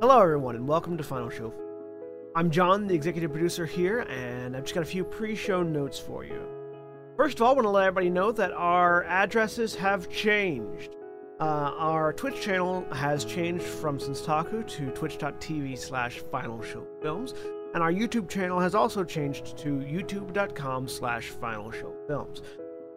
Hello, everyone, and welcome to Final Show. I'm John, the executive producer here, and I've just got a few pre show notes for you. First of all, I want to let everybody know that our addresses have changed. Uh, our Twitch channel has changed from Senstaku to twitch.tv slash Final Show Films, and our YouTube channel has also changed to youtube.com slash Final Show Films.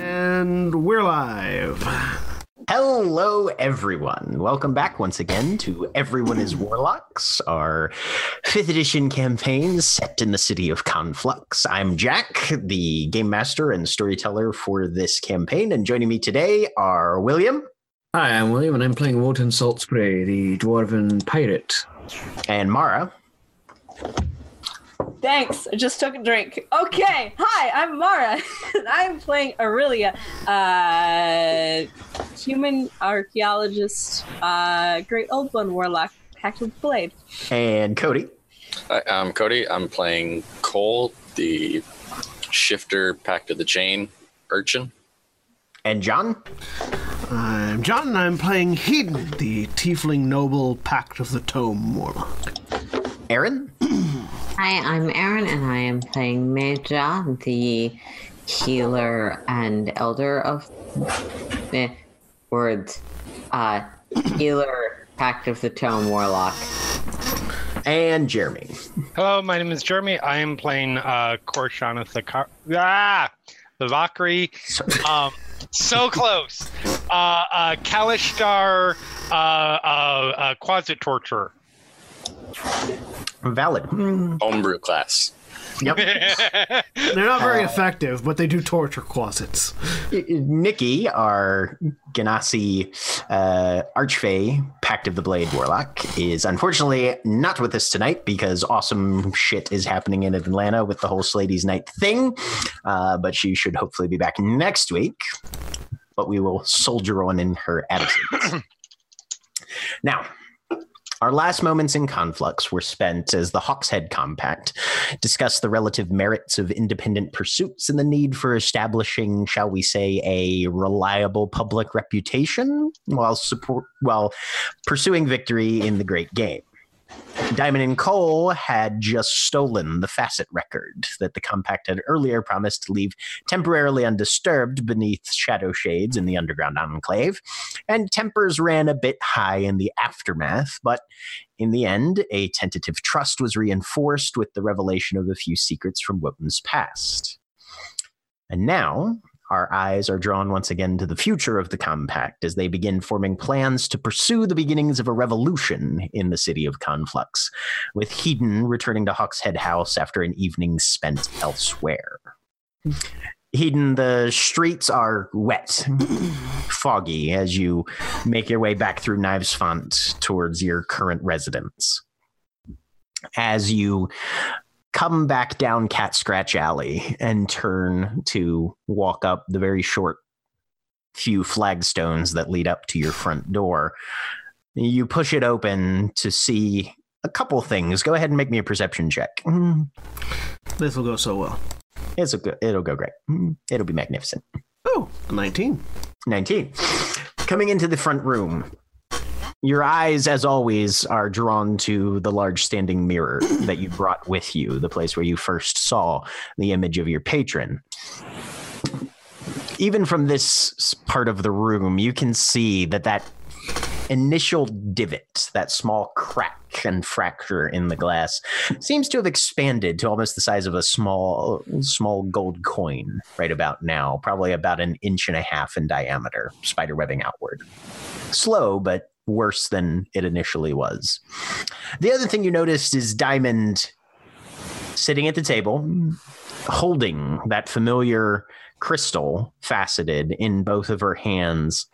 And we're live. Hello, everyone. Welcome back once again to Everyone is Warlocks, our fifth edition campaign set in the city of Conflux. I'm Jack, the game master and storyteller for this campaign, and joining me today are William Hi, I'm William, and I'm playing Walton Saltspray, the dwarven pirate. and Mara. Thanks. I just took a drink. Okay. Hi, I'm Mara. and I'm playing Aurelia, uh, human archaeologist, uh, great old one warlock, packed with blade. And Cody. Hi, I'm Cody. I'm playing Cole, the shifter, packed to the chain, urchin. And John. I'm John, and I'm playing Hedon, the Tiefling Noble Pact of the Tome Warlock. Aaron. Hi, I'm Erin, and I am playing Meja, the healer and elder of eh, words. Uh, healer, pact of the tome, warlock. And Jeremy. Hello, my name is Jeremy. I am playing uh, Korshana Thakar- ah, the Valkyrie. Um, so close. Uh, uh, Kalishtar uh, uh, uh, Quasit Torturer. Valid. Hmm. Homebrew class. Yep. Uh, They're not very effective, but they do torture closets. Nikki, our Ganassi uh, Archfey Pact of the Blade Warlock, is unfortunately not with us tonight because awesome shit is happening in Atlanta with the whole Slady's Night thing. Uh, but she should hopefully be back next week. But we will soldier on in her absence. now, our last moments in conflux were spent as the Hawkshead Compact discussed the relative merits of independent pursuits and the need for establishing, shall we say, a reliable public reputation while support while pursuing victory in the great game. Diamond and Cole had just stolen the facet record that the compact had earlier promised to leave temporarily undisturbed beneath shadow shades in the underground enclave, and tempers ran a bit high in the aftermath, but in the end, a tentative trust was reinforced with the revelation of a few secrets from Wotan's past. And now, our eyes are drawn once again to the future of the Compact as they begin forming plans to pursue the beginnings of a revolution in the city of Conflux, with Hedon returning to Hawkshead House after an evening spent elsewhere. Hedon, the streets are wet, foggy as you make your way back through Knives Font towards your current residence. As you come back down Cat Scratch Alley and turn to walk up the very short few flagstones that lead up to your front door, you push it open to see a couple things. Go ahead and make me a perception check. Mm, This will go so well. It's a go- it'll go great. Mm, It'll be magnificent. Oh, 19. 19. Coming into the front room, your eyes, as always, are drawn to the large standing mirror that you brought with you, the place where you first saw the image of your patron. even from this s- part of the room, you can see that that initial divot, that small crack and fracture in the glass, seems to have expanded to almost the size of a small, small gold coin right about now, probably about an inch and a half in diameter, spider webbing outward. Slow, but worse than it initially was. The other thing you noticed is Diamond sitting at the table, holding that familiar crystal faceted in both of her hands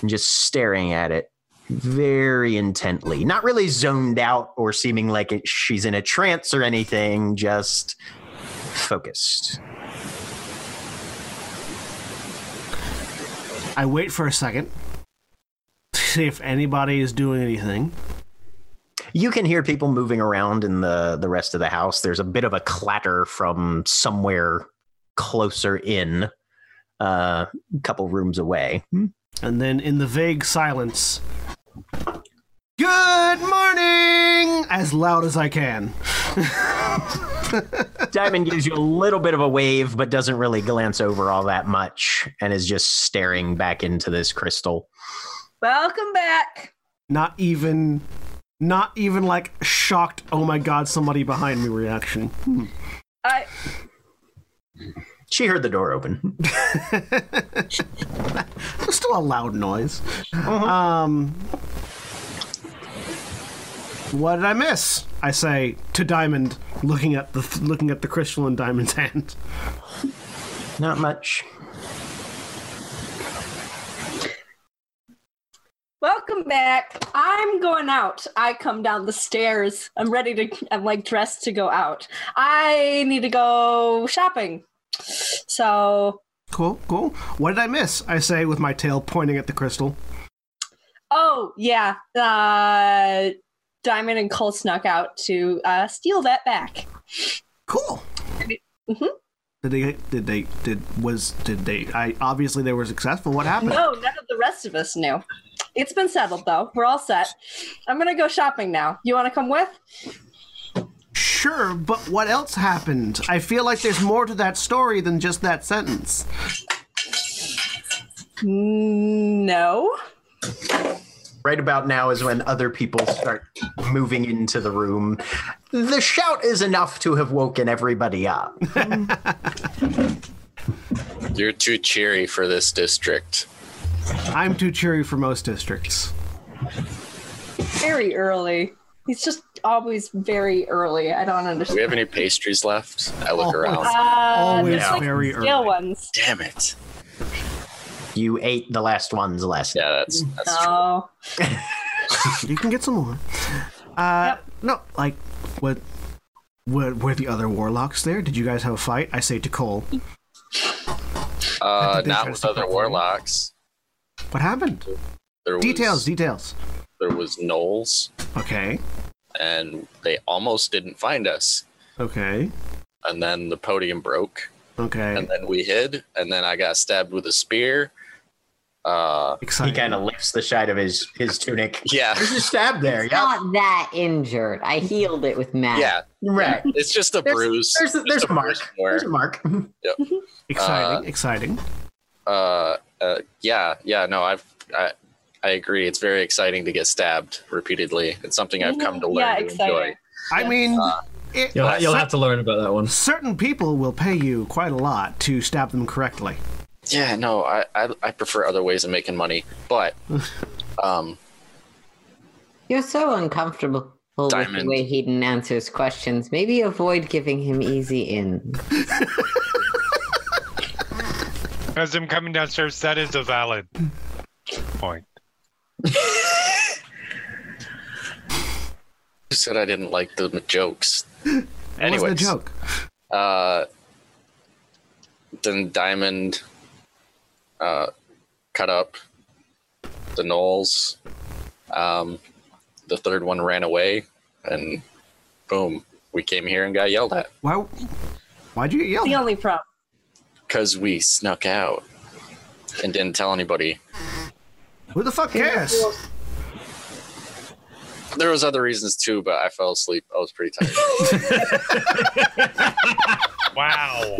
and just staring at it very intently not really zoned out or seeming like it, she's in a trance or anything just focused I wait for a second to see if anybody is doing anything. you can hear people moving around in the the rest of the house there's a bit of a clatter from somewhere closer in uh, a couple rooms away And then in the vague silence, Good morning! As loud as I can. Diamond gives you a little bit of a wave, but doesn't really glance over all that much and is just staring back into this crystal. Welcome back. Not even, not even like shocked, oh my god, somebody behind me reaction. I She heard the door open. It's still a loud noise. Um, what did I miss? I say to Diamond, looking at the looking at the crystal in Diamond's hand. Not much. welcome back. I'm going out. I come down the stairs. I'm ready to. I'm like dressed to go out. I need to go shopping. So, Cool, cool. What did I miss? I say with my tail pointing at the crystal. oh yeah, uh, Diamond and Cole snuck out to uh, steal that back. Cool. Mhm. Did they? Did they? Did was? Did they? I obviously they were successful. What happened? No, Oh, none of the rest of us knew. It's been settled though. We're all set. I'm gonna go shopping now. You want to come with? Sure, but what else happened? I feel like there's more to that story than just that sentence. No. Right about now is when other people start moving into the room. The shout is enough to have woken everybody up. You're too cheery for this district. I'm too cheery for most districts. very early. He's just always very early. I don't Do we understand. have any pastries left? I look Oh, around. it's- Uh, Always there's, like, very stale early. ones. Damn it. You ate the last ones last night. Yeah, that's Mm. uh, that's true. No. You can get some more. Uh, Yep. No, like, what? What were the other warlocks there? Did you guys have a fight? I say to Cole, Uh, think they tried not with to other separate warlocks. what happened? There was, Details, details. There was Knowles, Okay, and they almost didn't find us. okay, And then the podium broke, okay. and then we hid, and then I got stabbed with a spear. Uh, He Exciting. kind of lifts the side of his, his tunic. yeah, There's a stab there. Yeah. Not that injured. I healed it with magic. yeah. Right. It's just a There's- bruise. There's a, there's Just a mark. bruise There's a somewhere. mark. exciting, exciting. Uh, uh, yeah, yeah. No, I've I, I agree. It's very exciting to get stabbed repeatedly. It's something I've come to learn Yeah, to exciting. enjoy. I mean, uh, it, You'll, Well, you'll so- have to learn about that one. certain people will pay you quite a lot to stab them correctly. Yeah, no, I, I I prefer other ways of making money, but um, You're so uncomfortable with the Diamond. way Heaton answers questions. Maybe avoid giving him easy in. As I'm coming downstairs, that is a valid point. you said I didn't like the m- jokes. That was the Anyways, joke. uh, then Diamond uh, cut up the Knolls. Um, the third one ran away, and boom, we came here and got yelled at Why? Why'd you get yelled? The at? only problem. because we snuck out and didn't tell anybody. Who the fuck cares? There was other reasons too, but I fell asleep. I was pretty tired. Wow.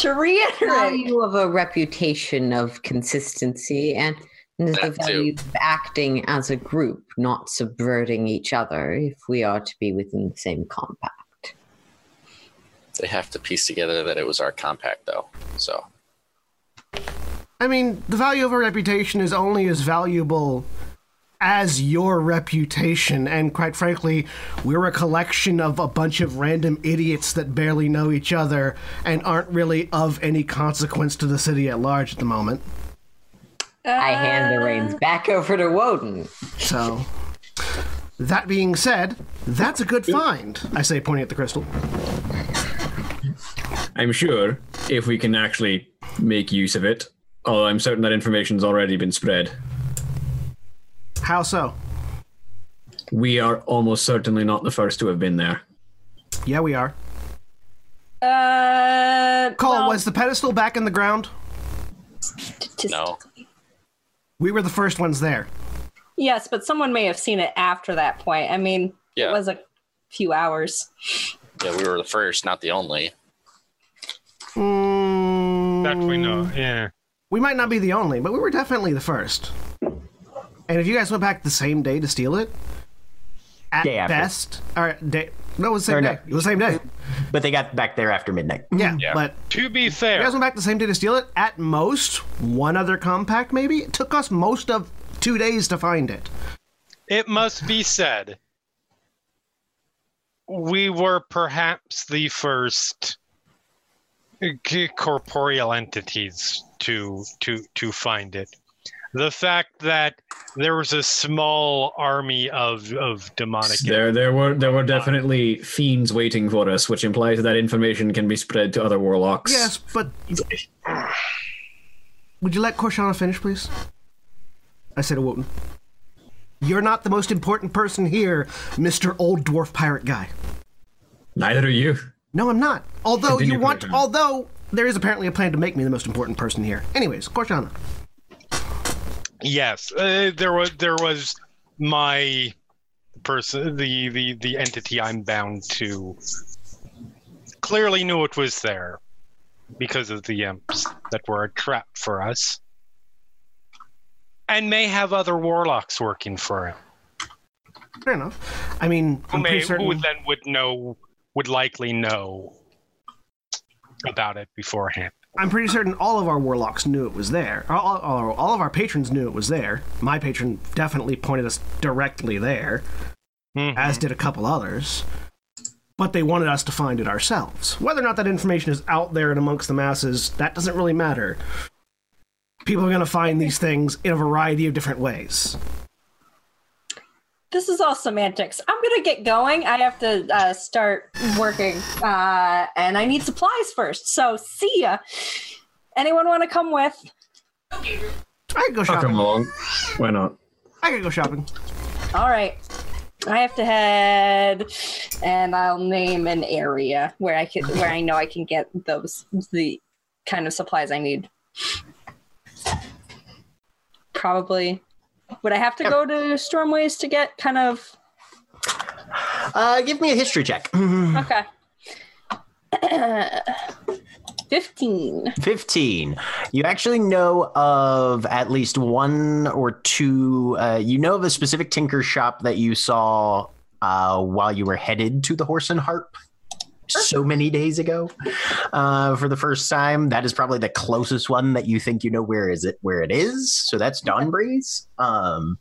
to reiterate, value of a reputation of consistency and and the That too. value of acting as a group, not subverting each other if we are to be within the same compact. They have to piece together that it was our compact, though. So I mean, the value of a reputation is only as valuable as your reputation. And quite frankly, we're a collection of a bunch of random idiots that barely know each other and aren't really of any consequence to the city at large at the moment. I hand the reins Uh. back over to Woden. So, that being said, that's a good find, I say, pointing at the crystal. I'm sure, if we can actually make use of it. Although I'm certain that information's already been spread. How so? We are almost certainly not the first to have been there. Yeah, we are. Um, uh, Cole, well, was the pedestal back in the ground? statistically- no, We were the first ones there. Yes, but someone may have seen it after that point. I mean, Yeah. it was a few hours. yeah, we were the first, not the only. Mm, That we know. Yeah. We might not be the only, but we were definitely the first. And if you guys went back the same day to steal it, at Day after. best, or day, no, it was the Or same no. day. It was the same day. But they got back there after midnight. Yeah, Yeah. but To be you fair, guys went back the same day to steal it. At most, one other compact, maybe. It took us most of two days to find it. it must be said we were perhaps the first c- corporeal entities to to to find it. The fact that there was a small army of of demonic There, there were there were definitely fiends waiting for us, which implies that information can be spread to other warlocks. Yes, but would you let Korshana finish, please? I said to Wotan. You're not the most important person here, Mister Old Dwarf Pirate Guy. Neither are you. No, I'm not. Although you Continue, want, Cortana. although there is apparently a plan to make me the most important person here. Anyways, Cortana. Yes, uh, there was there was my person, the the the entity I'm bound to. Clearly knew it was there because of the imps that were a trap for us, and may have other warlocks working for him, Fair enough. I mean, who I'm may pretty who certain. then would know would likely know about it beforehand. I'm pretty certain all of our warlocks knew it was there. All, all, all- all of our patrons knew it was there. My patron definitely pointed us directly there, Mhm. as did a couple others. But they wanted us to find it ourselves. Whether or not that information is out there and amongst the masses, that doesn't really matter. People are going to find these things in a variety of different ways. This is all semantics. I'm gonna get going. I have to uh, start working, uh, and I need supplies first. So see ya. Anyone want to come with? I could go I'll come shopping. along. Why not? I could go shopping. All right. I have to head, and I'll name an area where I can, where I know I can get those the kind of supplies I need. Probably. Would I have to go to Stormways to get kind of? Uh, give me a history check. Hmm. Okay. Fifteen. 15. You actually know of at least one or two. Uh, you know of a specific tinker shop that you saw uh, while you were headed to the Horse and Harp so many days ago uh, for the first time. That is probably the closest one that you think you know where is it where it is. So that's Dawn Breeze. Um,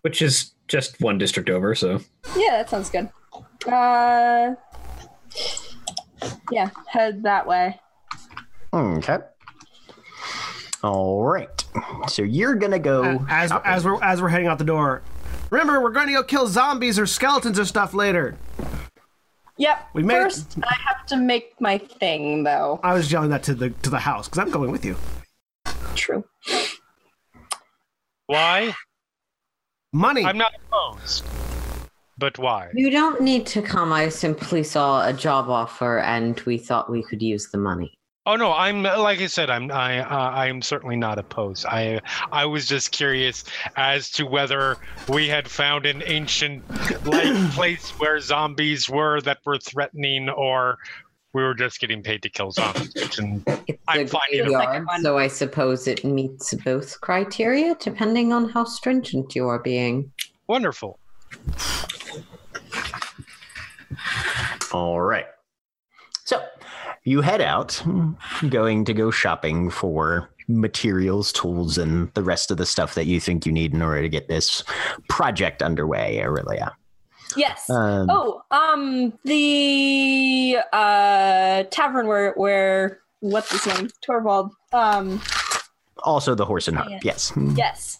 Which is just one district over, so Yeah, that sounds good. Uh, yeah, head that way. okay. All right. So you're gonna go as shopping. as we're as we're heading out the door. Remember, we're going to go kill zombies or skeletons or stuff later. Yep. We made it. First, I have to make my thing though. I was yelling that to the to the house because I'm going with you. Uh, True. Why? Money. I'm not opposed, but why? You don't need to come. I simply saw a job offer and we thought we could use the money. Oh no, I'm like I said, I'm I uh, I'm certainly not opposed. I I was just curious as to whether we had found an ancient like place where zombies were that were threatening, or We were just getting paid to kill zombies, and It's I'm a finding a- graveyard, so I suppose it meets both criteria, depending on how stringent you are being. wonderful. All right. So you head out, going to go shopping for materials, tools, and the rest of the stuff that you think you need in order to get this project underway, Aurelia. Yes. Um, oh, um, the uh tavern where where what's his name Torvald. Um, Also, the horse and harp. Yeah. Yes. yes.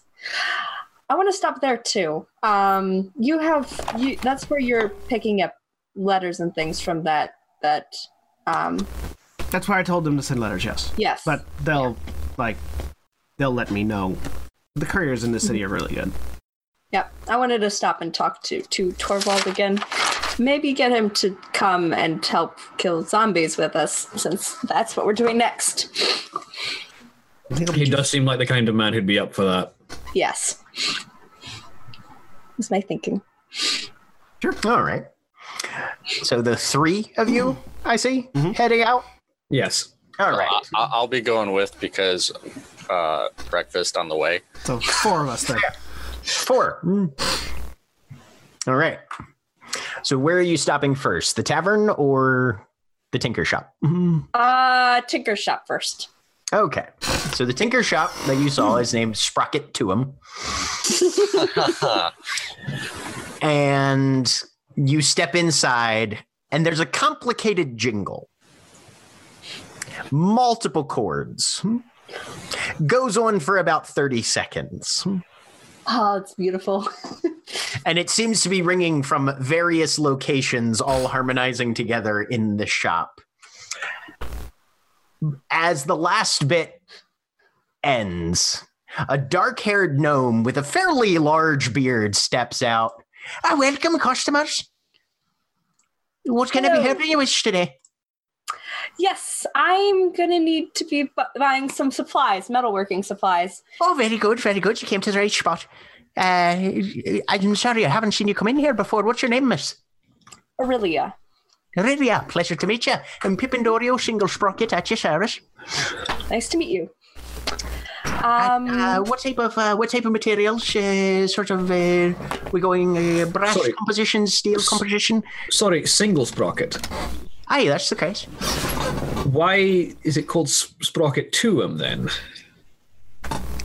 I want to stop there too. Um, you have you. That's where you're picking up letters and things from that that. Um, That's why I told them to send letters, yes. yes. But they'll, like, they'll let me know. The couriers in this city are really good. Yep. I wanted to stop and talk to, to Torvald again. Maybe get him to come and help kill zombies with us, since that's what we're doing next. I think I'll be He does seem like the kind of man who'd be up for that. Yes. That's my thinking. Sure. All right. So the three of you, I see, heading out. Yes. All right. Uh, I, I- I'll be going with because uh, breakfast on the way. So four of us then. Four. All right. So where are you stopping first? The tavern or the tinker shop? Uh, Tinker Shop first. Okay. So the tinker shop that you saw is named Sprocket to him. and you step inside and there's a complicated jingle multiple chords goes on for about 30 seconds Oh, it's beautiful. and it seems to be ringing from various locations all harmonizing together in the shop as the last bit ends a dark-haired gnome with a fairly large beard steps out ah, welcome customers what can i be Hello. helping you with today Yes, I'm gonna need to be bu- buying some supplies, metalworking supplies. oh very good very good you came to the right spot uh, i'm sorry i haven't seen you come in here before what's your name miss Aurelia. Riria, pleasure to meet you. I'm Pippin Dorio, single sprocket at your service. Nice to meet you. Um, Um, uh, what type of uh, what type of materials? Uh, sort of, uh, we're going uh, brass Sorry. composition, steel composition. Sorry, single sprocket. Aye, that's the case. Why is it called S- Sprocket to him then?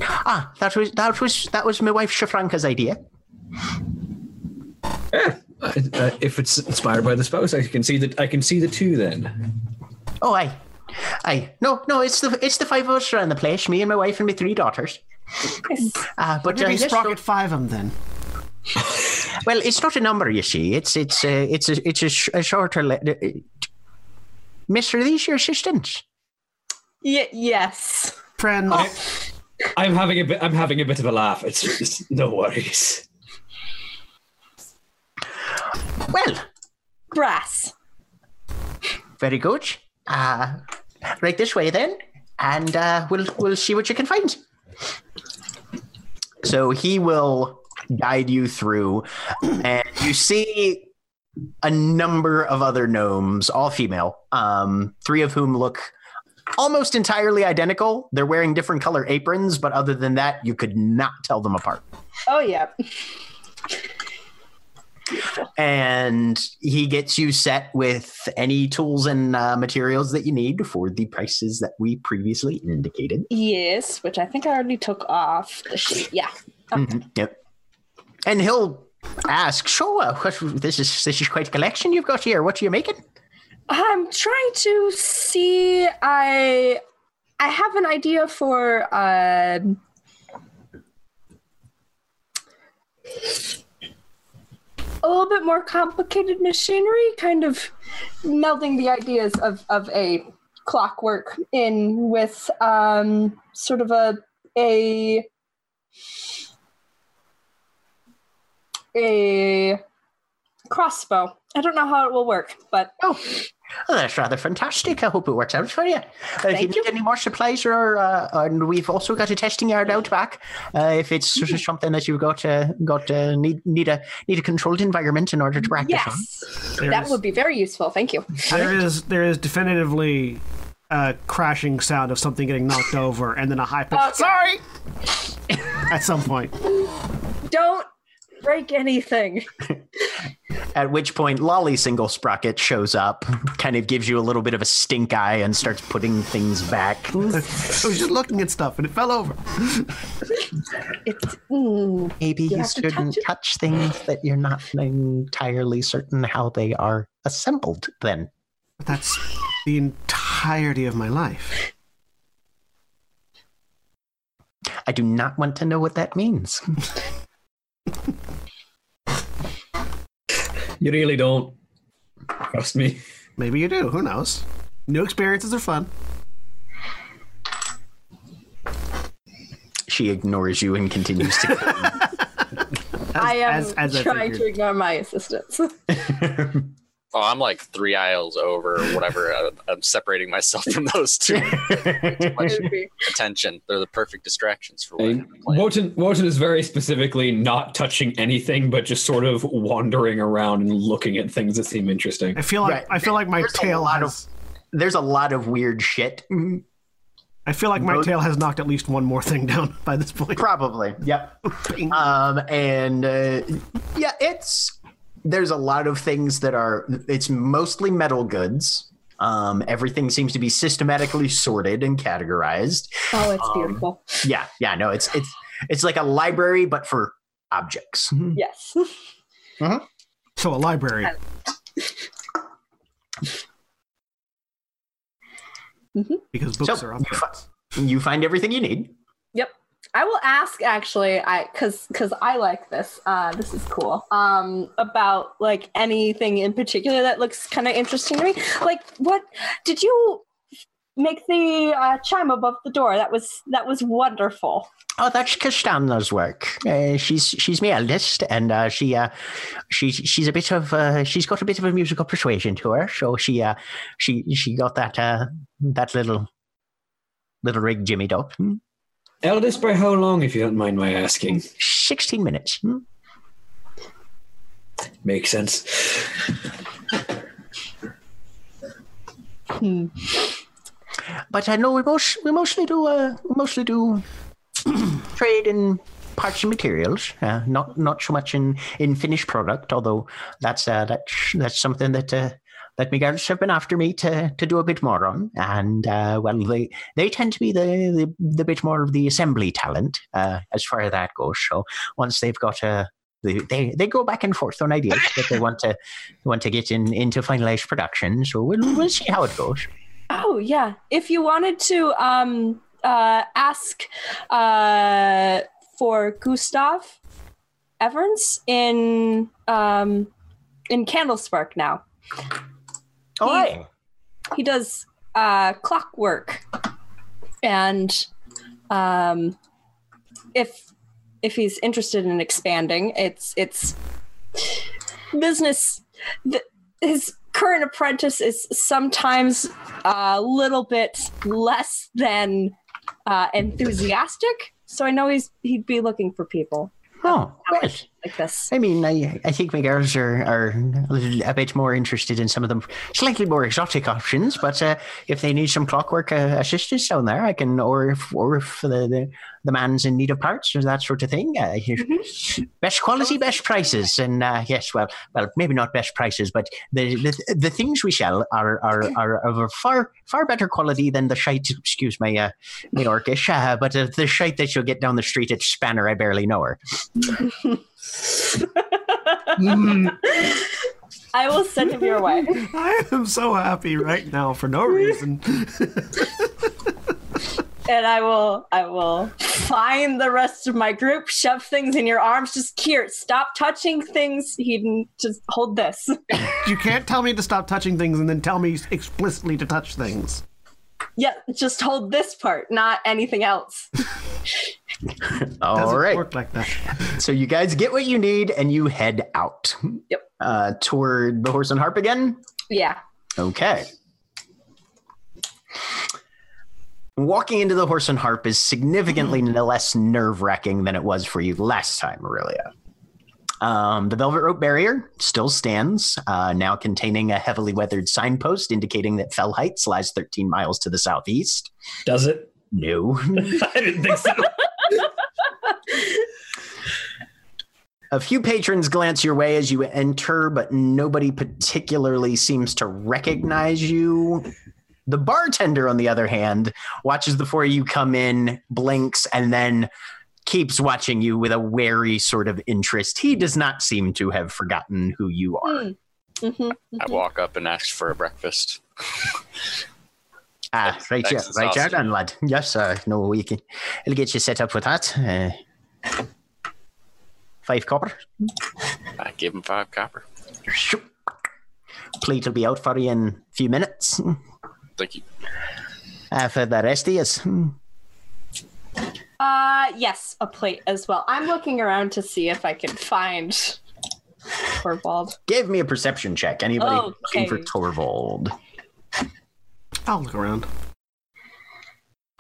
Ah, that was that was that was my wife Shafranka's idea. Uh, uh, if it's inspired by the spouse, I can see that I can see the two then. Oh, aye, aye. No, no, it's the it's the five of us around the place. Me and my wife and my three daughters. nice. Uh, but uh, Maybe yes, sprocket five of them then. no- well, it's not a number, you see. It's it's uh, it's a it's a, sh- a shorter. Le- uh, Miss, are these your assistants? Y- yes. Friend, Oh, I'm having a bit. I'm having a bit of a laugh. It's, it's no worries. Well, Brass. Very good. Uh, right this way then, and uh, we'll we'll see what you can find. So he will guide you through, and you see a number of other gnomes, all female. Um, three of whom look almost entirely identical. They're wearing different color aprons, but other than that, you could not tell them apart. Oh yeah. and he gets you set with any tools and uh, materials that you need for the prices that we previously indicated. Yes, which I think I already took off the sheet. Yeah. Mhm, Yep. And he'll ask, "So, uh, what, this is this is quite a collection you've got here. What are you making?" I'm trying to see I I have an idea for um a little bit more complicated machinery, kind of melding the ideas of, of a clockwork in with um sort of a a a crossbow. I don't know how it will work, but Oh, Well, that's rather fantastic. I hope it works out for you. Uh, if you Thank need any more supplies, or uh, and we've also got a testing yard out back. Uh, if it's sort Mm-hmm. of something that you've got uh, got uh, need need a need a controlled environment in order to practice on. Yes, There that is- would be very useful. Thank you. There is there is definitively a crashing sound of something getting knocked over, and then a high pitch. Okay. Sorry. At some point, Don't break anything. At which point, Lolly Single Sprocket shows up, kind of gives you a little bit of a stink eye, and starts putting things back. I was just looking at stuff and it fell over. It's mm, Maybe you, have to touch shouldn't it. touch things that you're not entirely certain how they are assembled. Then But that's the entirety of my life. I do not want to know what that means. You really don't. Trust me. Maybe you do. Who knows? New experiences are fun. She ignores you and continues to. As, I am as- as I trying to figured. ignore my assistance. Oh, I'm like three aisles over, or whatever. I- I'm separating myself from those two. It'd be- Attention. They're the perfect distractions for what Hey, I'm playing. Wotan, Wotan is very specifically not touching anything, but just sort of wandering around and looking at things that seem interesting. I feel like Right. I feel like my There's a tail lot of- has. There's a lot of weird shit. I feel like my Both- tail has knocked at least one more thing down by this point. Probably. Yep. Bing. Um, and uh, yeah, it's there's a lot of things that are. It's mostly metal goods. Um, everything seems to be systematically sorted and categorized. oh, it's Um, beautiful. Yeah, yeah, no, it's it's it's like a library but for objects. Yes. So a library. Mhm. Because books So, are you, fi- you find everything you need. I will ask actually, I because because I like this. Uh, this is cool. Um, about like anything in particular that looks kind of interesting to me. Like, what did you make the uh, chime above the door? That was that was wonderful. Oh, that's Kastana's work. Uh, she's she's my eldest, and uh, she uh, she's she's a bit of uh, she's got a bit of a musical persuasion to her, so she uh, she she got that uh, that little little rig jimmied up. Hmm. Eldest, by how long, if you don't mind my asking? Sixteen minutes. Hmm. Makes sense. Hmm. But I know we most we mostly do uh, we mostly do trade in parts and materials, uh, not not so much in, in finished product. Although that's uh, that's that's something that uh, that my girls have been after me to, to do a bit more on. And uh, well, they they tend to be the, the, the bit more of the assembly talent uh, as far as that goes. So once they've got a they, they, they go back and forth on ideas that they want to want to get in into finalized production. So we'll, we'll see how it goes. Oh yeah. If you wanted to um uh ask uh for Gustav Evans in um in Candlespark now. Oh, He- aye. he does uh, clockwork, and um, if if he's interested in expanding, it's it's business. Th- his current apprentice is sometimes a little bit less than uh, enthusiastic, so I know he's he'd be looking for people Oh, well, like this. I mean, I, I think my girls are, are a bit more interested in some of them slightly more exotic options, but uh, if they need some clockwork uh, assistance down there, I can, or if, or if the, the, the man's in need of parts or that sort of thing. Uh, Mm-hmm. Best quality, best prices. And uh, yes, well, well, maybe not best prices, but the, the, the things we sell are, are, are of a far, far better quality than the shite, excuse my, uh, my Orcish, uh, but uh, the shite that you'll get down the street at Spanner, I barely know her. I will send him your way. I am so happy right now for no reason. and I will I will find the rest of my group, shove things in your arms. Just here, stop touching things. He didn't- just hold this. you can't tell me to stop touching things and then tell me explicitly to touch things. Yeah, just hold this part, not anything else. All Doesn't right. work like that. So you guys get what you need and you head out. Yep. Uh, toward the horse and harp again. Yeah. Okay. Walking into the horse and harp is significantly less nerve wracking than it was for you last time, Aurelia. Um, the velvet rope barrier still stands, uh, now containing a heavily weathered signpost indicating that Fell Heights lies 13 miles to the southeast. Does it? No. I didn't think so. A few patrons glance your way as you enter, but nobody particularly seems to recognize you. The bartender, on the other hand, watches the four of you come in, blinks, and then keeps watching you with a wary sort of interest. He does not seem to have forgotten who you are. Hmm. Mhm, I mhm. walk up and ask for a breakfast. Ah, right, yeah, Thanks, right, yeah, sausage. done, lad. Yes, uh, no, we can. I'll get you set up with that. Uh, five copper. I give him five copper. Shoo. Plate will be out for you in a few minutes. Thank you. Uh, for the rest of us. Uh, yes, a plate as well. I'm looking around to see if I can find Torvald. Give me a perception check. Anybody Oh, Okay. looking for Torvald? I'll look around.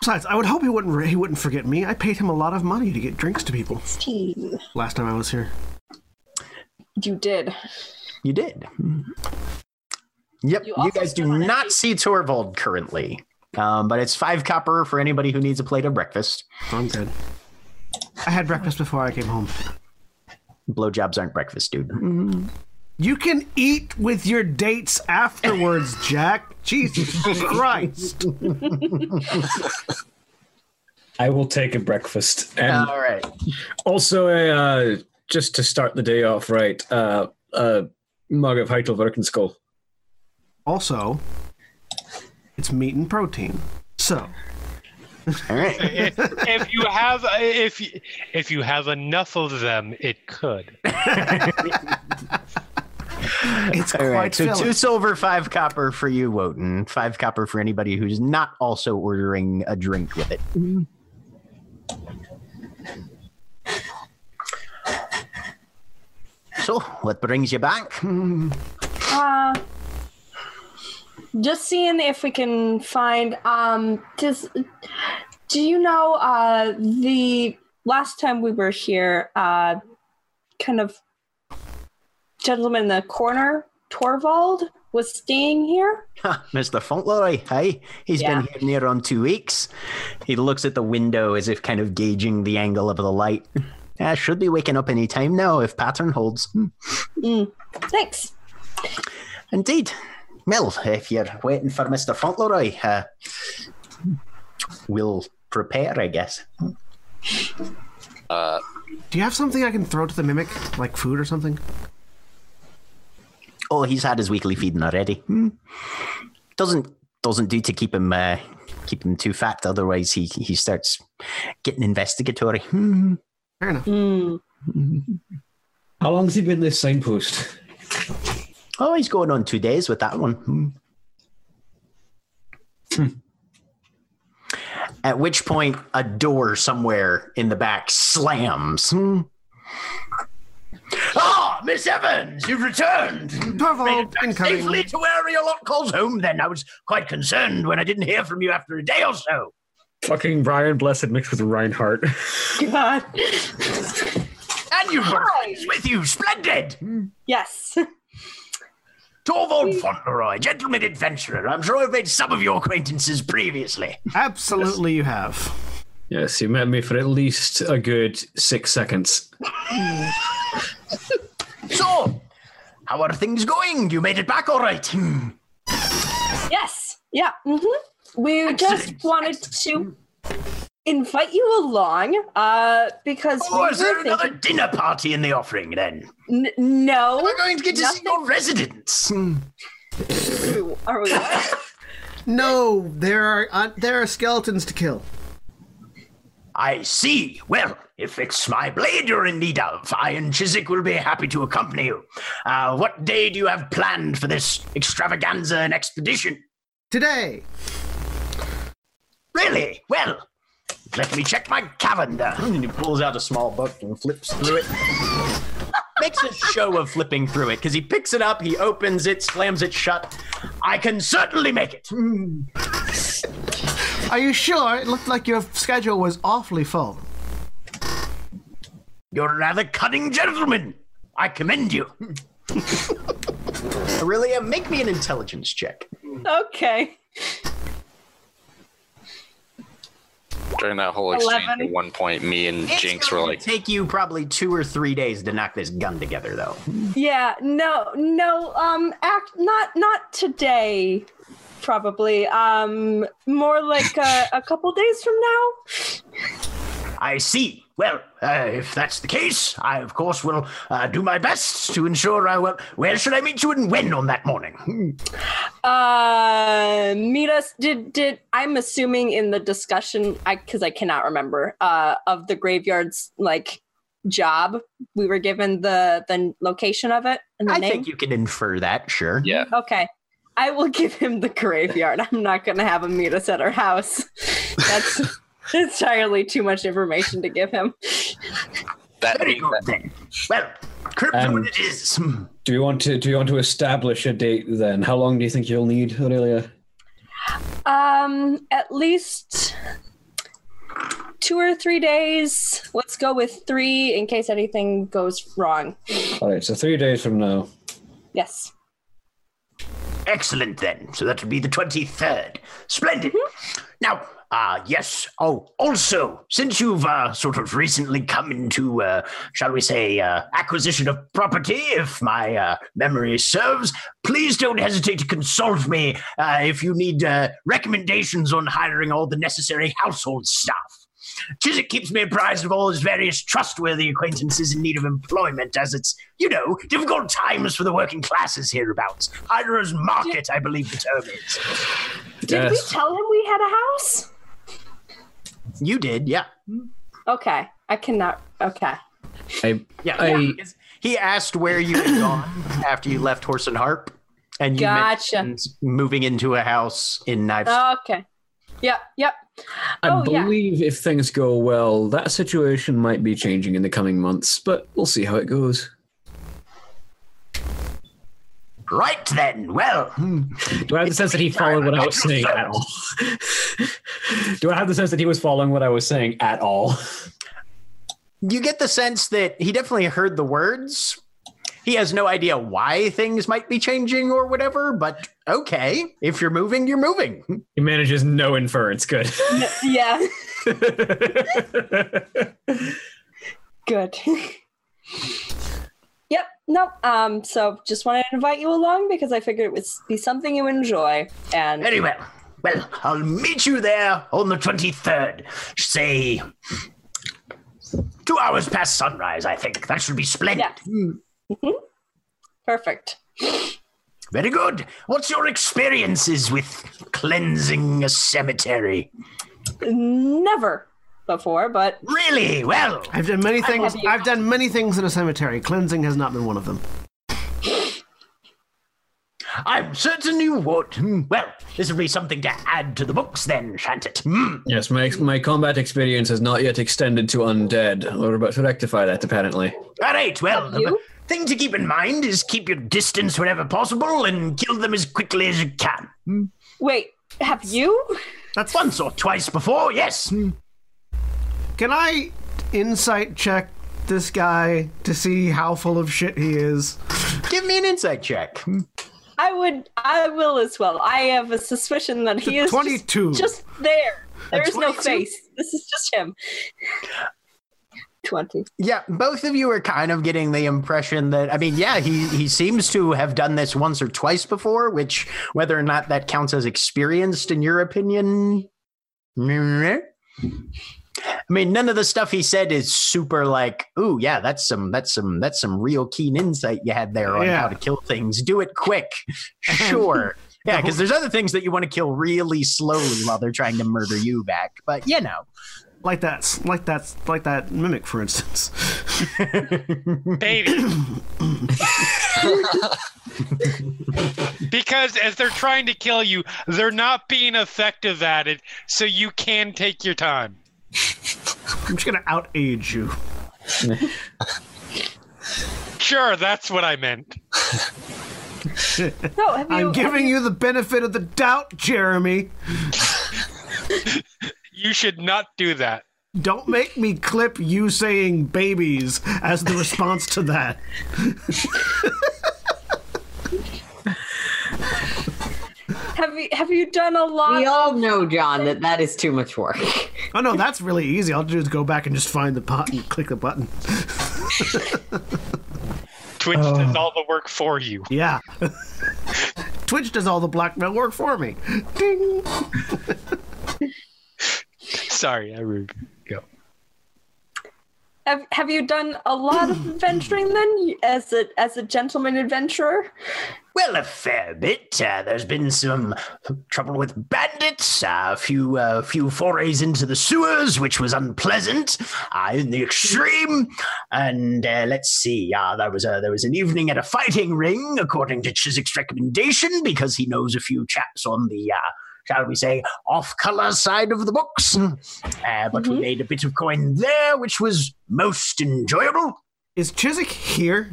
Besides, I would hope he wouldn't he wouldn't forget me. I paid him a lot of money to get drinks to people Sixteen. last time I was here. You did. You did. Yep. You, You also guys do still have not eight. see Torvald currently, um, but it's five copper for anybody who needs a plate of breakfast. I'm good. I had breakfast before I came home. Blowjobs aren't breakfast, dude. You can eat with your dates afterwards, Jack. Jesus Christ. I will take a breakfast. And All right. also, a, uh, just to start the day off right, uh, a mug of Heidelwerkenskull. Also, it's meat and protein. So, All right. if, if you have uh, if you- if you have enough of them, it could. it's All quite right. So filling. two silver, five copper for you, Wotan. Five copper for anybody who's not also ordering a drink with it. So, what brings you back? Hmm. Uh, just seeing if we can find. Um, does do you know? Uh, the last time we were here, uh, kind of gentleman in the corner, Torvald was staying here. Ha, Mr. Fauntleroy, hi. He's Yeah. been here near on two weeks. He looks at the window as if kind of gauging the angle of the light. I should be waking up any time now if pattern holds. Hmm. Thanks. Indeed. Well, if you're waiting for Mr. Fauntleroy, uh, we'll prepare, I guess. Uh, Do you have something I can throw to the mimic, like food or something? Oh, he's had his weekly feeding already. Hmm. Doesn't doesn't do to keep him uh, keep him too fat, otherwise he he starts getting investigatory. Hmm. Fair enough. Mm. How long has he been this signpost? Oh, he's going on two days with that one. Hmm. At which point, a door somewhere in the back slams. Hmm. Ah, Miss Evans, you've returned. Torvald Safely incoming. to where your lot calls home, then. I was quite concerned when I didn't hear from you after a day or so. Fucking Brian Blessed mixed with Reinhardt. God. And you brought Hi. friends with you. Splendid. Yes. Torvald Fauntleroy, gentleman adventurer. I'm sure I've made some of your acquaintances previously. Absolutely, you have. yes, he met me for at least a good six seconds. So, how are things going? You made it back all right. Hmm. Yes. Yeah. hmm We just wanted to invite you along uh, because we Oh, is there were another thinking- dinner party in the offering then? N- no. We're going to get to see your residence. Hmm. Are we? No, there are uh, there are skeletons to kill. I see. Well, if it's my blade you're in need of, I and Chiswick will be happy to accompany you. Uh, what day do you have planned for this extravaganza and expedition? Today, Really? Well, let me check my calendar. And he pulls out a small book and flips through it. makes a show of flipping through it because he picks it up, he opens it, slams it shut. I can certainly make it. Are you sure? It looked like your schedule was awfully full. You're a rather cunning gentleman. I commend you. Aurelia, make me an intelligence check. Okay. During that whole exchange, Eleven. at one point, me and Jinx were gonna like, take you probably two or three days to knock this gun together, though. Yeah, no, no, um act not not today probably. Um more like a, a couple days from now. I see. Well, uh, if that's the case, I of course will uh, do my best to ensure I will. Where should I meet you and when on that morning? Hmm, Uh, meet us. Did did I'm assuming in the discussion, I because I cannot remember uh of the graveyard's like job we were given the the location of it and the I name. think you can infer that, sure. yeah, Okay, I will give him the graveyard. I'm not gonna have him meet us at our house. That's entirely too much information to give him. that, Very good then. Well, crypto Um, it is. Hmm. Do you want to do you want to establish a date then? How long do you think you'll need, Aurelia? Um, at least two or three days. Let's go with three in case anything goes wrong. All right, so three days from now. Yes. Excellent then. So that would be the 23rd. Splendid. Now, uh, yes. Oh, also, since you've uh, sort of recently come into, uh, shall we say, uh, acquisition of property, if my uh, memory serves, please don't hesitate to consult me uh, if you need uh, recommendations on hiring all the necessary household staff. Chiswick keeps me apprised of all his various trustworthy acquaintances in need of employment, as it's, you know, difficult times for the working classes hereabouts. Hirer's market, I believe the term is. Did we tell him we had a house? You did, yeah. Okay. I cannot. Okay. I, Yeah. I- yeah, because He asked where you had gone after you left Horse and Harp, and you Gotcha. Oh. mentioned moving into a house in Knives. Okay. Yep. Yep. I Oh, yeah. believe if things go well, that situation might be changing in the coming months, but we'll see how it goes. right then. Well, hmm, Do I have the sense that he followed what I was saying at all? Do I have the sense that he was following what I was saying at all? you get the sense that he definitely heard the words. He has no idea why things might be changing or whatever, but okay. If you're moving, you're moving. He manages no inference. Good. Yeah. Good. yep. Nope. Um. So just wanted to invite you along because I figured it would be something you enjoy. And Very well. Well, I'll meet you there on the 23rd. Say, two hours past sunrise, I think. That should be splendid. yeah. Mhm. Perfect. Very good. What's your experiences with cleansing a cemetery? Never before, but Really? Well, I've done many things. you. I've done many things in a cemetery. Cleansing has not been one of them. I'm certain you would. Hmm, Well, this will be something to add to the books then, shan't it? Hmm. yes, my my combat experience has not yet extended to undead. We're about to rectify that, apparently. All right, well, the You? thing to keep in mind is keep your distance whenever possible and kill them as quickly as you can. wait. Have you? That's once or twice before, yes. Hmm. Can I insight check this guy to see how full of shit he is? Give me an insight check. Hmm. I would. I will as well. I have a suspicion that he is just- 22. just there. There is no 22? face. This is just him. 20. Yeah, both of you are kind of getting the impression that I mean, yeah, he he seems to have done this once or twice before, which whether or not that counts as experienced in your opinion. meh. I mean, none of the stuff he said is super like, ooh, yeah, that's some that's some that's some real keen insight you had there on Yeah. how to kill things. Do it quick. Sure. Yeah, because there's other things that you want to kill really slowly while they're trying to murder you back. But you know. Like that. Like that. Like that mimic, for instance. baby. because as they're trying to kill you, they're not being effective at it, so you can take your time. I'm just gonna outage you. Sure, that's what I meant. No, have you? I'm have giving you the benefit of the doubt, Jeremy. You should not do that. Don't make me clip you saying babies as the response to that. Have you have you done a lot? We all know, John, that that is too much work. Oh no, that's really easy. All I have to do is go back and just find the pot and click the button. Twitch does all the work for you. Yeah. Twitch does all the blackmail work for me. Ding. Sorry, I rude. Go. Have, have you done a lot of adventuring then, as a as a gentleman adventurer? Well, a fair bit. Uh, there's been some trouble with bandits, uh, a few uh, few forays into the sewers, which was unpleasant uh, in the extreme. And uh, let's see, uh, there was a, there was an evening at a fighting ring, according to Chiswick's recommendation, because he knows a few chaps on the. Uh, Shall we say off color side of the books? Hmm. Uh, but Mm-hmm. we made a bit of coin there, which was most enjoyable. Is Chiswick here?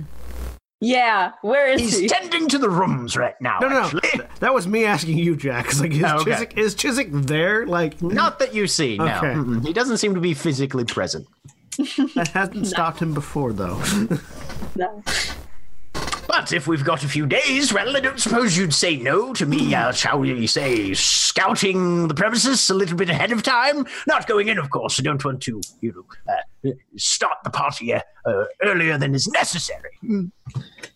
Yeah, where is He's he? tending to the rooms right now. No, no, no. actually. That was me asking you, Jack. 'cause, like, is, Oh, okay. Chiswick, is Chiswick there? Like, Not that you see, no. Okay. Mm-mm. He doesn't seem to be physically present. that hasn't stopped him before, though. No. But if we've got a few days, well, I don't suppose you'd say no to me, uh, shall we say, scouting the premises a little bit ahead of time. Not going in, of course. I don't want to, you know, uh, start the party uh, uh, earlier than is necessary.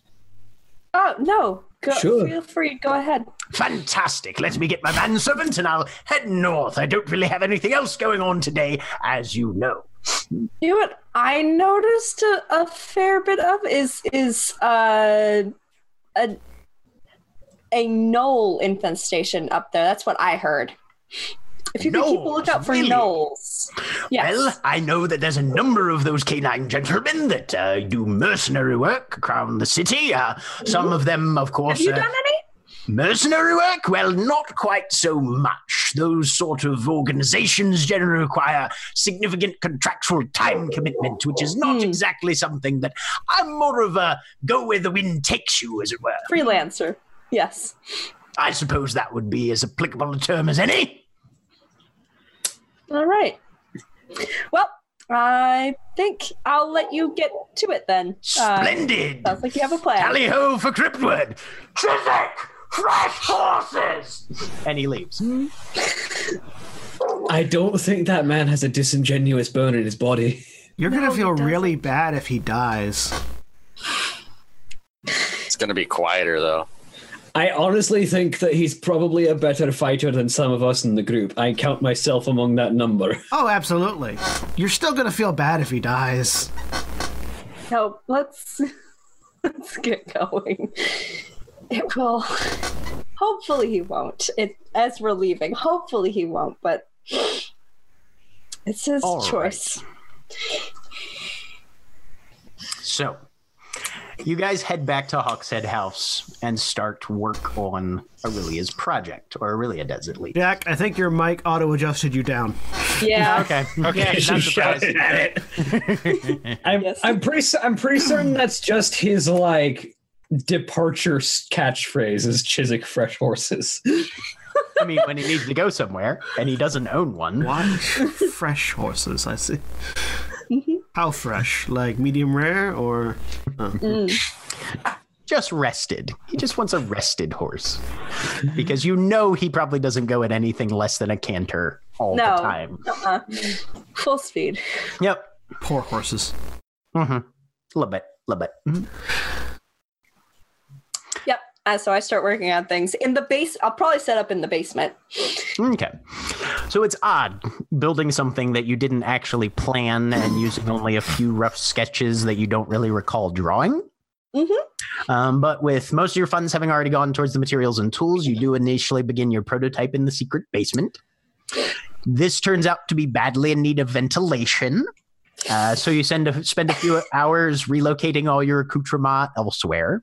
Oh no. Go, Sure. Feel free. Go ahead. Fantastic. Let me get my manservant and I'll head north. I don't really have anything else going on today, as you know. You know what I noticed a, a fair bit of is is uh, a a knoll infestation up there. That's what I heard. If you could keep a Gnolls, lookout for really? knolls, yes. Well, I know that there's a number of those canine gentlemen that uh, do mercenary work around the city. Uh, some of them, of Have course, you uh, done any? mercenary work. Well, not quite so much. Those sort of organizations generally require significant contractual time commitment, which is not Hmm. exactly something that I'm more of a go where the wind takes you, as it were. Freelancer. Yes. I suppose that would be as applicable a term as any. All right. Well, I think I'll let you get to it then. Uh, Splendid. sounds like you have a plan. Tally ho for Cryptwood! Chiswick! Fresh horses! And he leaves. I don't think that man has a disingenuous bone in his body. You're No, gonna he feel doesn't. really bad if he dies. It's gonna be quieter though. I honestly think that he's probably a better fighter than some of us in the group. I count myself among that number. Oh, absolutely. You're still gonna feel bad if he dies. No, let's let's get going. It will. Hopefully he won't. It as we're leaving. Hopefully he won't. But it's his All right. choice. So, you guys head back to Hawkshead House and start work on Aurelia's project, or Aurelia does at least. Jack, I think your mic auto adjusted you down. Yeah. Okay. Okay. not surprised. at it. I'm, Yes. I'm pretty. cer- I'm pretty certain that's just his like departure s- catchphrase is Chiswick fresh horses. I mean, when he needs to go somewhere and he doesn't own one. Why? fresh horses, I see. Mm-hmm. How fresh? Like medium rare or Mm, just rested. He just wants a rested horse because you know he probably doesn't go at anything less than a canter all No. the time. Uh-uh. Full speed. Yep. poor horses? Mm-hmm. A little bit. A little bit. Mhm. Yep. Uh, so I start working on things in the base. I'll probably set up in the basement. Mm. Okay. So it's odd building something that you didn't actually plan and using only a few rough sketches that you don't really recall drawing. Um, but with most of your funds having already gone towards the materials and tools, you do initially begin your prototype in the secret basement. This turns out to be badly in need of ventilation. Uh, so you send a, spend a few hours relocating all your accoutrement elsewhere.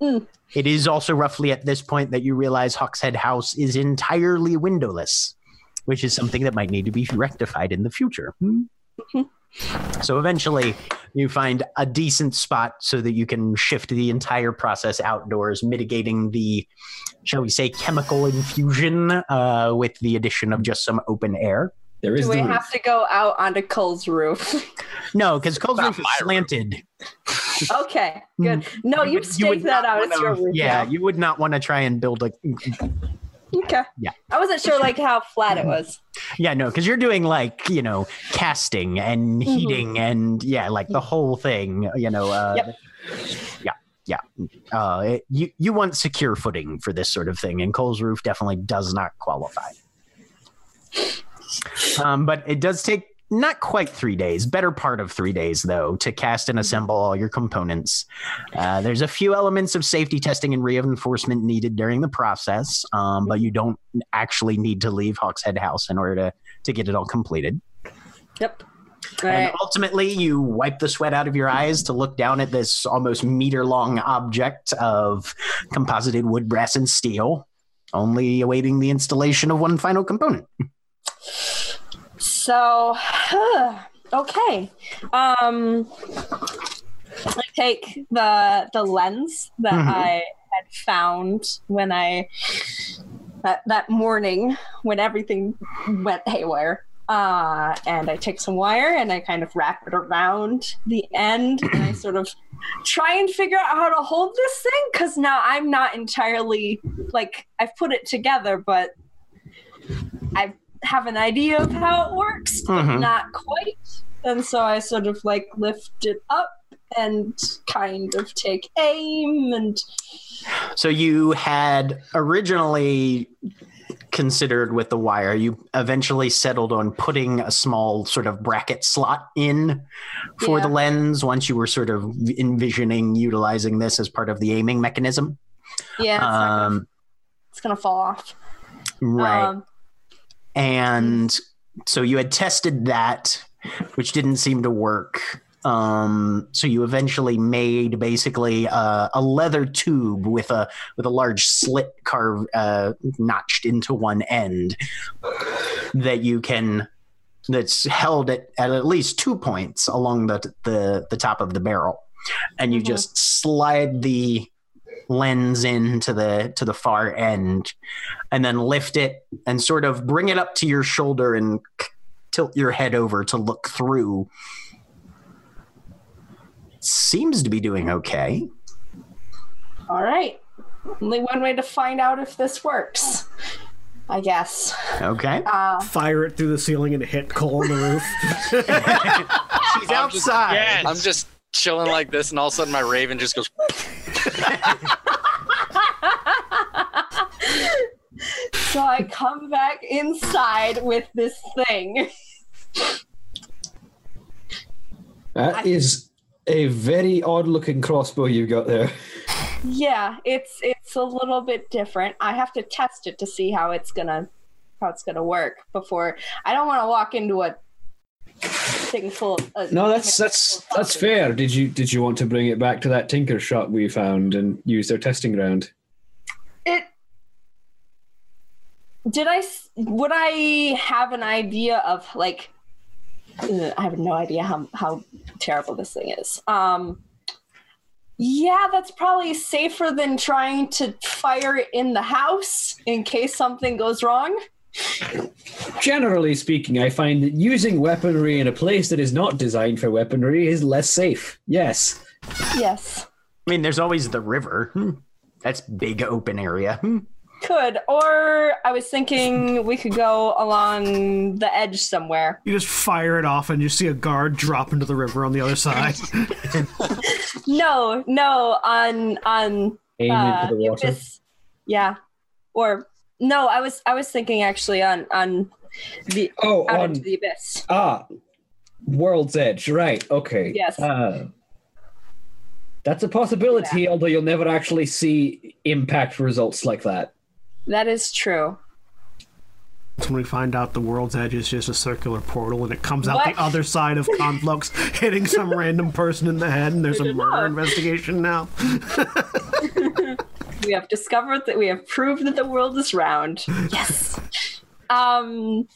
Mm. It is also roughly at this point that you realize Hawkshead House is entirely windowless, which Mm-hmm. is something that might need to be rectified in the future. Hmm? So eventually, You find a decent spot so that you can shift the entire process outdoors, mitigating the, shall we say, chemical infusion uh, with the addition of just some open air. There is Do we the roof. have to go out onto Cole's roof? No, because Cole's not roof is my roof. slanted. okay, good. No, you would- you would stake that not out. It's your wanna- roof. Yeah, now. you would not want to try and build a. Okay. Yeah. Mm-hmm. I wasn't sure like how flat it was. Yeah, no, because you're doing like you know casting and Mhm. heating and yeah, like the whole thing. You know. Uh, Yep. Yeah, yeah. Uh, it- you you want secure footing for this sort of thing, and Cole's roof definitely does not qualify. Um, but it does take not quite three days, better part of three days though, to cast and assemble all your components. Uh, there's a few elements of safety testing and reinforcement needed during the process, um, but you don't actually need to leave Hawkshead House in order to, to get it all completed. Yep. All and right. ultimately, you wipe the sweat out of your eyes to look down at this almost meter long object of composited wood, brass, and steel, only awaiting the installation of one final component. So, okay. Um, I take the the lens that Mhm. I had found when I that that morning when everything went haywire. Uh, and I take some wire and I kind of wrap it around the end and I sort of try and figure out how to hold this thing because now I'm not entirely like I've put it together, but I have an idea of how it works, but Mhm. not quite. And so I sort of like lift it up and kind of take aim and So you had originally considered with the wire, you eventually settled on putting a small sort of bracket slot in for the Yeah. lens once you were sort of envisioning utilizing this as part of the aiming mechanism. yeah, it's, not gonna, Um, it's gonna fall off. right. Um, and so you had tested that which didn't seem to work um, so you eventually made basically uh, a leather tube with a with a large slit carved uh, notched into one end that you can that's held at, at at least two points along the the, the top of the barrel and you Mhm. just slide the lens into the to the far end and then lift it and sort of bring it up to your shoulder and k- tilt your head over to look through. Seems to be doing okay. all right. Only one way to find out if this works, I guess. Okay. Uh, Fire it through the ceiling and hit Cole on the roof. She's outside. Yes. I'm just chilling like this, and all of a sudden my raven just goes. so I come back inside with this thing. That is a very odd looking crossbow you got there. Yeah, it's it's a little bit different. I have to test it to see how it's gonna how it's gonna work before. I don't want to walk into a thing full. Of, uh, No, that's that's that's fair. Did you did you want to bring it back to that tinker shop we found and use their testing ground? It. Did I s- would I have an idea of like? Ugh, I have no idea how how terrible this thing is. Um. Yeah, that's probably safer than trying to fire it in the house in case something goes wrong. Generally speaking, I find that using weaponry in a place that is not designed for weaponry is less safe. Yes. Yes. I mean, there's always the river. Hmm. That's big open area. Hmm. Could, or I was thinking we could go along the edge somewhere. you just fire it off and you see a guard drop into the river on the other side. No, no, on on Aim uh, into the water. Upas- yeah, or no, I was I was thinking actually on on the Oh, out on into the abyss. ah, World's Edge. Right. Okay. Yes. Uh, that's a possibility, although you'll never actually see impact results like that. That is true. That's when we find out the world's edge is just a circular portal and it comes out What? the other side of Conflux, hitting some random person in the head, and there's a murder investigation now. We have discovered that we have proved that the world is round. Yes. Um,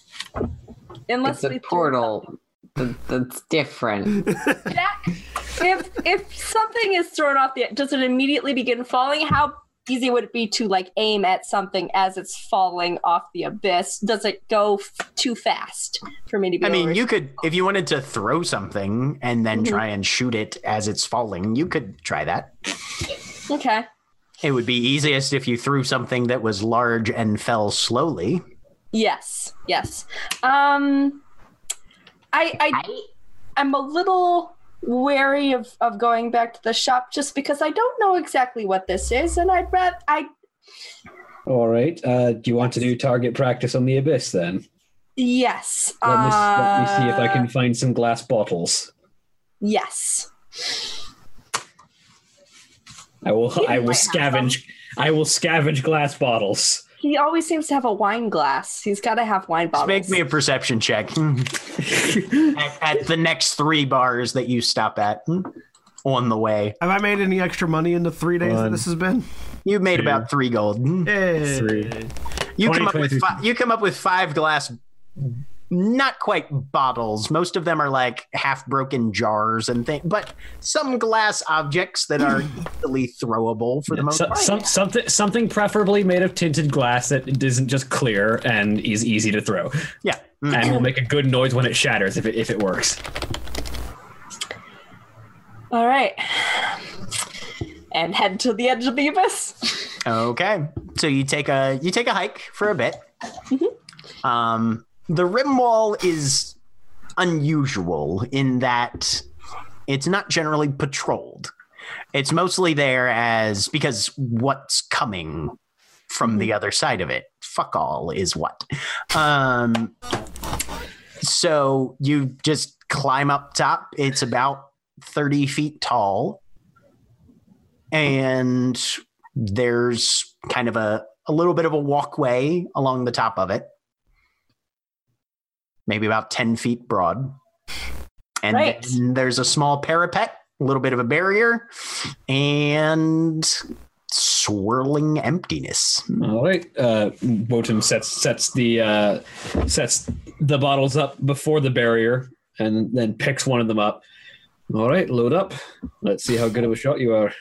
unless It's a we threw portal. That, that's different. Jack, if if something is thrown off the does it immediately begin falling? How easy would it be to like aim at something as it's falling off the abyss? Does it go f- too fast for me to be? I mean, able you could, if you wanted to throw something and then try and shoot it as it's falling, you could try that. to- okay. It would be easiest if you threw something that was large and fell slowly. Yes, yes. Um, I, I I, I'm a little wary of, of going back to the shop just because I don't know exactly what this is, and I'd rather I All right. Uh, do you want to do target practice on the abyss then? yes. Let me, let me see if I uh, can find some glass bottles. Yes. I will. You I might will have scavenge. I will scavenge glass bottles. He always seems to have a wine glass. He's got to have wine Just bottles. make me a perception check at, at the next three bars that you stop at hmm, on the way. Have I made any extra money in the three days that One. this has been? You made about three gold. Hmm. Hey. Three. You come up 20, with 23. five, you come up with five glass, not quite bottles. Most of them are like half broken jars and things, but some glass objects that are easily throwable for the most So- part. some- something, something preferably made of tinted glass that isn't just clear and is easy to throw, Yeah. Mm. and will make a good noise when it shatters if it if it works. All right. And head to the edge of the abyss. Okay. So you take a you take a hike for a bit. Um, the rim wall is unusual in that it's not generally patrolled. It's mostly there as because what's coming from the other side of it. Fuck all is what. Um, so you just climb up top. It's about 30 feet tall. And there's kind of a, a little bit of a walkway along the top of it, maybe about 10 feet broad. And Right. then there's a small parapet, a little bit of a barrier, and swirling emptiness. All right, uh, Wotum sets sets the uh, sets the bottles up before the barrier, and then picks one of them up. All right, load up. Let's see how good of a shot you are.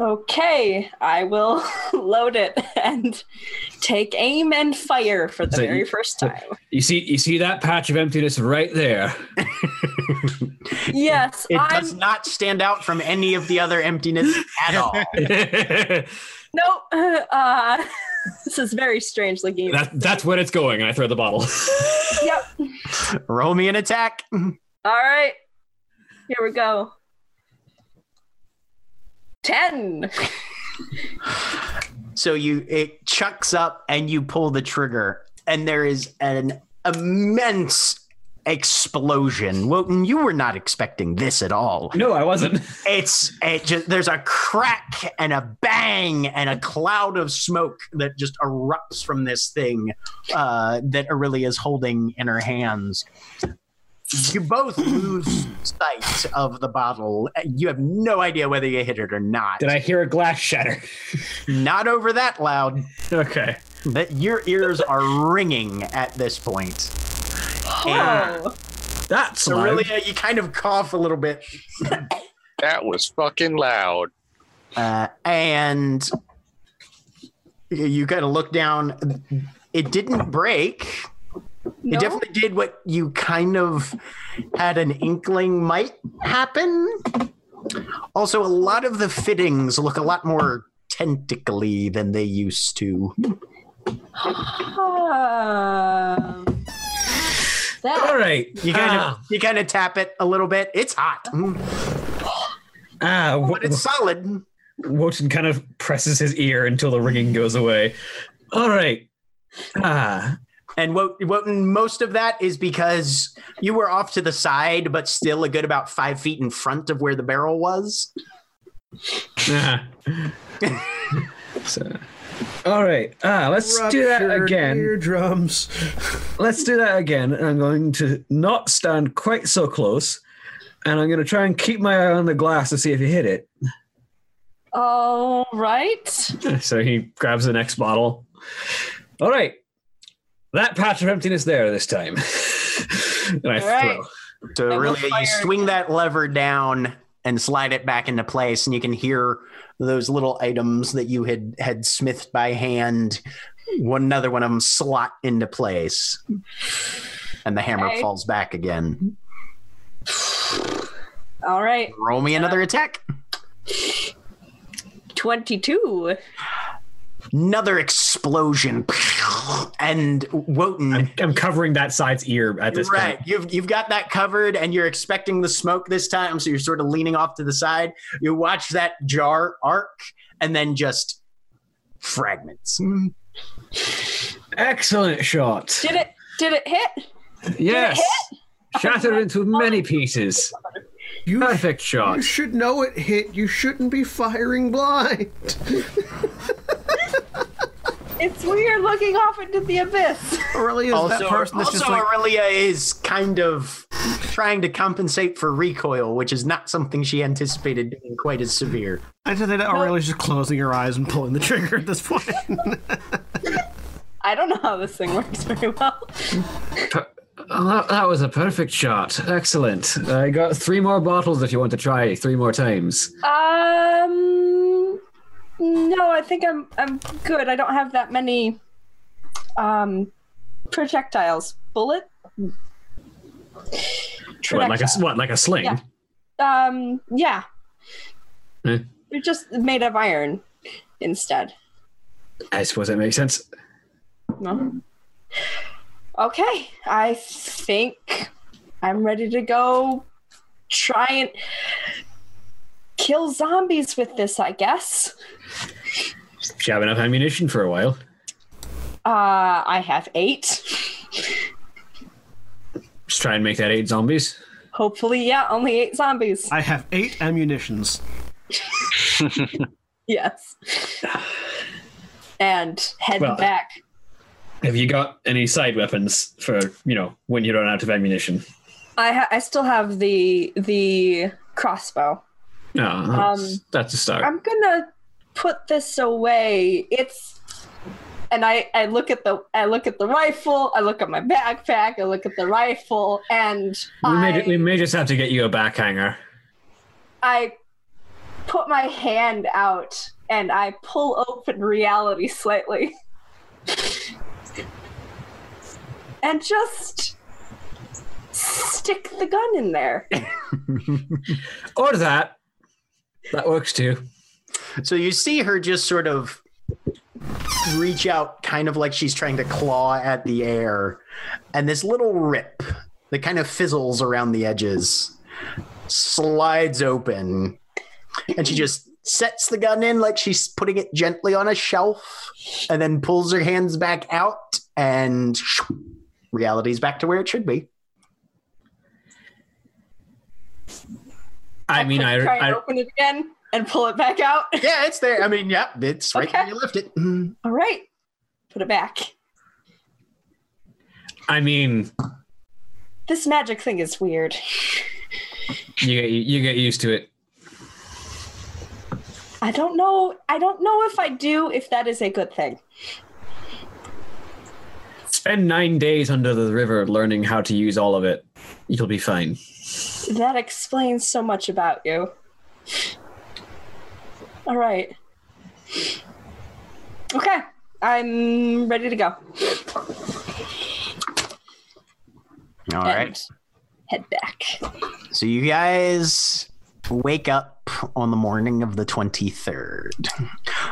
Okay, I will load it and take aim and fire for the So you- very first time. You see, you see that patch of emptiness right there. yes, It I'm does not stand out from any of the other emptiness at all. that Nope. Uh, this is very strange looking. that's where it's going. And I throw the bottle. yep. Roll me an attack. All right. Here we go. 10. So you it chucks up and you pull the trigger, and there is an immense explosion. Wotan, you were not expecting this at all. no, I wasn't. It's it just there's a crack and a bang and a cloud of smoke that just erupts from this thing uh, that Aurelia is holding in her hands. You both lose sight of the bottle. You have no idea whether you hit it or not. Did I hear a glass shatter? Not over that loud. Okay. That your ears are ringing at this point. Oh. That's So really, uh, you kind of cough a little bit, That was fucking loud. uh, and you- you kind of look down. It didn't break. It No? definitely did what you kind of had an inkling might happen. Also, a lot of the fittings look a lot more tentacly than they used to. Um, All that, right. You kind of you kind of tap it a little bit. It's hot, mm, Ah, Oh, but it's solid. Wotan kind of presses his ear until the ringing goes away. All right. Ah, And Wot- Wotan, most of that is because you were off to the side, but still a good about five feet in front of where the barrel was. ah. so, all right. Ah, let's do that Ruptured again. Eardrums. Let's do that again. And I'm going to not stand quite so close. And I'm going to try and keep my eye on the glass to see if you hit it. all right. So he grabs the next bottle. All right. That patch of emptiness there this time. and I All right. throw. So I will really, fire you swing that lever down and slide it back into place, and you can hear those little items that you had had smithed by hand. One another one of them slot into place, and the hammer Okay. falls back again. All right, Roll me another attack. twenty-two. Another explosion, and Wotan. I'm, I'm covering that side's ear at this right. point. You've you've got that covered and you're expecting the smoke this time, so you're sort of leaning off to the side. You watch that jar arc and then just fragments. Mm-hmm. Excellent shot. Did it? Did it hit? Yes. Shattered into many pieces. You, Perfect you shot. should know it hit. You shouldn't be firing blind. It's weird looking off into the abyss. Aurelia is Also, that person that's also just like Aurelia is kind of trying to compensate for recoil, which is not something she anticipated being quite as severe. I just think that Aurelia's just closing her eyes and pulling the trigger at this point. I don't know how this thing works very well. Oh, that, that was a perfect shot. Excellent. I got three more bottles if you want to try three more times. Um, no, I think I'm I'm good. I don't have that many um projectiles. Bullet. What, like a what, like a sling? Yeah. Um, yeah. Hmm. They're just made of iron instead. I suppose that makes sense. No. Okay, I think I'm ready to go try and kill zombies with this, I guess. Should have enough ammunition for a while. Uh, I have eight. Just try and make that eight zombies. Hopefully, yeah, only eight zombies. I have eight ammunitions. Yes. And head Well, back. Have you got any side weapons for you know when you run out of ammunition? I ha- I still have the the crossbow. No, that's, Um, that's a start. I'm gonna put this away. It's and I, I look at the I look at the rifle, I look at my backpack, I look at the rifle, and we, I, may, we may just have to get you a back hanger. I put my hand out and I pull open reality slightly. and just stick the gun in there. Or that. That works too. So you see her just sort of reach out, kind of like she's trying to claw at the air, and this little rip that kind of fizzles around the edges slides open, and she just sets the gun in like she's putting it gently on a shelf, and then pulls her hands back out, and shoo, reality's back to where it should be. I mean, I, try and I open it again and pull it back out. Yeah, it's there. I mean, yep, it's right where Okay. you left it. Mm. All right, put it back. I mean, This magic thing is weird. you get you get used to it. I don't know. I don't know if I do if that is a good thing. Spend nine days under the river learning how to use all of it. You'll be fine. That explains so much about you. All right. Okay, I'm ready to go. All And right. Head back. So you guys wake up on the morning of the 23rd.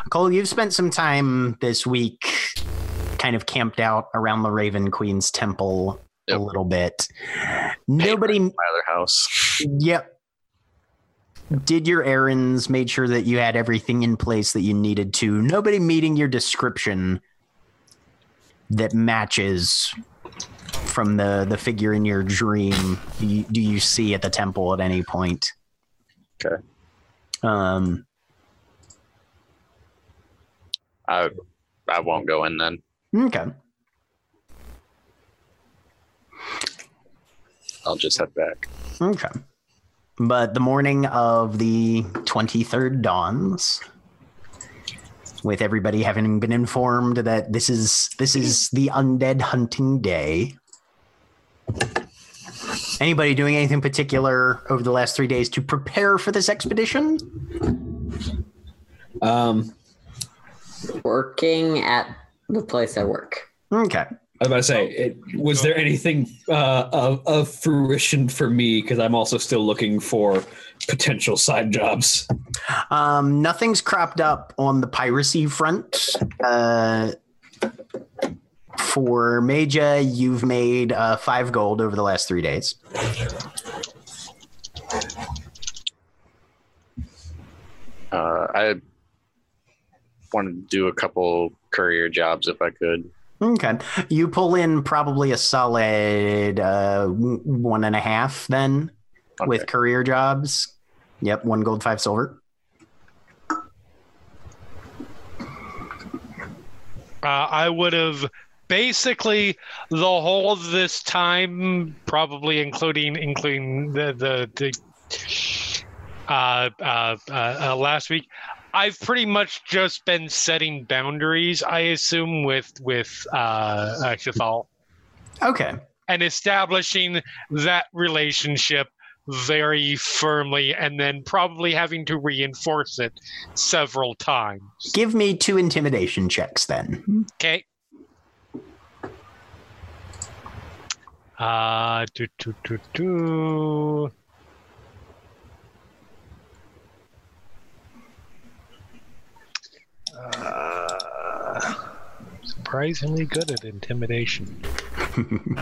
Cole, you've spent some time this week kind of camped out around the Raven Queen's temple Yep. a little bit. Nobody my other house. yep. Did your errands, made sure that you had everything in place that you needed to. Nobody meeting your description that matches from the the figure in your dream do you, do you see at the temple at any point Okay. um I I won't go in then. okay I'll just head back. okay but the morning of the 23rd dawns with everybody having been informed that this is this is the undead hunting day Anybody doing anything particular over the last three days to prepare for this expedition? Um, Working at the place I work. Okay. I was about to say, it, was there anything uh, of, of fruition for me? Because I'm also still looking for potential side jobs. Um, nothing's cropped up on the piracy front. Uh, for Major, you've made uh, five gold over the last three days. Uh, I wanted to do a couple courier jobs if I could. Okay. You pull in probably a solid uh, w- one and a half then Okay. with career jobs. Yep, one gold, five silver. Uh, I would have basically the whole of this time, probably including including the the, the uh, uh, uh, uh, last week. I've pretty much just been setting boundaries. I assume with with uh, uh, Cathal Okay. and establishing that relationship very firmly, and then probably having to reinforce it several times. Give me two intimidation checks then. Okay. Uh, do, do, do, do. Uh, surprisingly good at intimidation.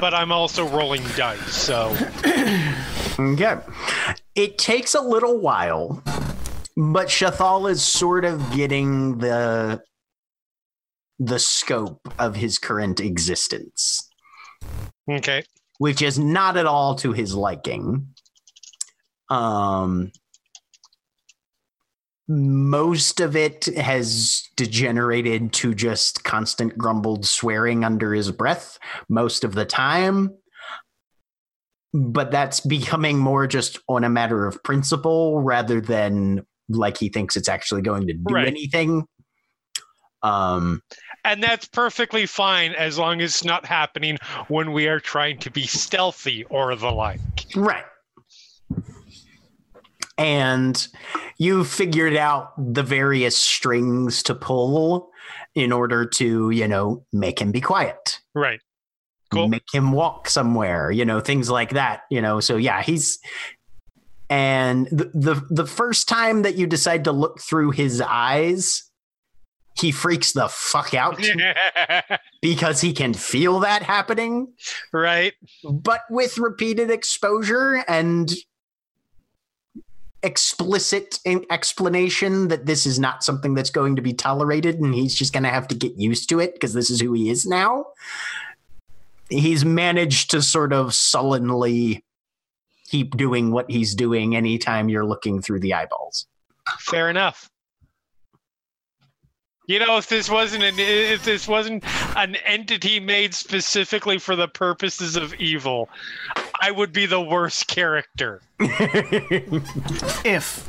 but I'm also rolling dice, so. Okay. It takes a little while, but Shathal is sort of getting the the scope of his current existence, Okay. which is not at all to his liking. Um most of it has degenerated to just constant grumbled swearing under his breath most of the time but that's becoming more just on a matter of principle rather than like he thinks it's actually going to do Right. anything. Um, And that's perfectly fine as long as it's not happening when we are trying to be stealthy or the like. right. And you figured out the various strings to pull in order to, you know, make him be quiet. Right. Cool. make him walk somewhere you know things like that you know so yeah he's and the, the the first time that you decide to look through his eyes he freaks the fuck out because he can feel that happening right. but with repeated exposure and explicit in- explanation that this is not something that's going to be tolerated and he's just going to have to get used to it because this is who he is now he's managed to sort of sullenly keep doing what he's doing anytime you're looking through the eyeballs Fair enough. You know, if this wasn't an if this wasn't an entity made specifically for the purposes of evil, I would be the worst character. If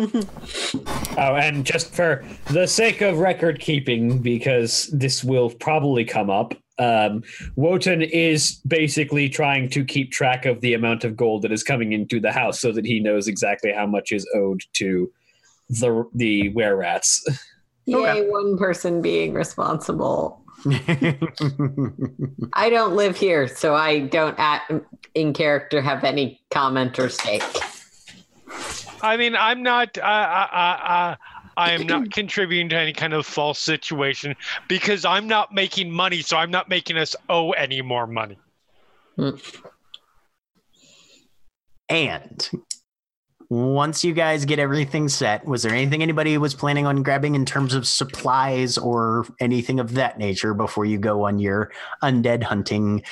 Oh, and just for the sake of record keeping, because this will probably come up, um, Wotan is basically trying to keep track of the amount of gold that is coming into the house, so that he knows exactly how much is owed to the the were rats. Yay, Okay. one person being responsible. I don't live here, so I don't act in character have any comment or stake. I mean, I'm not. Uh, I, I, I, I'm not contributing to any kind of false situation because I'm not making money, so I'm not making us owe any more money. and once you guys get everything set, was there anything anybody was planning on grabbing in terms of supplies or anything of that nature before you go on your undead hunting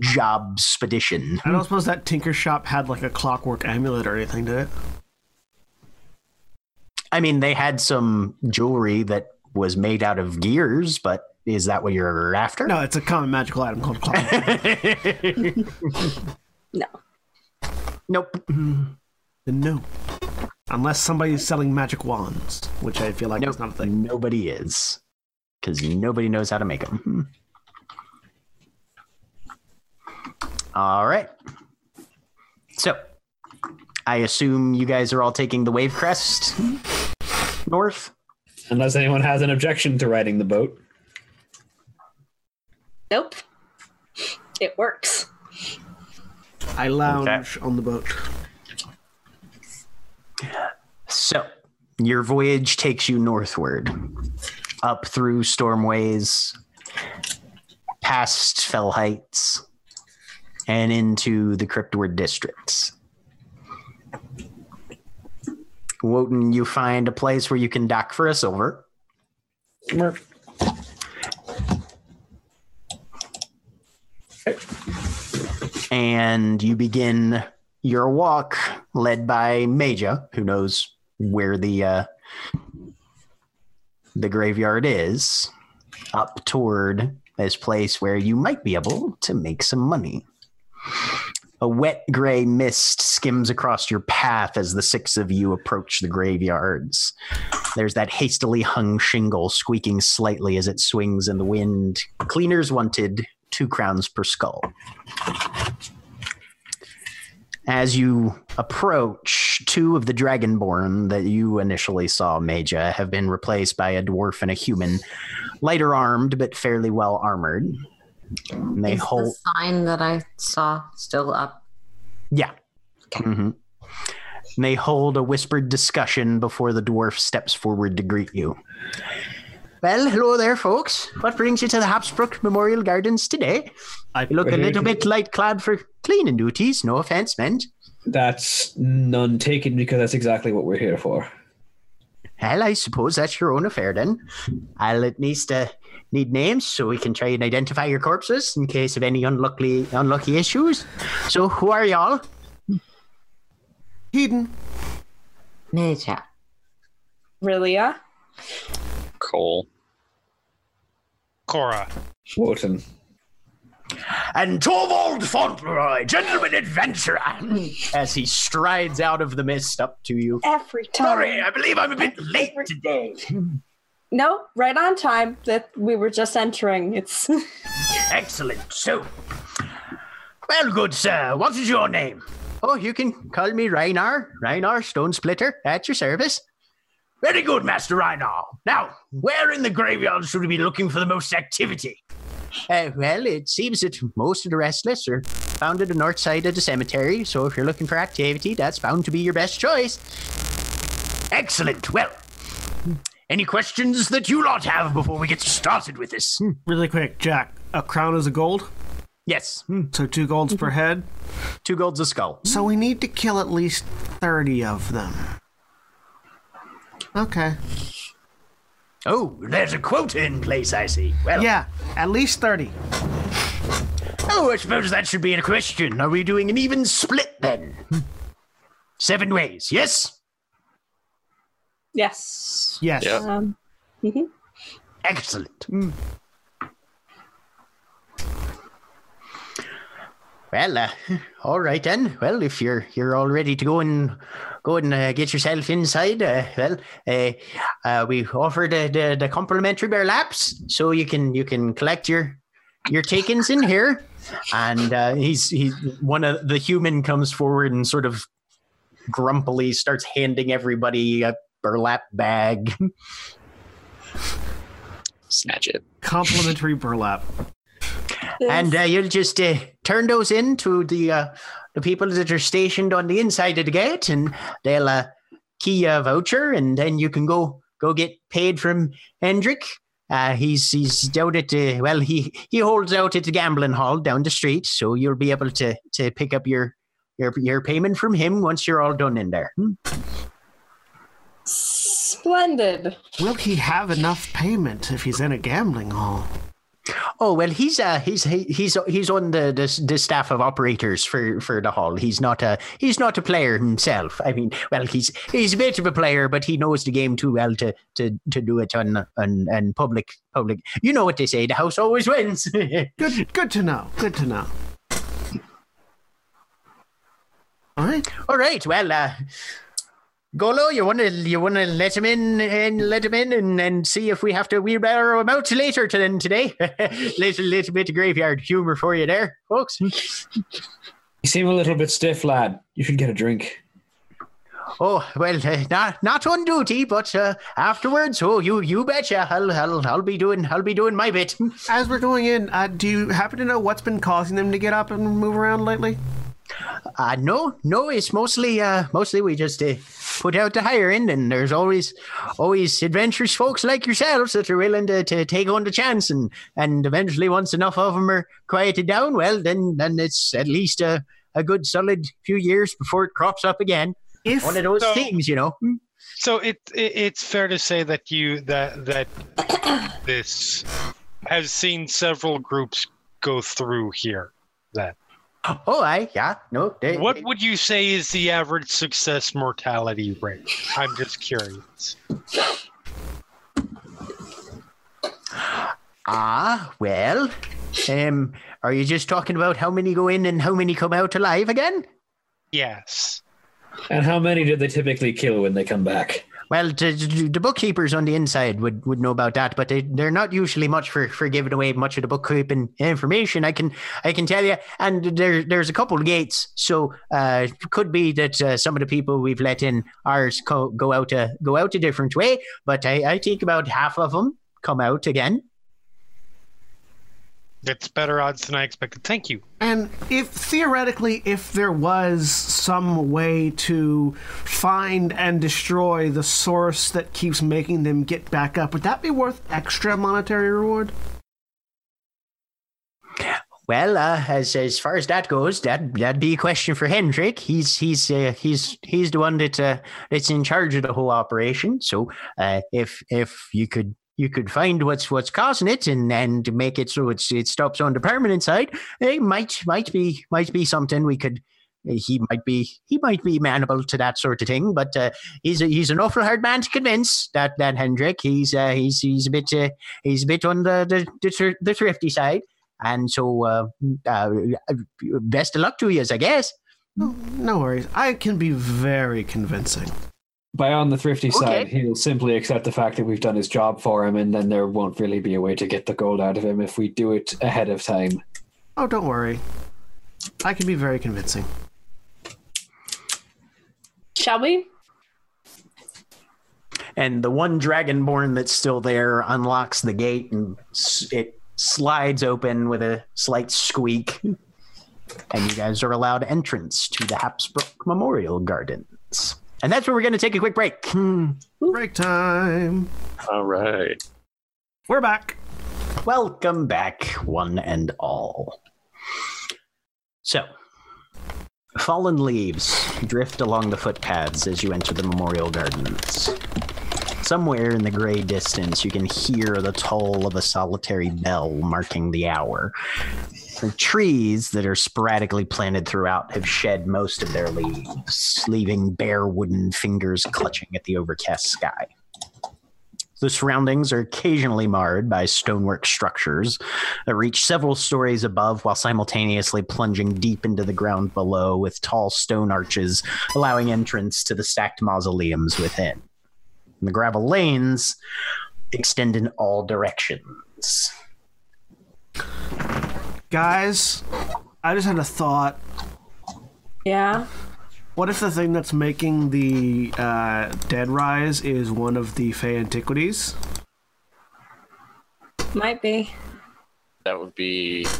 job expedition? I don't suppose that tinker shop had like a clockwork amulet or anything, did it? I mean, they had some jewelry that was made out of gears, but is that what you're after? No, it's a common magical item called a clockwork. No. Nope. Then no. Unless somebody's selling magic wands, which I feel like is not a nope. thing. Nobody is. Because nobody knows how to make them. All right. So, I assume you guys are all taking the wave crest north. Unless anyone has an objection to riding the boat. Nope. It works. I lounge on the boat. So, your voyage takes you northward, up through stormways, past Fell Heights, and into the Cryptward districts. Wotan, you find a place where you can dock for a silver. Merp. and you begin your walk led by Maja, who knows where the uh, the graveyard is, up toward this place where you might be able to make some money. A wet gray mist skims across your path as the six of you approach the graveyards. There's that hastily hung shingle squeaking slightly as it swings in the wind. Cleaners wanted, two crowns per skull as you approach, two of the dragonborn that you initially saw, Maja, have been replaced by a dwarf and a human, lighter armed but fairly well armored. And they Is hold, the sign that I saw still up? yeah. Mhm. And they hold a whispered discussion before the dwarf steps forward to greet you. Well, hello there, folks. What brings you to the Habsbrook Memorial Gardens today? I You look a little bit light clad for cleaning duties. No offense meant. That's none taken because that's exactly what we're here for. Well, I suppose that's your own affair then. I'll at least uh, need names so we can try and identify your corpses in case of any unlucky unlucky issues. So, who are y'all? Heiden, Major. Really? Yeah. Cole. Cora. Wotan. And Torvald Fauntleroy, gentleman adventurer, as he strides out of the mist up to you. Every time. Sorry, I believe I'm a bit late today. No, right on time. That we were just entering. It's Excellent. So, well, good sir, what is your name? Oh, you can call me Reinar. Reinar Stone Splitter, at your service. Very good, Master Reinar. Now, where in the graveyard should we be looking for the most activity? Uh, well, it seems that most of the restless are found at the north side of the cemetery, so if you're looking for activity, that's bound to be your best choice. Excellent. Well, any questions that you lot have before we get started with this? Hmm. really quick, Jack. A crown is a gold, Yes, Hmm. so two golds per head. two golds a skull. So we need to kill at least 30 of them. Okay. Oh, there's a quota in place, I see. Well, Yeah, at least 30. oh, I suppose that should be a question. Are we doing an even split then? Seven ways, yes? yes. Yes. Yep. Um, mhm. Excellent. Well, uh, all right then. Well, if you're you're all ready to go and go and uh, get yourself inside, uh, well, uh, uh, we offer the, the, the complimentary bear laps, so you can you can collect your your takings in here. And uh, he's he's one of the human comes forward and sort of grumpily starts handing everybody a burlap bag. Snatch it. Complimentary burlap. and uh, you'll just uh, turn those in to the uh, the people that are stationed on the inside of the gate, and they'll uh, key a voucher, and then you can go go get paid from Hendrick. Uh, he's he's out at uh, well he he holds out at the gambling hall down the street, so you'll be able to to pick up your your your payment from him once you're all done in there. Hmm? Splendid. Will he have enough payment if he's in a gambling hall? Oh well, he's uh he's he, he's he's on the, the the staff of operators for for the hall. He's not a he's not a player himself. I mean, well, he's he's a bit of a player, but he knows the game too well to to to do it on on on public public. You know what they say: the house always wins. Good good to know. Good to know. All right. All right, well, uh, Golo, you wanna you wanna let him in and let him in and, and see if we have to wheelbarrow him out later to then today. little little bit of graveyard humor for you there, folks. You seem a little bit stiff, lad. You should get a drink. Oh well, uh, not not on duty, but uh, afterwards. Oh, you you betcha. I'll, I'll I'll be doing I'll be doing my bit. As we're going in, uh, do you happen to know what's been causing them to get up and move around lately? Uh, no, no, it's mostly uh, mostly we just uh, put out the higher end, and there's always always adventurous folks like yourselves that are willing to, to take on the chance, and and eventually once enough of them are quieted down, well then then it's at least a a good solid few years before it crops up again. If One of those So- things, you know. Hmm? So it, it it's fair to say that you that that this has seen several groups go through here. That Oh, I yeah, no. They, what would you say is the average success mortality rate? I'm just curious. Ah, well, um, are you just talking about how many go in and how many come out alive again? Yes. And how many did they typically kill when they come back? Well, t- t- the bookkeepers on the inside would, would know about that, but they, they're not usually much for, for giving away much of the bookkeeping information. I can I can tell you, and there there's a couple of gates, so uh, could be that uh, some of the people we've let in ours co- go out a go out a different way. But I, I think about half of them come out again. It's better odds than I expected. Thank you. And if theoretically, if there was some way to find and destroy the source that keeps making them get back up, would that be worth extra monetary reward? Well, uh, as as far as that goes, that that'd be a question for Hendrik. He's he's uh, he's he's the one that uh, that's in charge of the whole operation. So uh, if if you could you could find what's what's causing it and and make it so it's it stops on the permanent side, it might might be might be something we could. He might be he might be manable to that sort of thing, but uh, he's a, he's an awful hard man to convince. That that Hendrik, he's uh, he's he's a bit uh, he's a bit on the the, the, thr- the thrifty side. And so, uh, uh, best of luck to you, I guess. No worries. I can be very convincing. By on the thrifty side, Okay. he'll simply accept the fact that we've done his job for him, and then there won't really be a way to get the gold out of him if we do it ahead of time. Oh, don't worry. I can be very convincing. Shall we? And the one dragonborn that's still there unlocks the gate and s- it slides open with a slight squeak. And you guys are allowed entrance to the Habsburg Memorial Gardens. And that's where we're going to take a quick break. Hmm. Break time. All right. We're back. Welcome back, one and all. So, fallen leaves drift along the footpaths as you enter the memorial gardens. Somewhere in the gray distance, you can hear the toll of a solitary bell marking the hour. The trees that are sporadically planted throughout have shed most of their leaves, leaving bare wooden fingers clutching at the overcast sky. The surroundings are occasionally marred by stonework structures that reach several stories above while simultaneously plunging deep into the ground below with tall stone arches allowing entrance to the stacked mausoleums within. And the gravel lanes extend in all directions. Guys, I just had a thought. Yeah. What if the thing that's making the uh, dead rise is one of the Fey antiquities? Might be. That would be That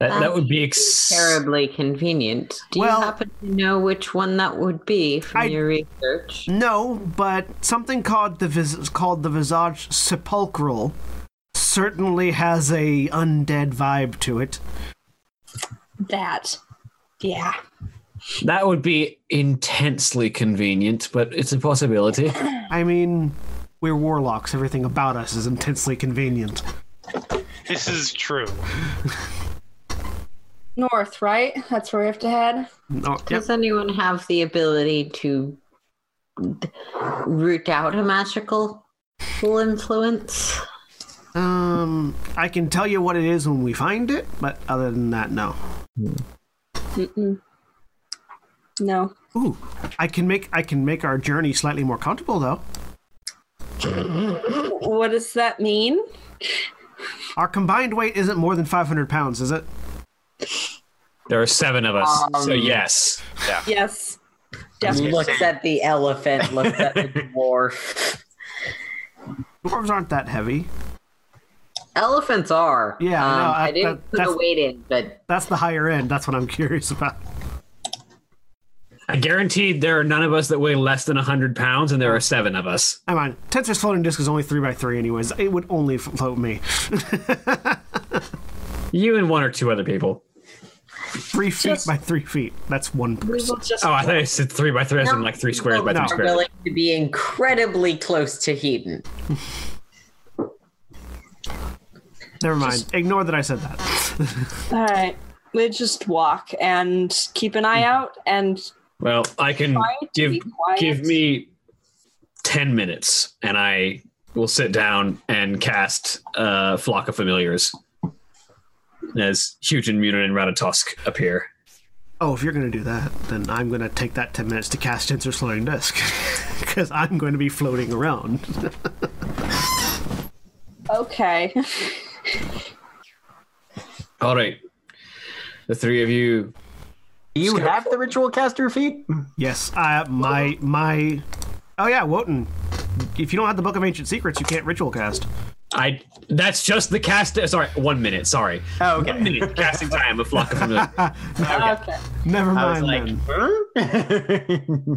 That, Ah, that would be ex- Terribly convenient. Do Well- you happen to know which one that would be from I- your research? No, but something called the vis- called the visage sepulchral certainly has a undead vibe to it. That. Yeah. that would be intensely convenient, but it's a possibility. I mean, we're warlocks. Everything about us is intensely convenient. This is true. North, right? That's where we have to head. No, Oh, yep. Does anyone have the ability to root out a magical influence? Um, I can tell you what it is when we find it, but other than that, no. Mm-mm. No. Ooh, I can make I can make our journey slightly more comfortable though. What does that mean? Our combined weight isn't more than 500 pounds, is it? There are seven of us, Um, so yes. Yes. Definitely. Looks at the elephant, looks at the dwarf. Dwarves aren't that heavy. Elephants are. Yeah, I um, know, I, I- didn't that- put that's- the weight in, but That's the higher end. That's what I'm curious about. I guaranteed there are none of us that weigh less than 100 pounds, and there are seven of us. Never mind. Tensor's floating disk is only three by three, anyways. It would only f- float me. You and one or two other people. three feet Just- by three feet. That's one We person. will just Oh, I thought I said three by three, as in like three squares by No. three are squares. willing to be incredibly close to Heaton. Never mind. Ignore that I said that. All right. We just walk and keep an Hmm. eye out and Well, I can try to give be quiet. give me 10 minutes, and I will sit down and cast uh, Flock of Familiars as Huge and Mutant and Ratatosk appear. Oh, if you're going to do that, then I'm going to take that 10 minutes to cast Tensor's floating disk. Because I'm going to be floating around. Okay. All right. The three of you. Do you have the ritual caster feat? Yes, I, my, my. Oh, yeah, Wotan. If you don't have the Book of Ancient Secrets, you can't ritual cast. I. That's just the cast. Sorry, one minute. Sorry. Oh, One minute casting time of Flock of Familiars. Okay. Never I was mind like, then. huh?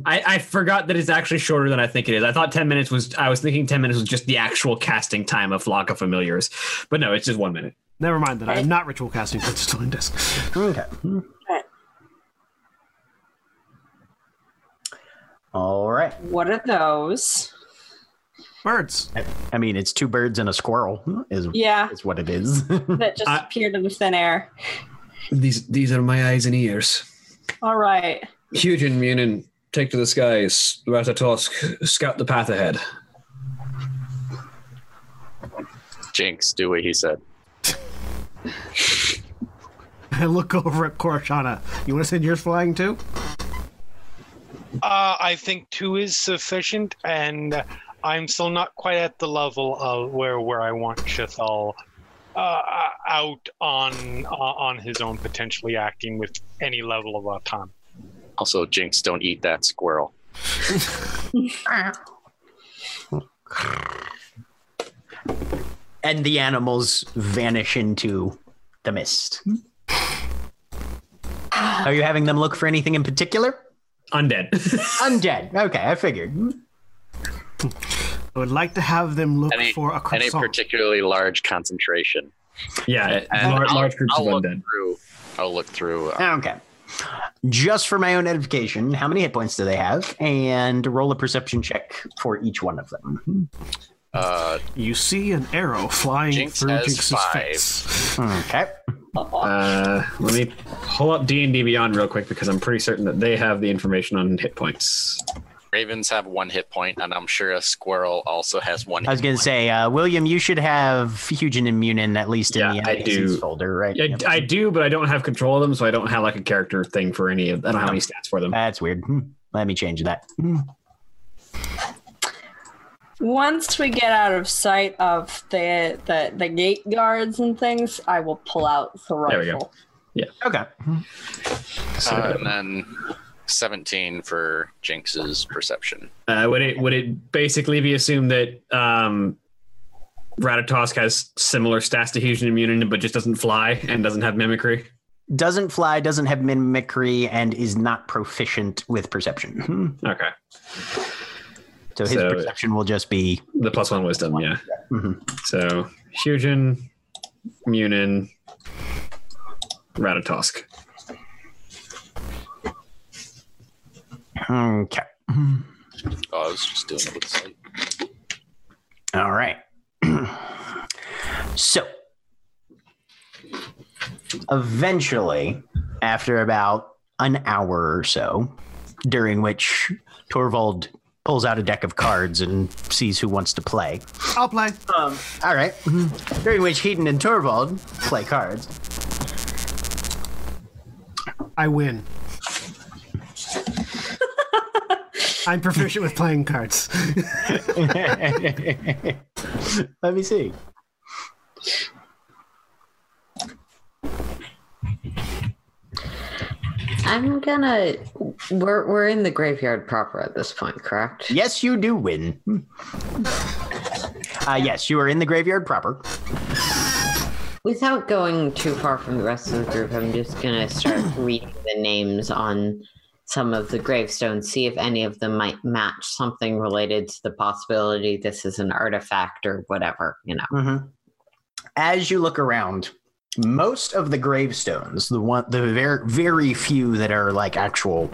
I, I forgot that it's actually shorter than I think it is. I thought 10 minutes was, I was thinking 10 minutes was just the actual casting time of Flock of Familiars. But no, it's just one minute. Never mind that. I'm not ritual casting Tensor's floating disk. okay. All right. What are those? Birds. I mean, it's two birds and a squirrel is Yeah, is what it is. that just I- appeared in the thin air. These these are my eyes and ears. All right. Huge and Munin, take to the skies. Ratatosk, scout the path ahead. Jinx, do what he said. I look over at Koroshana. You want to send yours flying too? Uh, I think two is sufficient, and I'm still not quite at the level of where where I want Chithal uh, out on uh, on his own, potentially acting with any level of autonomy. Also, Jinx, don't eat that squirrel. and the animals vanish into the mist. Are you having them look for anything in particular? Undead. Undead. Okay, I figured. I would like to have them look Any- for a And a croissant. particularly large concentration. yeah, And lar- I'll- large groups I'll of look undead. through. I'll look through. uh, Okay. Just for my own edification, how many hit points do they have? And roll a perception check for each one of them. Uh, you see an arrow flying Jinx through has Jinx's five. face. Okay. Uh, let me pull up D and D Beyond real quick because I'm pretty certain that they have the information on hit points. ravens have one hit point, and I'm sure a squirrel also has one. I was hit going to point. say, uh, William, you should have Huge and Immunin at least in Yeah, the I NPCs do. folder, right? I, Yep. I do, but I don't have control of them, so I don't have like a character thing for any of. I don't have any stats for them. That's weird. Hmm. Let me change that. Hmm. Once we get out of sight of the the, the gate guards and things, I will pull out the rifle. There we go. Okay. Uh, and then 17 for Jinx's perception. Uh, would it would it basically be assumed that um, Ratatosk has similar stats to Huge and Immunity, but just doesn't fly and doesn't have mimicry? Doesn't fly, doesn't have mimicry, and is not proficient with perception. Hmm. Okay, So his So- perception will just be the plus one wisdom, yeah. Mhm. So Huge and Munin, Ratatosk. okay. Oh, I was just doing it with sight. All right. so, eventually, after about an hour or so, during which Torvald pulls out a deck of cards and sees who wants to play. I'll play. All right. Hmm. During which Heaton and Torvald play cards. I win. I'm proficient with playing cards. Let me see. I'm gonna. We're we're in the graveyard proper at this point, correct? Yes, you do win. Uh, yes, you are in the graveyard proper. Without going too far from the rest of the group, I'm just gonna start reading the names on some of the gravestones, see if any of them might match something related to the possibility this is an artifact or whatever. You know, As you look around, most of the gravestones, the one, the very, very few that are like actual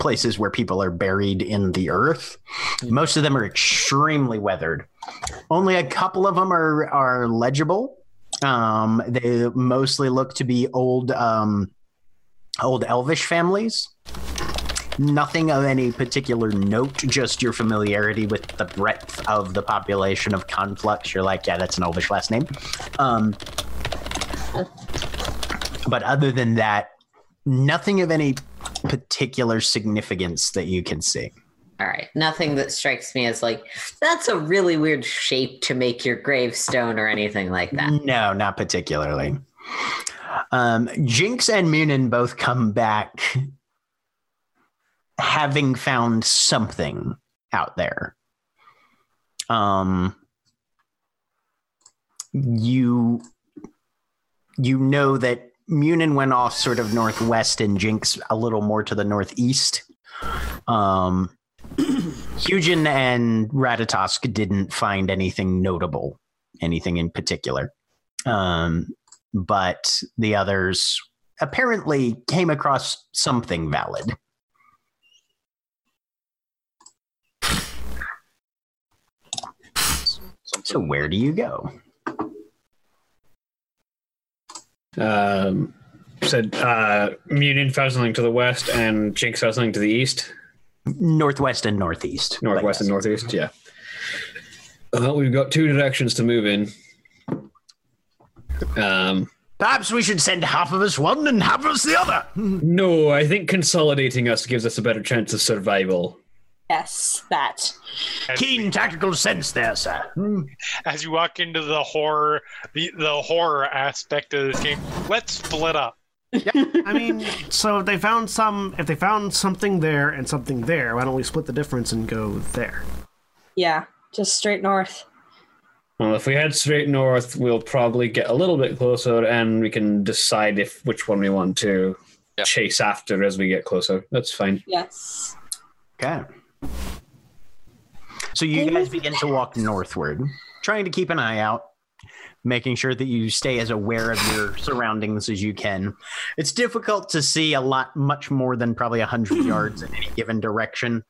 places where people are buried in the earth, most of them are extremely weathered. Only a couple of them are are legible. Um, they mostly look to be old, um, old Elvish families. Nothing of any particular note, just your familiarity with the breadth of the population of Conflux. You're like, yeah, that's an Elvish last name. Um, but other than that, nothing of any particular significance that you can see. all right, nothing that strikes me as like that's a really weird shape to make your gravestone or anything like that. No, not particularly. Um, Jinx and Munin both come back having found something out there. Um, you you know that Munin went off sort of northwest and Jinx a little more to the northeast. Um, Hugin and Ratatosk didn't find anything notable, anything in particular. Um, but the others apparently came across something valid. So where do you go? Um, said uh, Munin found something to the west and Jinx found something to the east, Northwest and northeast. northwest and Like, northeast. Yeah. Well, we've got two directions to move in. Um, Perhaps we should send half of us one and half of us the other. no, I think consolidating us gives us a better chance of survival. Yes, that. As Keen tactical sense there, sir. as you walk into the horror the, the horror aspect of this game let's split up I mean, so if they found some, if they found something there and something there, why don't we split the difference and go there? Yeah, just straight north. Well, if we head straight north, we'll probably get a little bit closer, and we can decide if which one we want to Yeah. chase after as we get closer. That's fine. Yes. Okay. So you guys begin to walk northward, trying to keep an eye out, making sure that you stay as aware of your surroundings as you can. It's difficult to see a lot, much more than probably 100 yards in any given direction.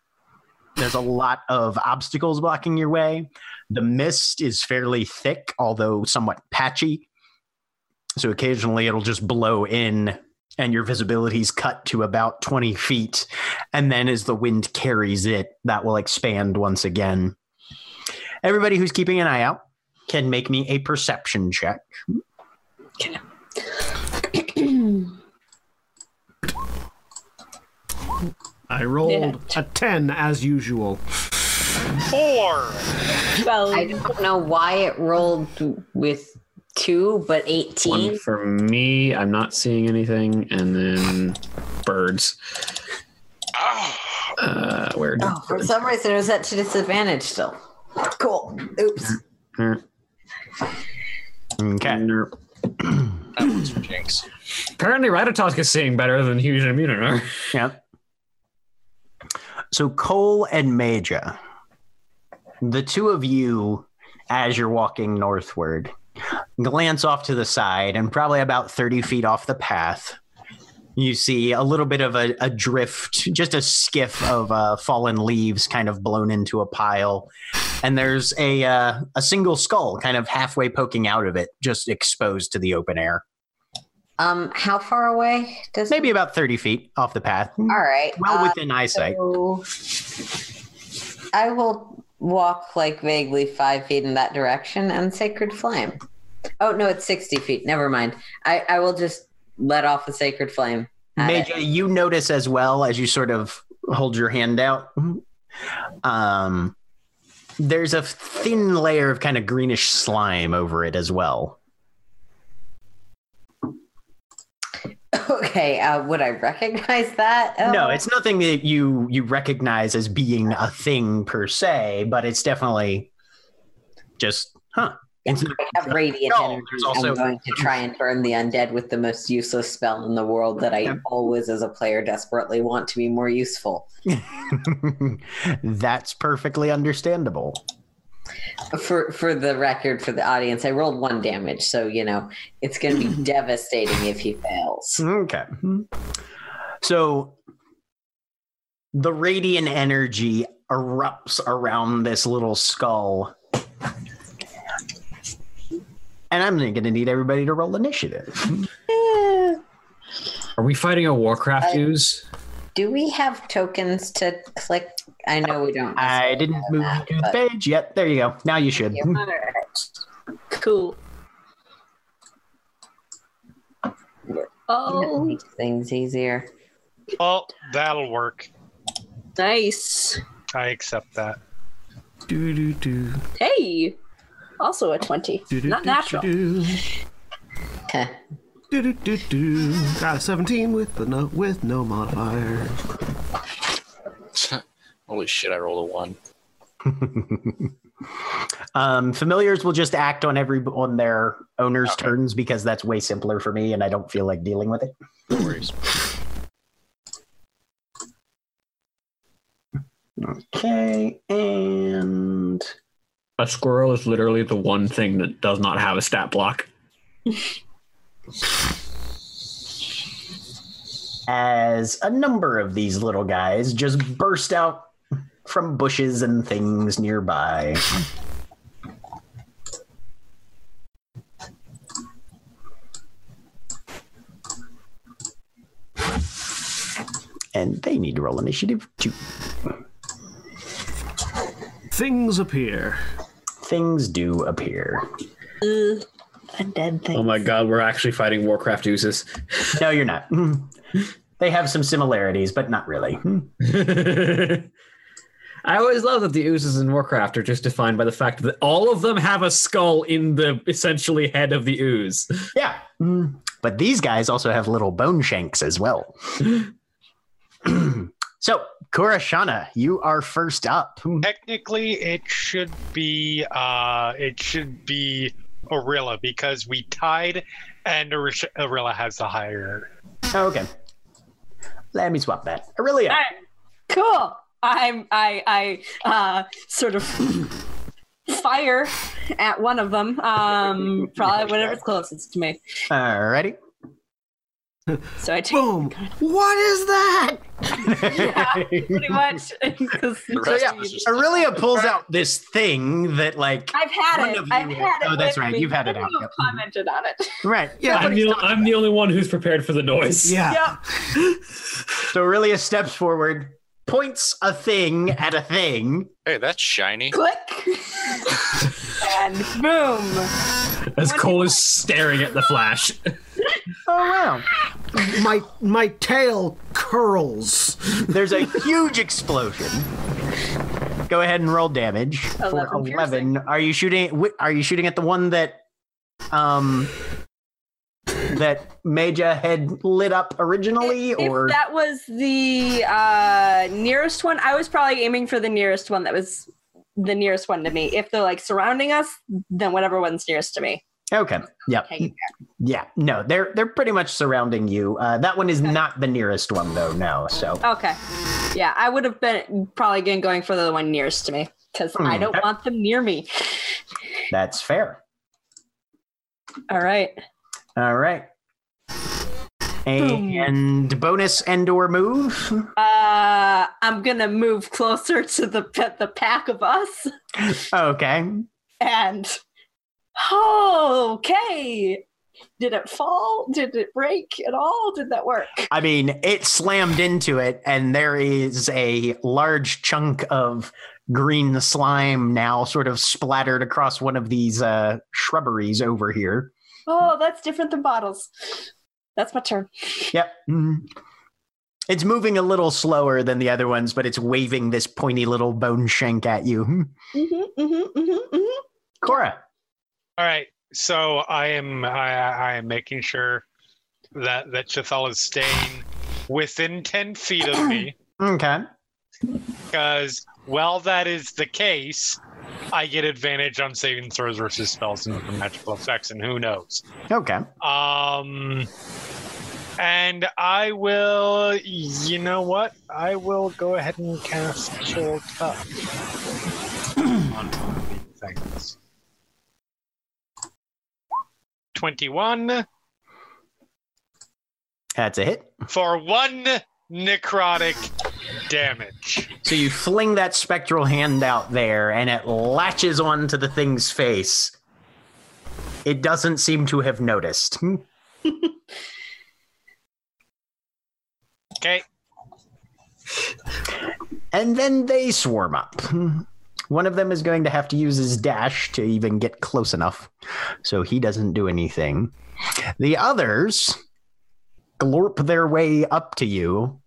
There's a lot of obstacles blocking your way. The mist is fairly thick, although somewhat patchy. So occasionally it'll just blow in, and your visibility's cut to about 20 feet and then as the wind carries it, that will expand once again. Everybody who's keeping an eye out can make me a perception check. I rolled a ten as usual. four Well, I don't know why it rolled with two, but One 18. for me. I'm not seeing anything, and then birds. Uh, where? Oh, for some reason, it was at to disadvantage still. Cool. Oops. uh, Okay. That one's for Jinx. Apparently, Ratatosk is seeing better than Hughes and Munin are. Yep. So Cole and Major, the two of you, as you're walking northward, glance off to the side and probably about 30 feet off the path. You see a little bit of a, a drift, just a skiff of uh, fallen leaves kind of blown into a pile. And there's a, uh, a single skull kind of halfway poking out of it, just exposed to the open air. Um, how far away does Maybe about 30 feet off the path. All right. Well uh, within eyesight. so I will walk like vaguely five feet in that direction and sacred flame. Oh no, it's sixty feet. Never mind. I I will just let off a sacred flame. at it. Major, you notice as well as you sort of holds your hand out. Um, there's a thin layer of kind of greenish slime over it as well. Okay, uh, would I recognize that? at No, all? it's nothing that you you recognize as being a thing per se, but it's definitely just huh. It's not- I have radiant No, energy. there's also- I'm going to try and burn the undead with the most useless spell in the world that I Yeah. always, as a player, desperately want to be more useful. That's perfectly understandable. For for the record, for the audience, I rolled one damage, so you know it's going to be devastating if he fails. Okay. So the radiant energy erupts around this little skull. And I'm going to need everybody to roll initiative. Are we fighting a Warcraft I- ooze? Do we have tokens to click? I know we don't. I didn't move you to the page yet. There you go. Now you should. Cool. Oh, Oh, makes things easier. Oh, that'll work. nice. I accept that. Do do do Hey, also a twenty. do do. Not natural. Do Heh. do do do. do. Got a 17 Ah, with the no with no modifier. Holy shit! I rolled a one. Um, familiars will just act on every on their owner's turns because that's way simpler for me, and I don't feel like dealing with it. No worries. Okay, and A squirrel is literally the one thing that does not have a stat block. as a number of these little guys just burst out from bushes and things nearby. And they need to roll initiative too. Things appear. Things do appear. Undead thing. Oh my god, we're actually fighting Warcraft oozes. No, you're not. They have some similarities, but not really. I always love that the oozes in Warcraft are just defined by the fact that all of them have a skull in the essentially head of the ooze. Yeah. But these guys also have little bone shanks as well. so, Kurashana, you are first up. Technically, it should be uh, it should be Orilla because we tied, and Orish- Orilla has the higher. Okay. Let me swap that. Aurelia. All right, cool. I'm I I uh, sort of fire at one of them. Um, probably whatever's closest to me. Alrighty. So I take Boom. What is that? pretty much. 'cause- The So rest yeah, of us just- Aurelia pulls out this thing that like I've had One it. of you I've had- had it. oh, that's with right, me. you've had it out, People yep. Commented on it. right. Yeah. I'm, the, I'm the only one who's prepared for the noise. Yeah. So Aurelia steps forward, points a thing at a thing. Hey, that's shiny. Click. and boom. As Cole is staring at the flash. Oh wow. My my tail curls. There's a huge explosion. Go ahead and roll damage for 11 eleven. Are you shooting? wi- Are you shooting at the one that, um, that Major had lit up originally, If- or if that was the uh, nearest one, I was probably aiming for the nearest one that was the nearest one to me. If they're like surrounding us, then whatever one's nearest to me. okay? Yep. Okay. Yeah. No, they're they're pretty much surrounding you. Uh, that one is not the nearest one though. No. So Okay. Yeah, I would have been probably again going for the one nearest to me because I Hmm. don't want them near me. that's fair. All right. All right. And bonus and or move. Uh, I'm gonna move closer to the pa- the pack of us, Okay. and oh, okay. Did it fall? Did it break at all? Did that work? I mean, it slammed into it, and there is a large chunk of green slime now sort of splattered across one of these uh, shrubberies over here. Oh, that's different than bottles. That's my turn. Yep. Mhm. It's moving a little slower than the other ones, but it's waving this pointy little bone shank at you. Hmm. Mm-hmm, mm-hmm, mm-hmm, mm-hmm. Cora, All right. So I am I, I am making sure that that Chethel is staying within ten feet of me okay. because while that is the case, I get advantage on saving throws versus spells and magical effects, and who knows. Okay. Um, and I will. You know what? I will go ahead and cast Chill Touch on one of these things. Twenty-one That's a hit. for one necrotic damage. So you fling that spectral hand out there and it latches onto the thing's face. It doesn't seem to have noticed. Okay. And then they swarm up. One of them is going to have to use his dash to even get close enough, so he doesn't do anything. The others glorp their way up to you,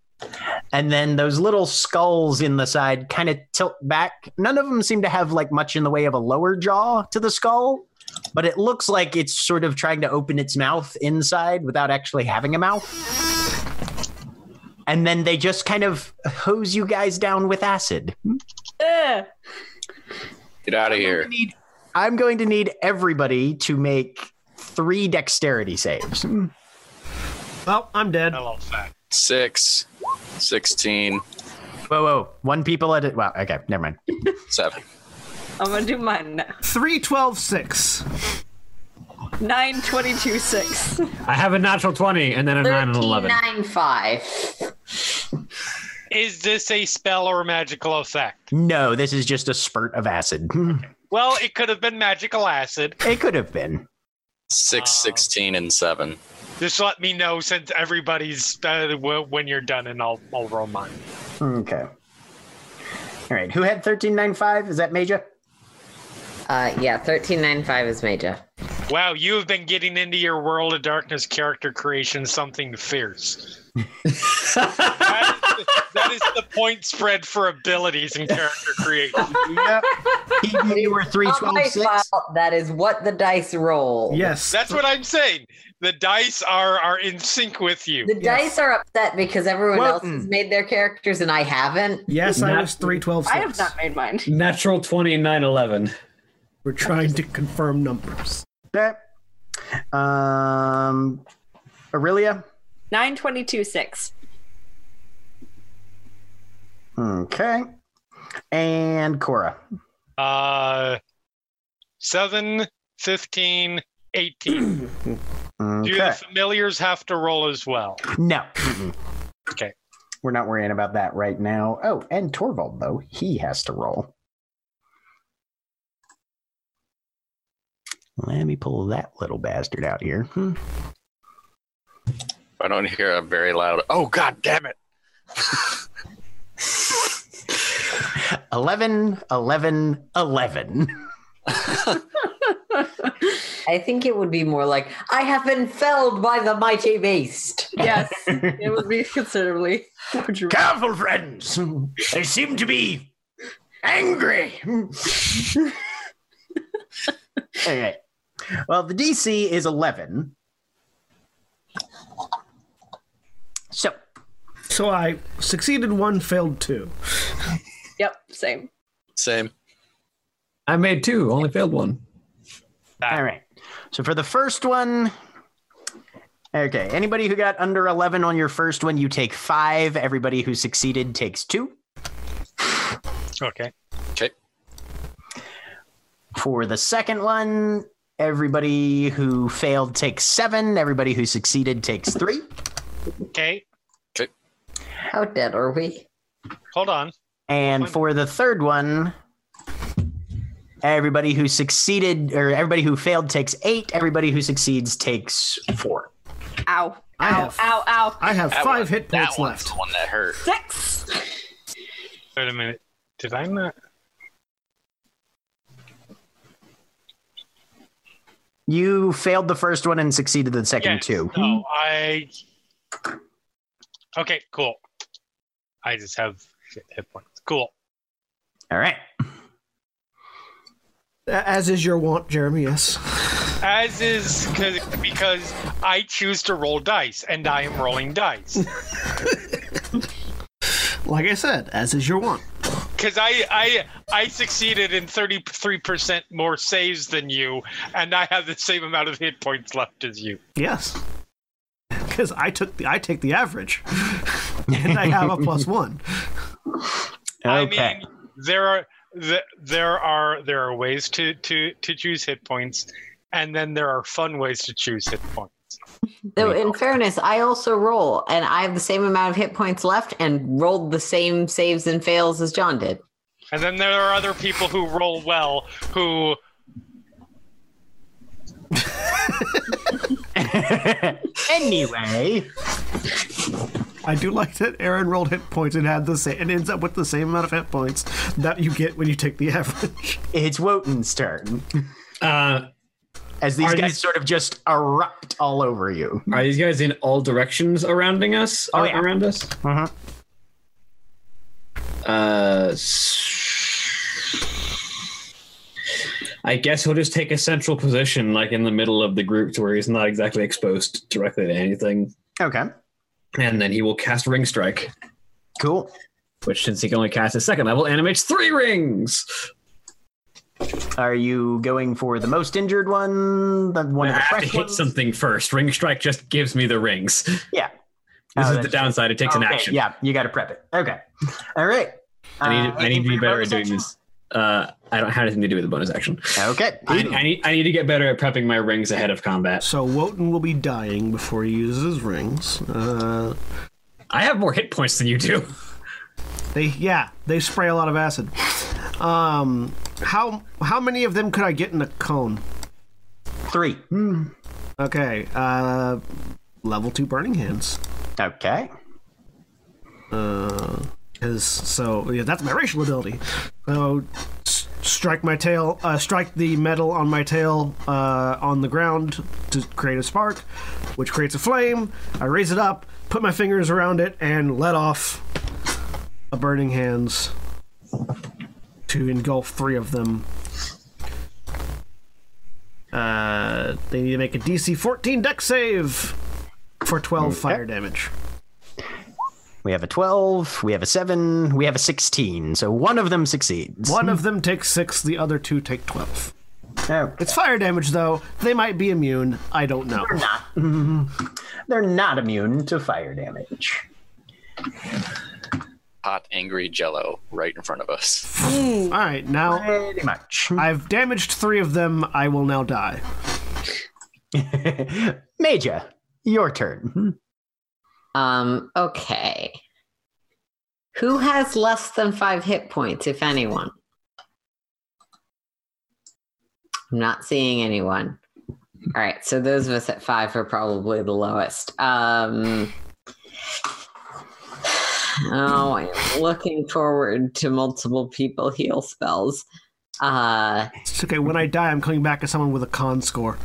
and then those little skulls in the side kind of tilt back. None of them seem to have like much in the way of a lower jaw to the skull, but it looks like it's sort of trying to open its mouth inside without actually having a mouth and then they just kind of hose you guys down with acid. Ugh. Get out of I'm here. going to need- I'm going to need everybody to make three dexterity saves. Well, I'm dead. I love that. Six, 16, Whoa, whoa. One people at it. Well, okay, never mind. seven. I'm gonna do mine now. Three, twelve, six. Nine twenty-two six. I have a natural 20 and then a 9 and an 11. 1395. Is this a spell or a magical effect? No, this is just a spurt of acid. Well, it could have been magical acid. It could have been. Six, Um, 16, and seven. Just let me know since everybody's uh, w- when you're done, and I'll I'll roll mine. Okay. All right. Who had 1395? Is that Major? Uh, yeah, 1395 is major. Wow, you have been getting into your world of darkness character creation something fierce. that, is the, that is the point spread for abilities in character creation. Yep. He knew you were Oh my 3126. God, that is what the dice roll. Yes. That's what I'm saying. The dice are are in sync with you. The dice are upset because everyone Well, else has mm. made their characters and I haven't. yes, I Not- was three, twelve, six. I have not made mine. Natural 29 11. We're trying to confirm numbers. Okay. Um, Aurelia? Nine twenty-two six. Okay. And Cora. Uh, 7, 15, 18. Do Okay. the familiars have to roll as well? No. Mm-mm. Okay. We're not worrying about that right now. Oh, and Torvald, though, he has to roll. Let me pull that little bastard out here. Hmm. If I don't hear a very loud, oh, god damn it. 11, 11, 11. I think it would be more like, I have been felled by the mighty beast. Yes, it would be considerably. Would you- Careful, friends. They seem to be angry. okay. Well, the DC is 11. So, So I succeeded one, failed two. Yep, same. Same. I made two, only failed one. All right. So for the first one, okay. Anybody who got under eleven on your first one, you take five. Everybody who succeeded takes two. Okay. Okay. For the second one, everybody who failed takes seven. Everybody who succeeded takes three. Okay. How dead are we? Hold on. And for the third one, everybody who succeeded or everybody who failed takes eight. Everybody who succeeds takes four. Ow, I ow, have- ow, ow. I have That five one- hit points that one's left. the one that hurt. Six. Wait a minute. Did I not? You failed the first one and succeeded the second Yes. two. No, I. Okay, cool. I just have shit hit points. Cool. All right. As is your want, Jeremy. Yes. As is cause, because I choose to roll dice, and I am rolling dice. Like I said, as is your want. Because I, I I succeeded in thirty three percent more saves than you, and I have the same amount of hit points left as you. Yes. Because I took the I take the average, and I have a plus one. I mean, there are th- there are there are ways to to to choose hit points, and then there are fun ways to choose hit points. Though, in fairness, I also roll, and I have the same amount of hit points left and rolled the same saves and fails as John did. And then there are other people who roll well who anyway, I do like that Aaron rolled hit points and had the same and ends up with the same amount of hit points that you get when you take the average. it's Wotan's turn Uh, as these Are guys these- sort of just erupt all over you. are these guys in all directions surrounding us? Oh, yeah. Around us? Uh-huh. Uh, I guess he'll just take a central position, like in the middle of the group, to where he's not exactly exposed directly to anything. Okay, And then he will cast Ring Strike, cool. which, since he can only cast at second level, animates three rings. Are you going for the most injured one? The one I of the have to fresh hit ones? something first. Ring Strike just gives me the rings. Yeah. This Oh, is the that's- downside. It takes an Okay, action. Yeah, you got to prep it. Okay. All right. I need, Uh, I need to anything be for your better bonus at doing action? this. Uh, I don't have anything to do with the bonus action. Okay. I, Aiden. I need I need to get better at prepping my rings ahead of combat. So Wotan will be dying before he uses his rings. Uh, I have more hit points than you do. they yeah they spray a lot of acid. Um, how how many of them could I get in a cone? Three. Okay. Uh, level two burning hands. Okay. Because so yeah, that's my racial ability. So s- strike my tail, uh, strike the metal on my tail uh, on the ground to create a spark, which creates a flame. I raise it up, put my fingers around it, and let off a burning hands to engulf three of them. Uh, they need to make a DC 14 deck save for 12 fire damage. We have a 12, we have a 7, we have a 16. So one of them succeeds. One of them takes six, the other two take 12. Oh, It's fire damage, though. They might be immune. I don't know. they're not immune to fire damage. Hot, angry jello right in front of us. All right, now Pretty much. I've damaged three of them. I will now die. Major, your turn. Um, okay. Who has less than five hit points, if anyone? I'm not seeing anyone. All right, so those of us at five are probably the lowest. Um, oh, I'm looking forward to multiple people heal spells. Uh, It's okay. When I die, I'm coming back as someone with a con score.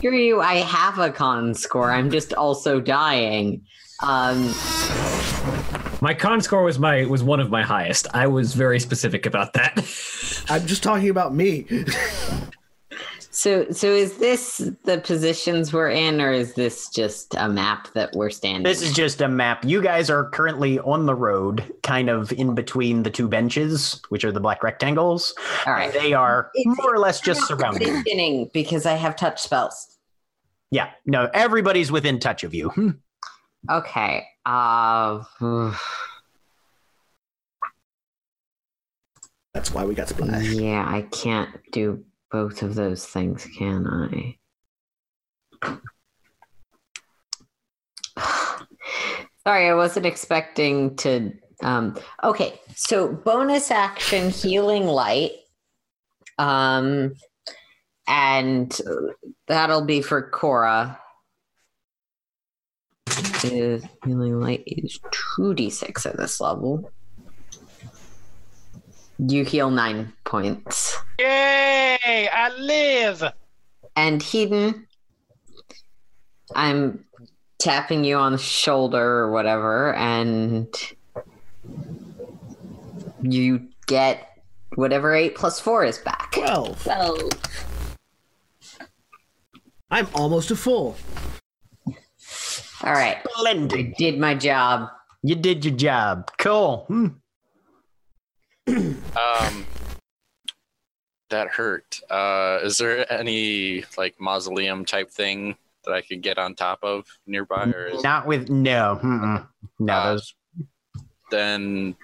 Hear you, I have a con score. I'm just also dying. Um, My con score was my was one of my highest. I was very specific about that. I'm just talking about me. so so is this the positions we're in, or is this just a map that we're standing? This is just a map. You guys are currently on the road, kind of in between the two benches, which are the black rectangles. All right. They are more or less just surrounded. Beginning because I have touch spells. Yeah, no, everybody's within touch of you. Hmm. Okay. Uh, That's why we got splashed. yeah, I can't do both of those things, can I? Sorry, I wasn't expecting to. Um, okay, so bonus action healing light. Um, and that'll be for Cora. The healing light is 2d6 at this level. You heal nine points. Yay! I live. And Heaton, I'm tapping you on the shoulder or whatever, and you get whatever eight plus four is back. 12. So I'm almost a full. All right, Splendid. did my job. You did your job. Cool. Hmm. Um, that hurt. Uh, is there any like mausoleum type thing that I could get on top of nearby, or is Not with no. Mm-mm. No, Uh, those then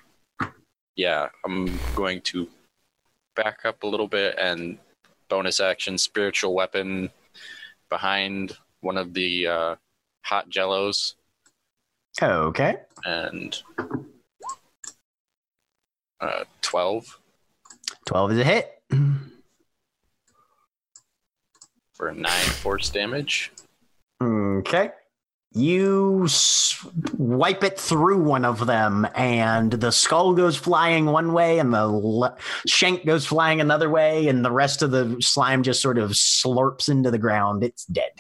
yeah, I'm going to back up a little bit and bonus action spiritual weapon behind one of the uh, hot jellos okay. and uh, 12 Twelve is a hit. for 9 force damage. Okay. You s- wipe it through one of them, and the skull goes flying one way, and the le- shank goes flying another way, and the rest of the slime just sort of slurps into the ground. It's dead.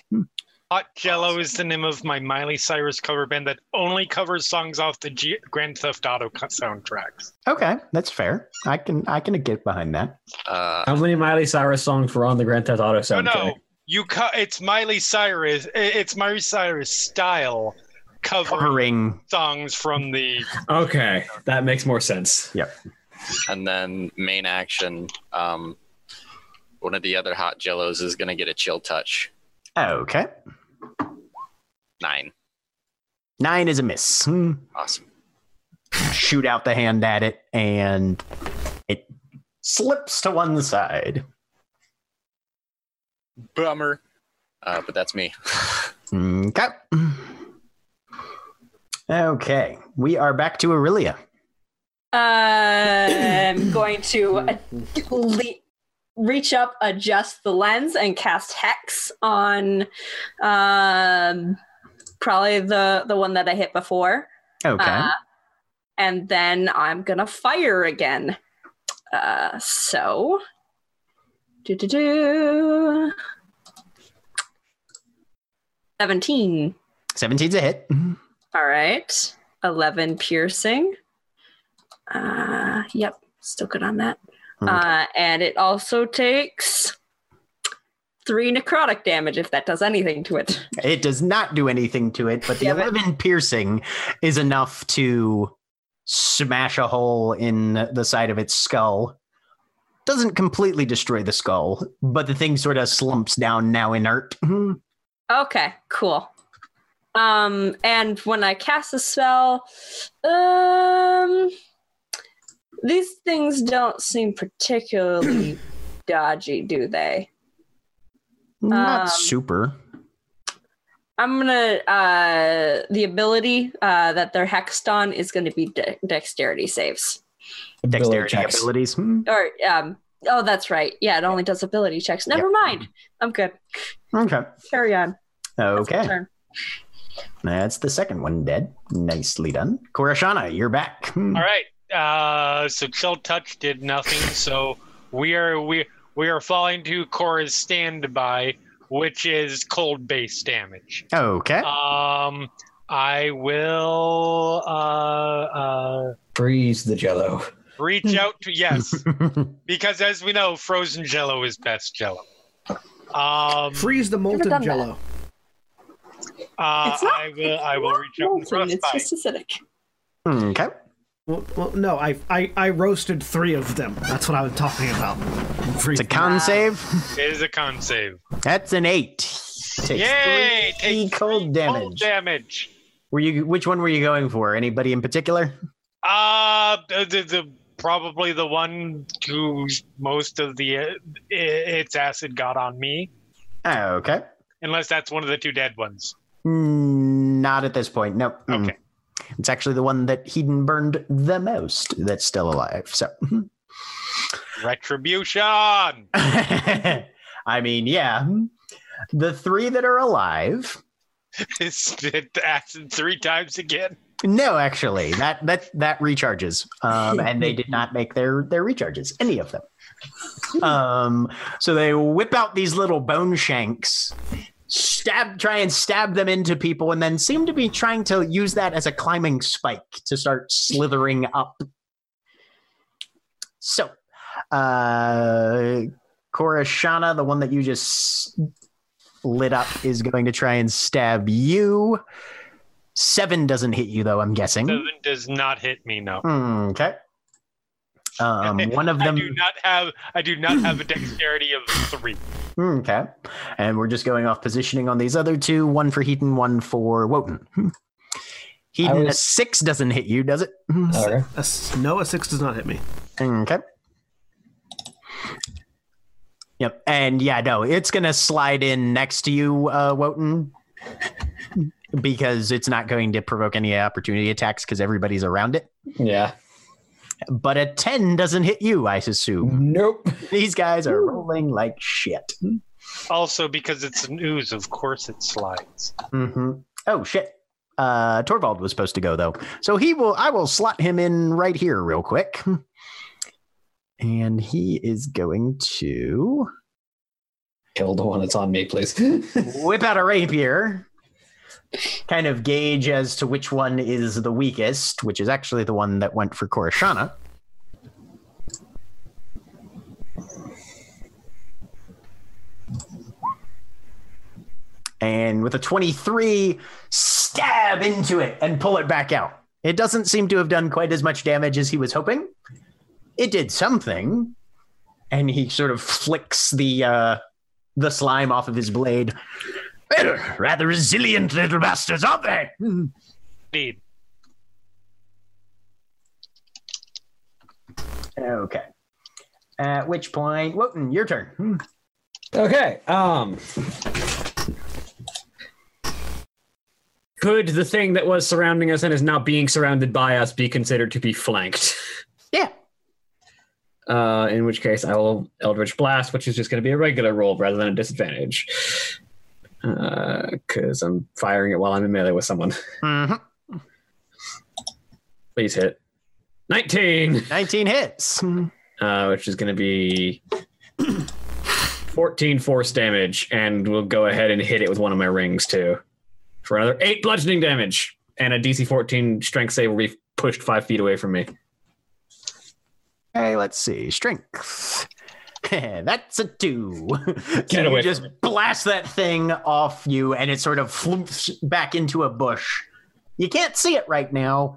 Hot Jello is the name of my Miley Cyrus cover band that only covers songs off the G- Grand Theft Auto co- soundtracks. Okay, that's fair. I can I can get behind that. Uh, How many Miley Cyrus songs were on the Grand Theft Auto No, soundtrack? Oh, no, you co- it's Miley Cyrus. i- It's Miley Cyrus style cover Covering songs from the. Okay, that makes more sense. and then main action um, one of the other hot jellos is going to get a chill touch. Okay. 9. Nine is a miss. Hmm. Awesome. Shoot out the hand at it, and it slips to one side. Bummer. Uh, but that's me. Okay. Okay. We are back to Aurelia. I'm going to uh, le- reach up, adjust the lens, and cast hex on um, probably the the one that I hit before. Okay. Uh, and then I'm gonna fire again. Uh, so, do do do. Seventeen. 17's a hit. All right. Eleven piercing. Uh, yep. Still good on that. Uh, and it also takes three necrotic damage if that does anything to it. It does not do anything to it, but the Damn it. 11 piercing is enough to smash a hole in the side of its skull. Doesn't completely destroy the skull, but the thing sort of slumps down now inert. Mhm. Okay, cool. Um, and when I cast a spell, um, these things don't seem particularly dodgy, do they? Not Um, super. I'm gonna uh, the ability uh, that they're hexed on is gonna be de- dexterity saves. Dexterity checks. abilities. Mhm. Or um, oh, that's right. Yeah, it only does ability checks. Never mind. I'm good. Okay. Carry on. That's my Okay. turn. That's the second one dead. Nicely done. Korashana, you're back. Hmm. All right. Uh, so Chill Touch did nothing. So we are we we are falling to Cora's standby, which is cold base damage. Okay. Um, I will uh, uh, Freeze the jello. reach out to yes, because as we know, frozen Jello is best Jello. Um, Freeze the molten done that. jello. uh, It's not- I will I will not reach out to molten, It's Frostbite. just acidic. Okay. Well, well no, I, I I roasted three of them. That's what I was talking about. Freeze It's a con save. It is a con save. That's an eight. Takes Yay! three Take cold Cold damage. damage. Were you? Which one were you going for? Anybody in particular? Uh, the, the, the probably the one who's most of the uh, i- its acid got on me, Okay. unless that's one of the two dead ones. Mm, Not at this point. Nope. Mm. Okay. It's actually the one that Heiden burned the most that's still alive. So, Retribution. I mean, yeah, the three that are alive. It's it acid three times again. No, actually, that that that recharges, um, and they did not make their their recharges, any of them. Um, so they whip out these little bone shanks, stab, try and stab them into people, and then seem to be trying to use that as a climbing spike to start slithering up. So, uh, Korashana, the one that you just lit up, is going to try and stab you. Seven doesn't hit you, though. I'm guessing. Hmm, Seven does not hit me. No. Okay. Um, one of them. I do not have. I do not have a dexterity of three. Hmm, Okay. And we're just going off positioning on these other two one for Heaton, one for Wotan. Hmm. Heaton, a was- six doesn't hit you, does it? Hmm, Okay. A s- no, a six does not hit me. Okay. Yep. And yeah, no, it's going to slide in next to you, uh, Wotan, because it's not going to provoke any opportunity attacks because everybody's around it. Yeah. But a 10 doesn't hit you, I assume. Nope. These guys are rolling like shit. Also, because it's an ooze, of course it slides. hmm Oh shit. Uh, Torvald was supposed to go though, so he will. I will slot him in right here real quick, and he is going to Kill the one that's on me, please. whip out a rapier, kind of gauge as to which one is the weakest, which is actually the one that went for Korashana. And with a 23, stab into it and pull it back out. It doesn't seem to have done quite as much damage as he was hoping. It did something. And he sort of flicks the uh, the slime off of his blade. Well, rather resilient little bastards, aren't they? Indeed. Okay. At which point, Wotan, your turn. Hmm. okay. Um. Could the thing that was surrounding us and is now being surrounded by us be considered to be flanked? Yeah. Uh, in which case, I will Eldritch Blast, which is just going to be a regular roll rather than a disadvantage. Because I'm firing it while I'm in melee with someone. Mhm. Please hit. 19! 19 hits. Hmm. Uh, which is going to be 14 force damage. And we'll go ahead and hit it with one of my rings, too. For another 8 bludgeoning damage. And a DC 14 strength save will be pushed 5 feet away from me. Okay, let's see. Strength. That's a two. so Get away you just blast that thing off you, and it sort of floops back into a bush. You can't see it right now,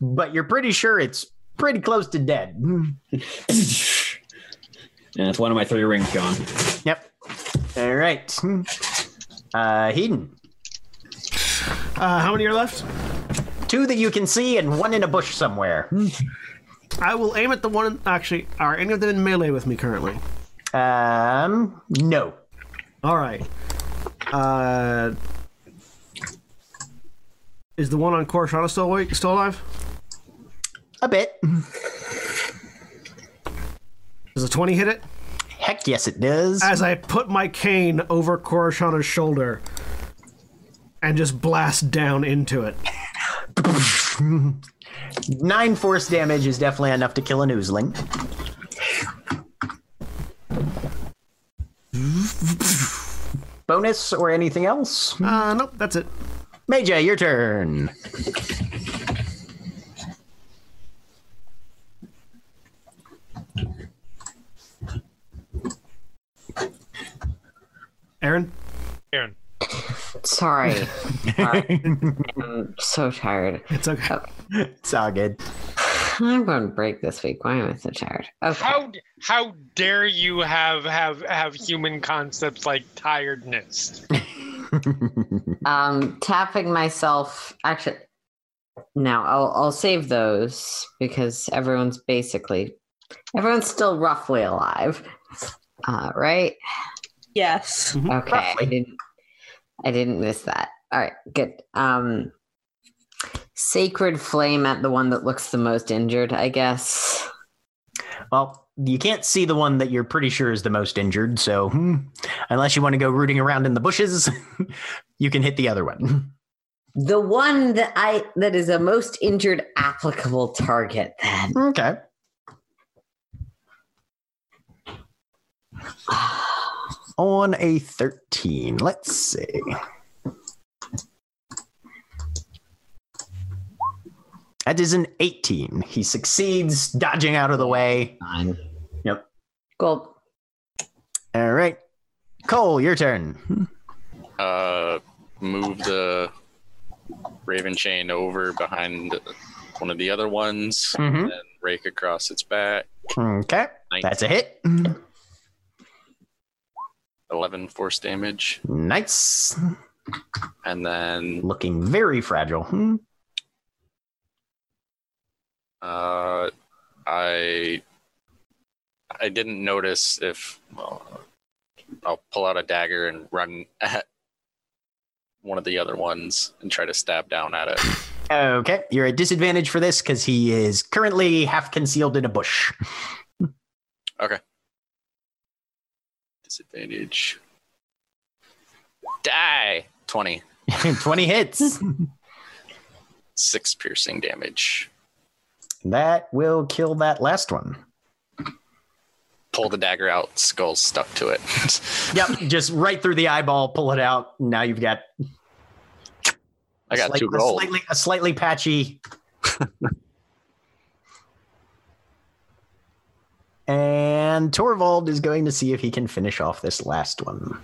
but you're pretty sure it's pretty close to dead. Hmm. and it's one of my three rings gone. Yep. All right. Hmm. Uh, Heaton. Uh, how many are left? Two that you can see and one in a bush somewhere. I will aim at the one. Actually, are any of them in melee with me currently? Um, no. All right. Uh, is the one on Corshana still awake? Still alive? A bit. Does a twenty hit it? Heck yes, it does. As I put my cane over Corshana's shoulder and just blast down into it. Nine force damage is definitely enough to kill an oozling. Bonus or anything else? Uh, nope, that's it. Major, your turn. Aaron. Aaron. Sorry. Sorry. I'm so tired. It's okay. It's all good. I'm going to break this week. Why am I so tired? Okay. How how dare you have have have human concepts like tiredness? Um, tapping myself. Actually, no, I'll, I'll save those because everyone's basically, everyone's still roughly alive. Uh, right? Yes. Okay. I didn't, I didn't miss that. All right. Good. Um, sacred flame at the one that looks the most injured, I guess. Well, you can't see the one that you're pretty sure is the most injured, so hmm, unless you want to go rooting around in the bushes, you can hit the other one. The one that I that is a most injured applicable target then. Okay. on a 13. Let's see. That is an 18. He succeeds dodging out of the way. Fine. Yep. Gulp. All right. Cole, your turn. Uh, move the Raven Chain over behind one of the other ones Mhm. and rake across its back. Okay. That's a hit. 11 force damage. Nice. And then Looking very fragile. Hmm. uh, I I didn't notice if well, I'll pull out a dagger and run at one of the other ones and try to stab down at it. Okay. You're at disadvantage for this because he is currently half concealed in a bush. Disadvantage. Die. 20. 20 hits. Six piercing damage. that will kill that last one. Pull the dagger out. Skull stuck to it. Yep. Just right through the eyeball, pull it out. Now you've got I got slight- two a rolls. slightly a slightly patchy. and Torvald is going to see if he can finish off this last one.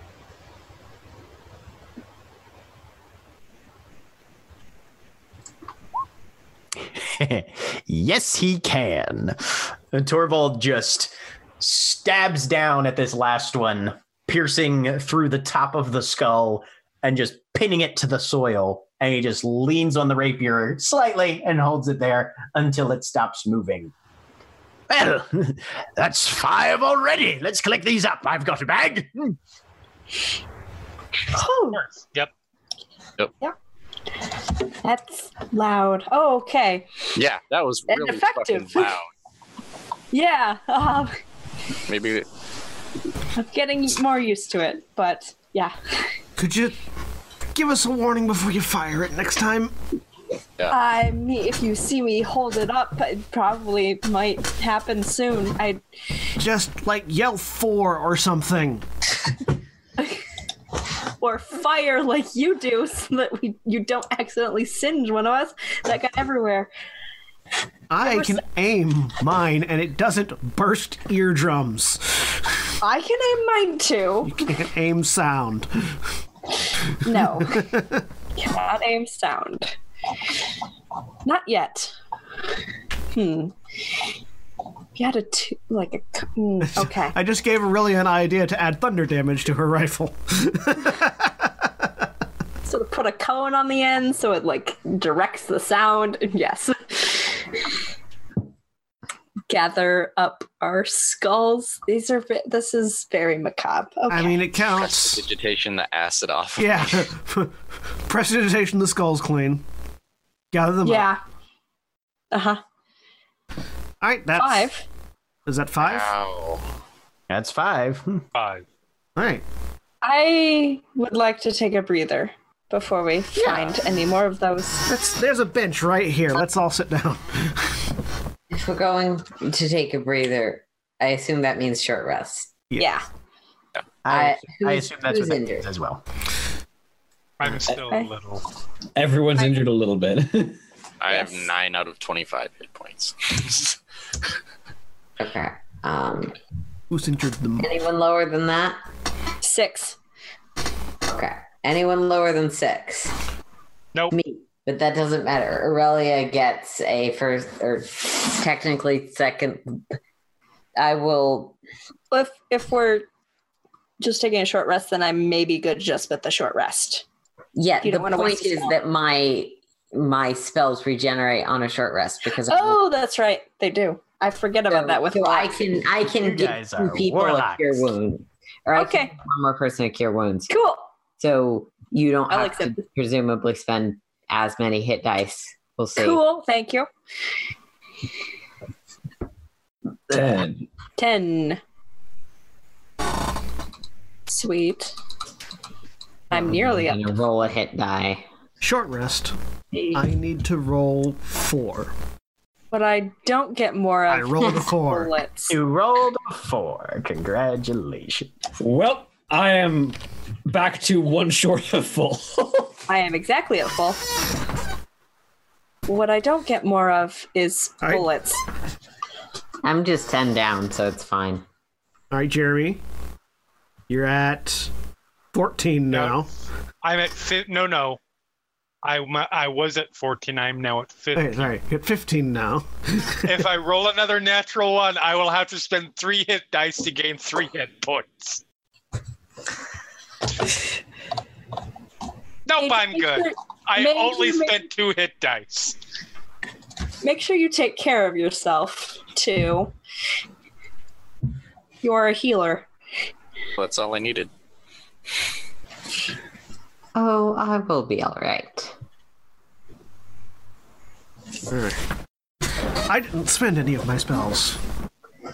yes, he can. And Torvald just stabs down at this last one, piercing through the top of the skull and just pinning it to the soil. And he just leans on the rapier slightly and holds it there until it stops moving. Well, that's five already. Let's collect these up. I've got a bag. Yep. That's loud. Oh, okay. Yeah, that was And really effective. fucking loud. Yeah, um, Maybe I'm getting more used to it, but yeah. Could you give us a warning before you fire it next time? I mean, if you see me hold it up, it probably might happen soon. I Just like yell four or something. or fire like you do, so that we you don't accidentally singe one of us. That got everywhere. I can aim mine and it doesn't burst eardrums. I can aim mine too. It can aim sound. No, cannot aim sound. Not yet. Hmm. You had a two, like a c- hmm, okay. I just gave Aurelia an idea to add thunder damage to her rifle. sort of put a cone on the end so it like directs the sound. Yes. Gather up our skulls. These are ve- this is very macabre. Okay. I mean, it press counts. the vegetation the acid off. Yeah. Precipitation the skulls clean. Gather them up. yeah. Uh huh. All right, that's Five. Is that five? Ow. That's five. Uh, Five. All right. I would like to take a breather before we find any more of those. That's there's a bench right here. Let's all sit down. If we're going to take a breather, I assume that means short rest. Yeah. I, Uh, who's- I assume that's who's what that injured? means as well. I'm still a Okay. little. Everyone's injured a little bit. I have Yes. nine out of 25 hit points. Okay. Um, Who's injured the most? anyone lower than that? Six. Okay. Anyone lower than six? Nope. Me. But that doesn't matter. Aurelia gets a first, or technically second. I will. If if we're just taking a short rest, then I may be good just with the short rest. Yeah. The You don't wanna point waste a is spell. that my my spells regenerate on a short rest because I'm Oh, that's right. They do. I forget about So- that with so I black. can I can You give guys two are people a warlocks. cure wound, or I Okay. can give one more person a cure wounds. Cool. So you don't I'll have to accept presumably spend as many hit dice. We'll see. Cool. Thank you. Ten. 10. Sweet. I'm nearly up. Mm-hmm. I'm gonna roll a hit die. Short rest. I need to roll four. But I don't get more of I rolled a four. bullets. You rolled a four. Congratulations. Well, I am back to one short of full. I am exactly at full. What I don't get more of is I- bullets. I'm just 10 down, so it's fine. All right, Jeremy, you're at 14 now. I'm at fi- no no. I m- I was at 14. I'm now at 15. Hey, sorry, you're at 15 now. if I roll another natural one, I will have to spend three hit dice to gain three hit points. Nope, Make- I'm make good. sure- I maybe only you make- spent two hit dice. make sure you take care of yourself too. You're a healer. That's all I needed. Oh, I will be alright. I didn't spend any of my spells.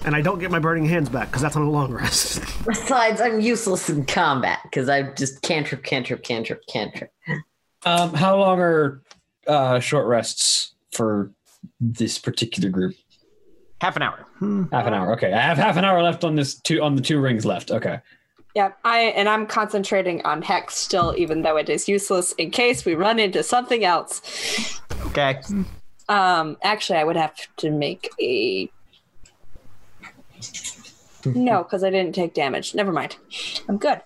And I don't get my burning hands back because that's on a long rest. Besides, I'm useless in combat because I just cantrip, cantrip, cantrip, cantrip. um, how long are uh, short rests for this particular group? Half an hour. Half an hour. Okay, I have half an hour left on this two on the two rings left. Okay. Yeah, I and I'm concentrating on hex still, even though it is useless in case we run into something else. Okay. Um, actually, I would have to make a no because I didn't take damage. Never mind, I'm good.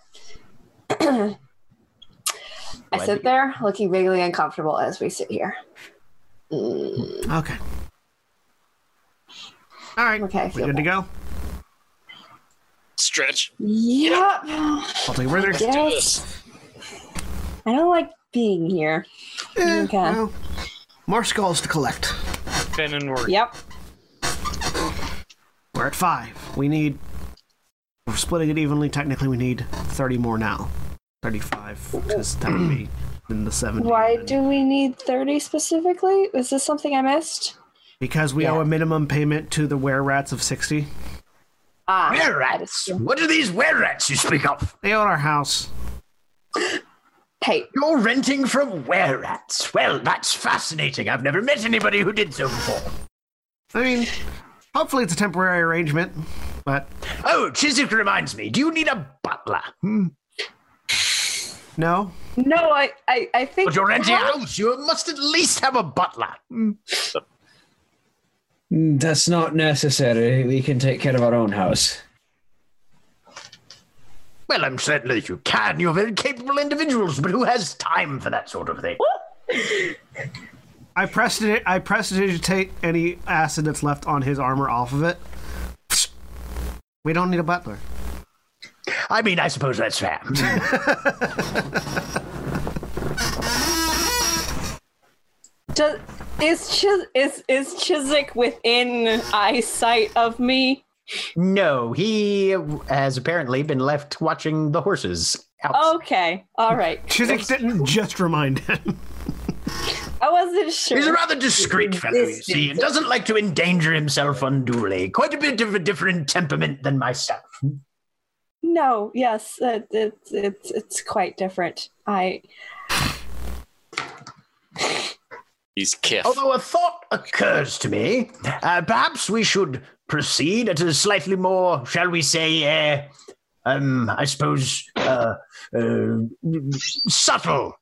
I sit there looking vaguely uncomfortable as we sit here. Okay. All right. Okay, I We feel good to better. go? Stretch. Yep. I'll take a breather. Yes. I don't like being here. Eh, Okay. well, more skulls to collect. Then and work. Yep. We're at five. We need. We're splitting it evenly. Technically, we need 30 more now. 35, because that would be in the 70. Why and- do we need 30 specifically? Is this something I missed? Because we owe a minimum payment to the were rats of 60. Ah, Were that is rats? true. What are these were rats you speak of? They own our house. Hey, You're renting from were rats. Well, that's fascinating. I've never met anybody who did so before. I mean, hopefully it's a temporary arrangement, but Oh, Chiswick reminds me. Do you need a butler? Hmm. no. no, I, I, I think But you're renting a How- house. You must at least have a butler. Hmm. Mm, That's not necessary. We can take care of our own house. Well, I'm certain that you can. You're very capable individuals, but who has time for that sort of thing? I pressed it. I pressed to take any acid that's left on his armor off of it. We don't need a butler. I mean, I suppose that's fair. does, is, Chis, is, is Chiswick within eyesight of me? no, he has apparently been left watching the horses. Out. Oh, Okay, all right. Chiswick didn't just remind him. I wasn't He's a sure. rather discreet fellow, you see, and doesn't like to endanger himself unduly. Quite a bit of a different temperament than myself. No, yes, it, it's it's it's quite different. I He's kiff. Although a thought occurs to me, uh, perhaps we should proceed at a slightly more, shall we say, uh, um, I suppose, uh, uh, subtle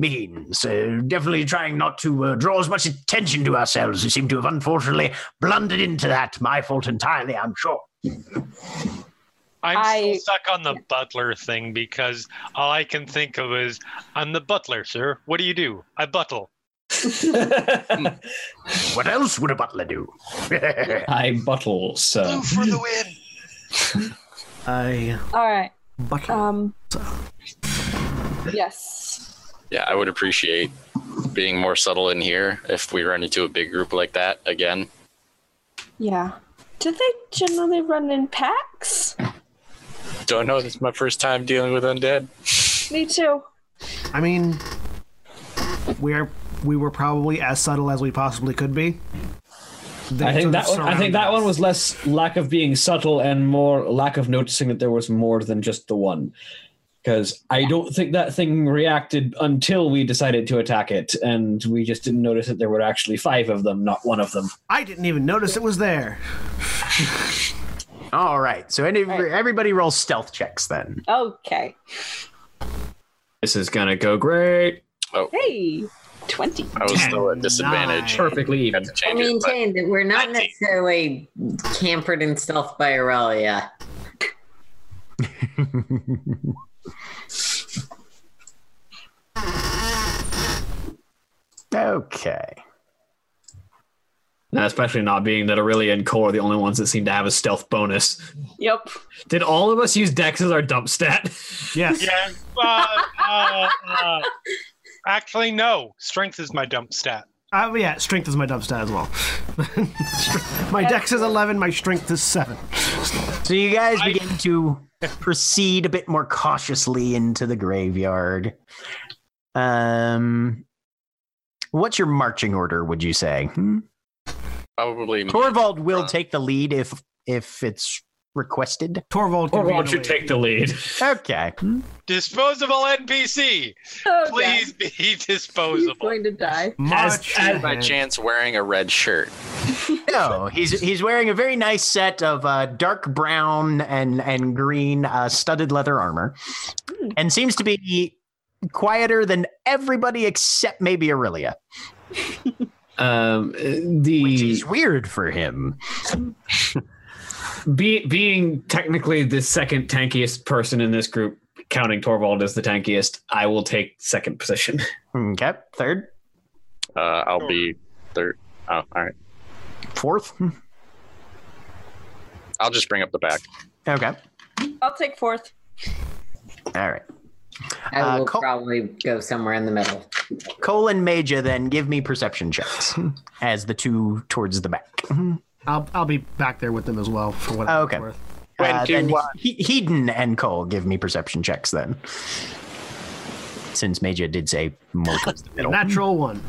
means. Uh, definitely trying not to uh, draw as much attention to ourselves. We seem to have unfortunately blundered into that. My fault entirely, I'm sure. I'm I- still stuck on the butler thing because all I can think of is I'm the butler, sir. What do you do? I buttle. What else would a butler do? I buttle, so for the win. I all right. butler. Um. Yes. Yeah, I would appreciate being more subtle in here if we run into a big group like that again. Yeah. Do they generally run in packs? Don't know. This is my first time dealing with undead. Me too. I mean, we're we were probably as subtle as we possibly could be. They I think sort of that one, I surrounded think that us. one was less lack of being subtle and more lack of noticing that there was more than just the one. Because I don't think that thing reacted until we decided to attack it, and we just didn't notice that there were actually five of them, not one of them. I didn't even notice it was there. All right. So any, All right. everybody rolls stealth checks then. Okay. This is gonna go great. Hey, 20. I was still at disadvantage. Nine. Perfectly Had even. to I change it, but maintain that we're not 19. necessarily campered in stealth by Aurelia. Okay. Now, especially not being that Aurelia and Cole are the only ones that seem to have a stealth bonus. Yep. Did all of us use Dex as our dump stat? Yes. Yeah. Uh, uh, uh, actually, no. Strength is my dump stat. Uh, yeah, strength is my dump stat as well. Strength- my dex is 11, my strength is 7. So you guys begin to proceed a bit more cautiously into the graveyard. Um, what's your marching order? Would you say? Hmm? probably Torvald will take the lead if if it's requested. Torvald can Torvald be should annoyed. take the lead. Okay. Disposable NPC. Oh, God. Please be He's disposable. going to die. March. as by man. chance wearing a red shirt. No, he's he's wearing a very nice set of uh, dark brown and and green uh, studded leather armor, and seems to be quieter than everybody except maybe Aurelia, Um, which the is weird for him. be, being technically the second tankiest person in this group, counting Torvald as the tankiest, I will take second position. Okay, third, Uh, I'll be third. Oh, all right. fourth. I'll just bring up the back. Okay, I'll take fourth. all right. I Uh, will Col- probably go somewhere in the middle. Cole and Major, then give me perception checks as the two towards the back. I'll, I'll be back there with them as well for what Oh, I'm okay. worth. Uh, then he- Heaton and Cole give me perception checks then. Since Major did say more towards the middle. Natural one.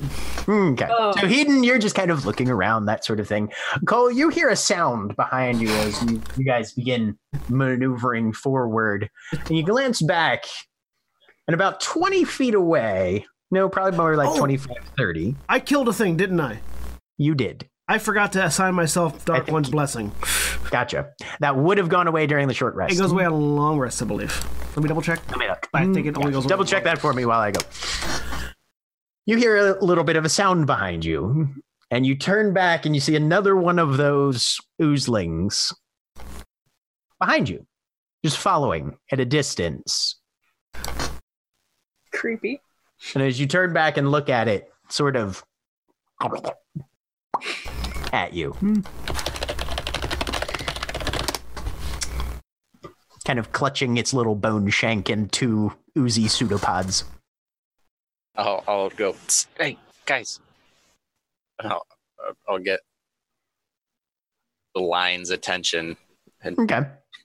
Okay. Oh. So Heaton, you're just kind of looking around, that sort of thing. Cole, you hear a sound behind you as you, you guys begin maneuvering forward, and you glance back, and about 20 feet away, no, probably more like Oh. 25, 30, I killed a thing, didn't I? you did. I forgot to assign myself Dark think One's you- Blessing. Gotcha. That would have gone away during the short rest. It goes away on a long rest, I believe. Let me double check. Let me look. I think it only Mm, Yeah, goes away Double on check long that for me while I go. You hear a little bit of a sound behind you, and you turn back and you see another one of those oozlings behind you, just following at a distance. Creepy. And as you turn back and look at it, sort of at you. Hmm. Kind of clutching its little bone shank and two oozy pseudopods. I'll, I'll go. "Tss, Hey, guys. And I'll, I'll get the lion's attention. Okay.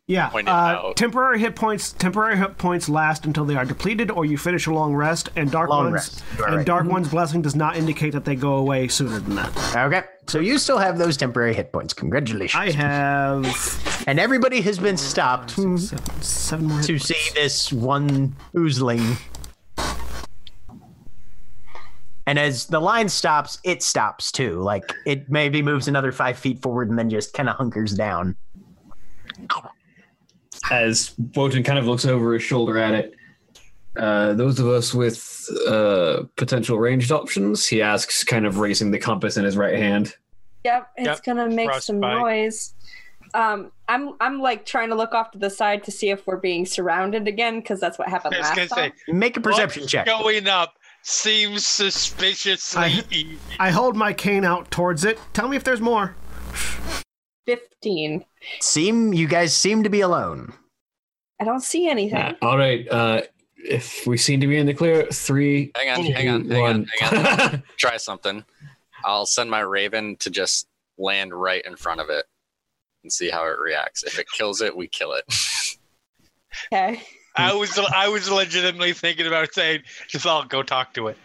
Yeah. Point it Uh, out. temporary hit points. Temporary hit points last until they are depleted, or you finish a long rest. And dark Long ones. rest. You are And right. dark one's blessing does not indicate that they go away sooner than that. Okay. So you still have those temporary hit points. Congratulations. I have and everybody has been stopped to seven, seven more. Hit points. see this one oozling. And as the line stops, it stops too. Like it maybe moves another five feet forward and then just kind of hunkers down. As Wotan kind of looks over his shoulder at it, uh, those of us with uh, potential ranged options, he asks, kind of raising the compass in his right hand. Yep, it's Yep, gonna make some frostbite. noise. Um, I'm I'm like trying to look off to the side to see if we're being surrounded again because that's what happened I was last gonna say time. Make a perception what's check. going up seems suspiciously e-, I- easy. I hold my cane out towards it. Tell me if there's more. Fifteen. Seem you guys seem to be alone. I don't see anything. Uh, all right. Uh, if we seem to be in the clear, three, Hang on, two, hang on, hang on, one. hang on. Try something. I'll send my raven to just land right in front of it and see how it reacts. If it kills it, we kill it. Okay. I was I was legitimately thinking about saying, just I'll go talk to it.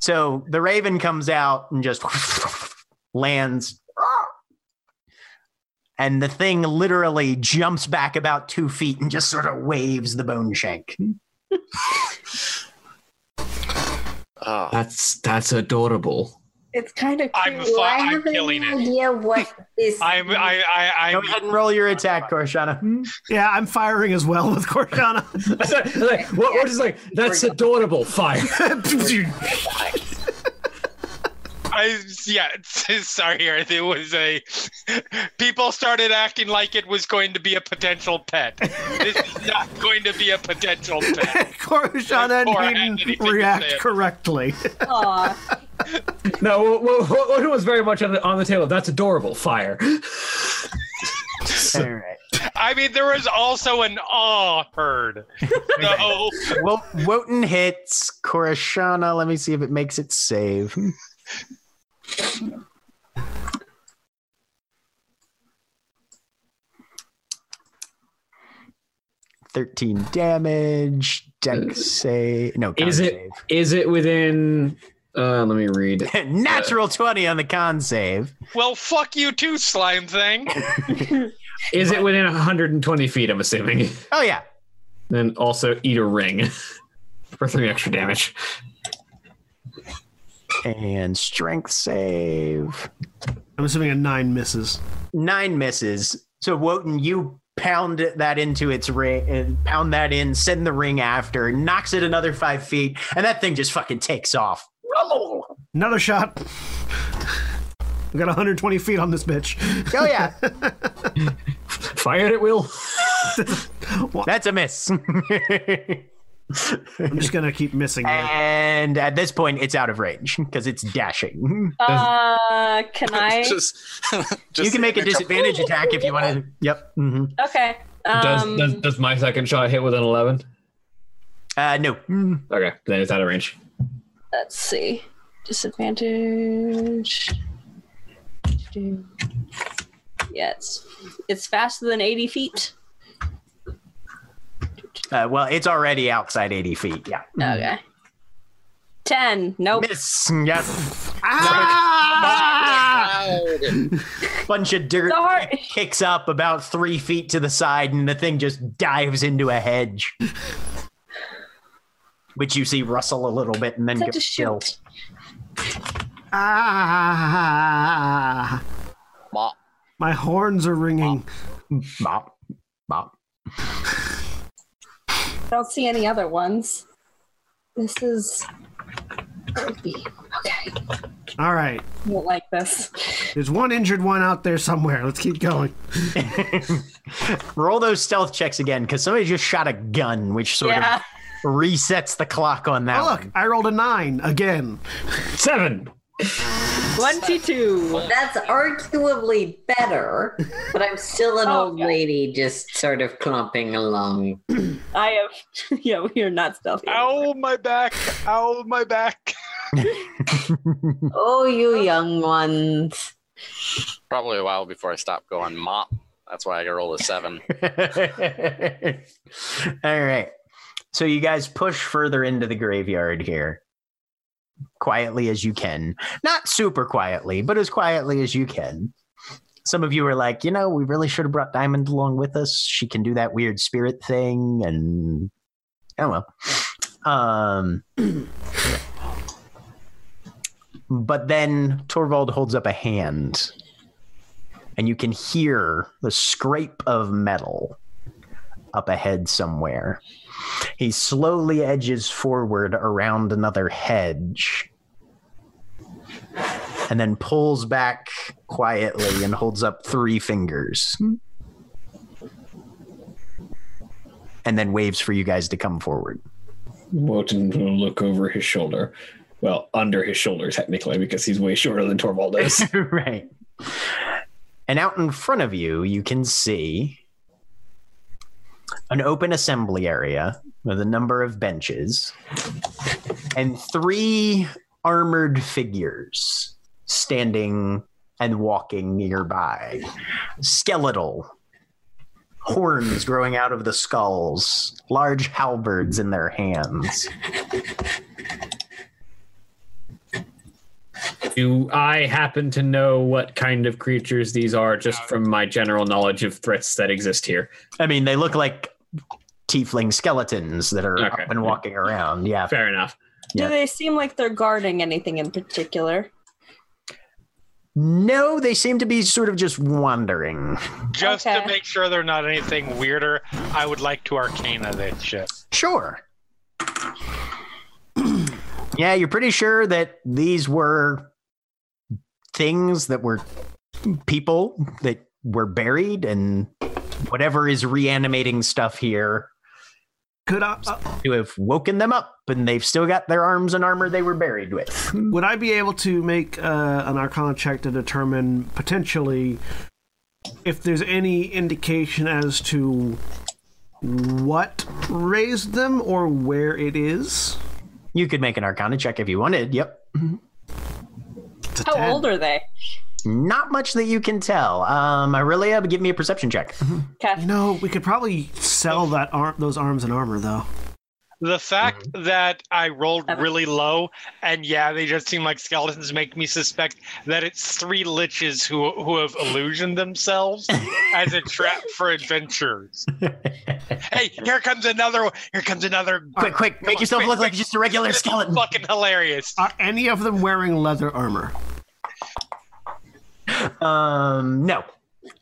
So the raven comes out and just lands. And the thing literally jumps back about two feet and just sort of waves the bone shank. Oh, That's that's adorable. It's kind of. I'm cute. fu- I I'm have any killing it. idea what this. I'm I I Go I'm ahead and roll your attack, Korshana. Yeah, I'm firing as well with Cortana. like, what, what is like? That's adorable. Fire. I yeah. Sorry, Earth. It was a people started acting like it was going to be a potential pet. This is not going to be a potential pet. Corshana Before I had and anything Hayden to react say. correctly. Aw. No, what, what, what- what was very much on the, on the table? That's adorable. Fire. All right. I mean, there was also an awe heard. No, Well, Wotan hits Korshana. Let me see if it makes it save. Thirteen damage. Deck save. No, con Uh, Is it save. is it within? Uh, let me read. Natural twenty on the con save. well, fuck you too, slime thing. Is it within 120 feet? I'm assuming. Oh yeah. Then also eat a ring for three extra damage. And strength save. I'm assuming a nine misses. nine misses. So Wotan, you pound that into its ring, and pound that in, send the ring after, knocks it another five feet, and that thing just fucking takes off. Oh Another shot. We got 120 feet on this bitch. yeah, Fired at will. that's a miss. I'm just gonna keep missing. That. and at this point, it's out of range because it's dashing. Uh, can I? just, you can make a an extra- disadvantage attack if you want to. Yep. hmm Okay. Does, Um, does does my second shot hit with an 11? Uh, no. Mm. Okay, then it's out of range. Let's see. Disadvantage. Yes. It's faster than 80 feet. Uh, well, it's already outside eighty feet. Yeah. Hmm. Okay. 10. Nope. Miss. Yep. Bunch of dirt. Sorry. kicks up about three feet to the side, and the thing just dives into a hedge, which you see rustle a little bit, and then Such a gets still. shoot. Ah, Ma- my horns are ringing. Bop, bop. I don't see any other ones. This is. creepy. Okay. All right, I don't like this. there's one injured one out there somewhere. Let's keep going. Roll those stealth checks again, because somebody just shot a gun, which sort Yeah. of resets the clock on that. Oh, look, one. I rolled a nine again. Seven. 22. That's arguably better, but I'm still an Oh, old yeah. lady just sort of clumping along. I have. yeah, we are not stealthy. Ow, my back. Ow, my back. Oh, you young ones. probably a while before I stopped going mop. That's why I rolled a seven. All right. So you guys push further into the graveyard here. Quietly as you can. Not super quietly, but as quietly as you can. Some of you are like, you know, we really should have brought Diamond along with us. She can do that weird spirit thing and oh well. Um But then Torvald holds up a hand and you can hear the scrape of metal up ahead somewhere. He slowly edges forward around another hedge and then pulls back quietly and holds up three fingers. And then waves for you guys to come forward. Wotan will look over his shoulder. Well, under his shoulder, technically, because he's way shorter than Torvald is. right. And out in front of you, you can see an open assembly area with a number of benches and three armored figures standing and walking nearby. Skeletal, horns growing out of the skulls, large halberds in their hands. Do I happen to know what kind of creatures these are just from my general knowledge of threats that exist here? I mean, they look like tiefling skeletons that are Okay. up and walking around. Yeah. Fair enough. Yeah. Do they seem like they're guarding anything in particular? No, they seem to be sort of just wandering. Just Okay. to make sure they're not anything weirder, I would like to arcana that shit. Sure. yeah, you're pretty sure that these were things that were people that were buried and whatever is reanimating stuff here Could I, uh, to have woken them up and they've still got their arms and armor they were buried with. would I be able to make uh, an Arcana check to determine potentially if there's any indication as to what raised them or where it is? You could make an arcana check if you wanted. Yep. It's a How 10. old are they? Not much that you can tell. Um, Aurelia, give me a perception check. You know, we could probably sell that arm, those arms and armor, though. The fact that I rolled Okay. really low, and yeah, they just seem like skeletons, make me suspect that it's three liches who who have illusioned themselves as a trap for adventurers. hey, here comes another one. Here comes another. quick, quick, make on, yourself quick, look quick. like just a regular This is skeleton. Fucking hilarious. Are any of them wearing leather armor? Um, no.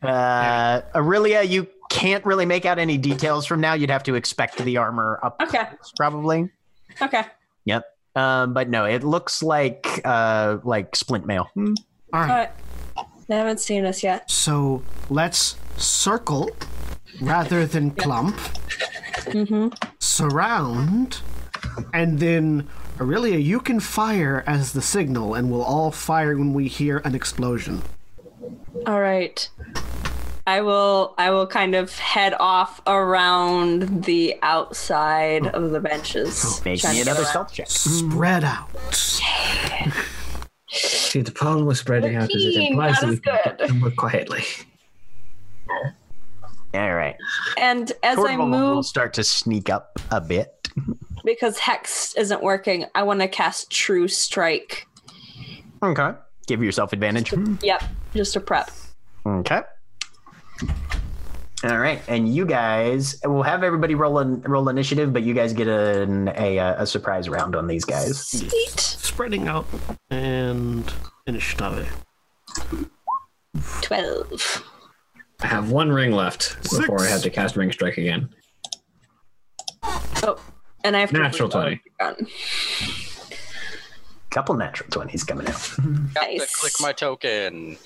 Uh, Aurelia, you can't really make out any details from now. You'd have to expect the armor up Okay. close, probably. Okay. Um, but no, it looks like uh, like splint mail. Hmm. All All right. right. They haven't seen us yet. So let's circle rather than clump, Mm-hmm. surround, and then Aurelia, you can fire as the signal, and we'll all fire when we hear an explosion. All right. I will I will kind of head off around the outside of the benches. Make Trying me to get another around. stealth check. Spread out. See, the problem with spreading out is it Thirteen, implies not that as we can good. get somewhere quietly. All right. And as I Torvald will move start to sneak up a bit. because Hex isn't working, I wanna cast True Strike. Okay. Give yourself advantage. Yep, just a prep. Okay. All right, and you guys, we'll have everybody roll an, roll initiative, but you guys get an, a uh, a surprise round on these guys. Sweet. Spreading out and initiative. Twelve. I have one ring left before I have to cast Ring Strike again. Oh. And I have to Natural reload 20. the gun. Couple natural twenties coming out. Got to Nice. click my token.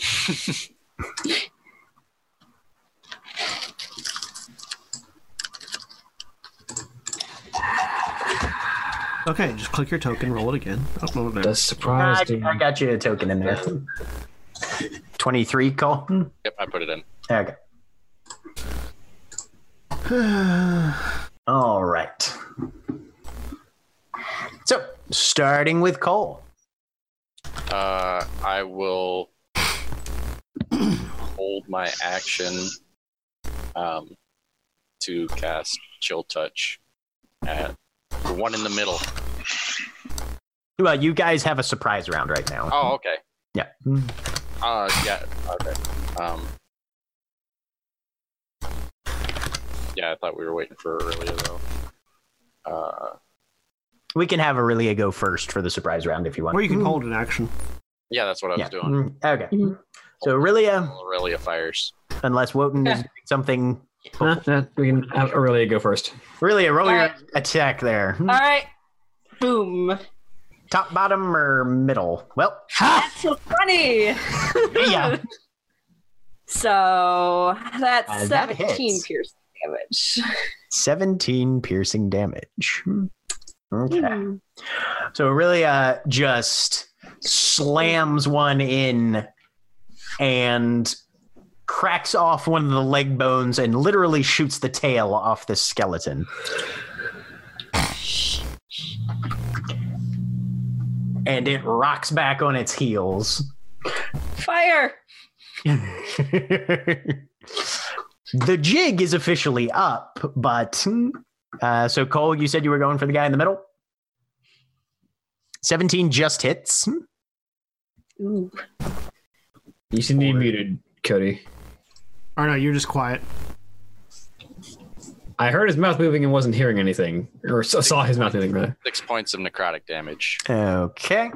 Okay, just click your token, roll it again. Oh, I don't know what it is. Does surprise do I got you a token in there. 23, Cole? Hmm. Yep, I put it in. Okay. All right. So, starting with Cole. Uh, I will hold my action um, to cast Chill Touch at the one in the middle. Well, you guys have a surprise round right now. Oh, okay. Yeah. Hmm. Uh, yeah. Okay. Um. Yeah, I thought we were waiting for earlier though. Uh, We can have Aurelia go first for the surprise round if you want. Hmm. Or you can hold an action. yeah, that's what I was yeah. doing. Mm, Okay. Mhm. So, Aurelia, Aurelia fires. unless Wotan is Yeah. doing something. Huh? Huh? we can have Aurelia go first. Aurelia, roll your All right. attack there. Hmm. All right. Boom. Top, bottom, or middle? Well, That's so funny. yeah. So that's Uh, that 17 hits. piercing damage. 17 piercing damage. Hmm. Okay. Hmm. So Aurelia just slams one in and cracks off one of the leg bones and literally shoots the tail off this skeleton. And it rocks back on its heels. Fire. the jig is officially up, but uh, so Cole, you said you were going for the guy in the middle. Seventeen just hits. Ooh. You seem to be muted, Cody. Or no, you're just quiet. I heard his mouth moving and wasn't hearing anything, or s- saw his mouth moving. Rather. Six points of necrotic damage. Okay.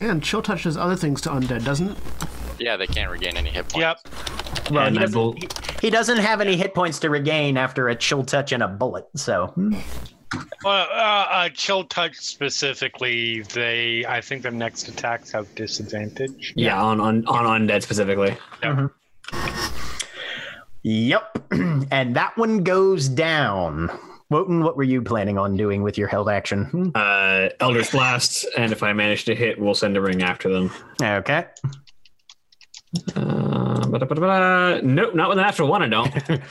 And chill touches other things to undead, doesn't it? Yeah, they can't regain any hit points. Yep. And Run, he, I doesn't, bel- he, he doesn't have any hit points to regain after a chill touch and a bullet. So Well, uh, uh, chill touch specifically, they I think their next attacks have disadvantage. yeah, on on on undead specifically. Yep. and that one goes down. Wotan, what were you planning on doing with your held action? Hmm. Uh, Elder's Blast, and if I manage to hit, we'll send a ring after them. Okay. Uh, ba-da-ba-da-ba-da. nope, not with an natural one. I don't.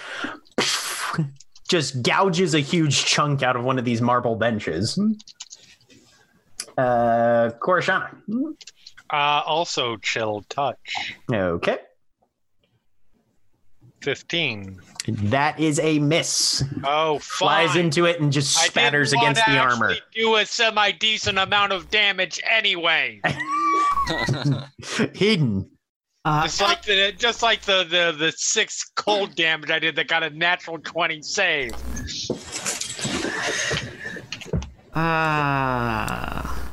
Just gouges a huge chunk out of one of these marble benches. Hmm. Uh Koroshana. Hmm. Uh, also, chill touch. Okay. Fifteen. That is a miss. Oh, fine. Flies into it and just I didn't spatters wanna against the actually armor. Do a semi decent amount of damage anyway. Hidden. Uh, just like the just like the the the six cold damage I did that got a natural twenty save. Ah.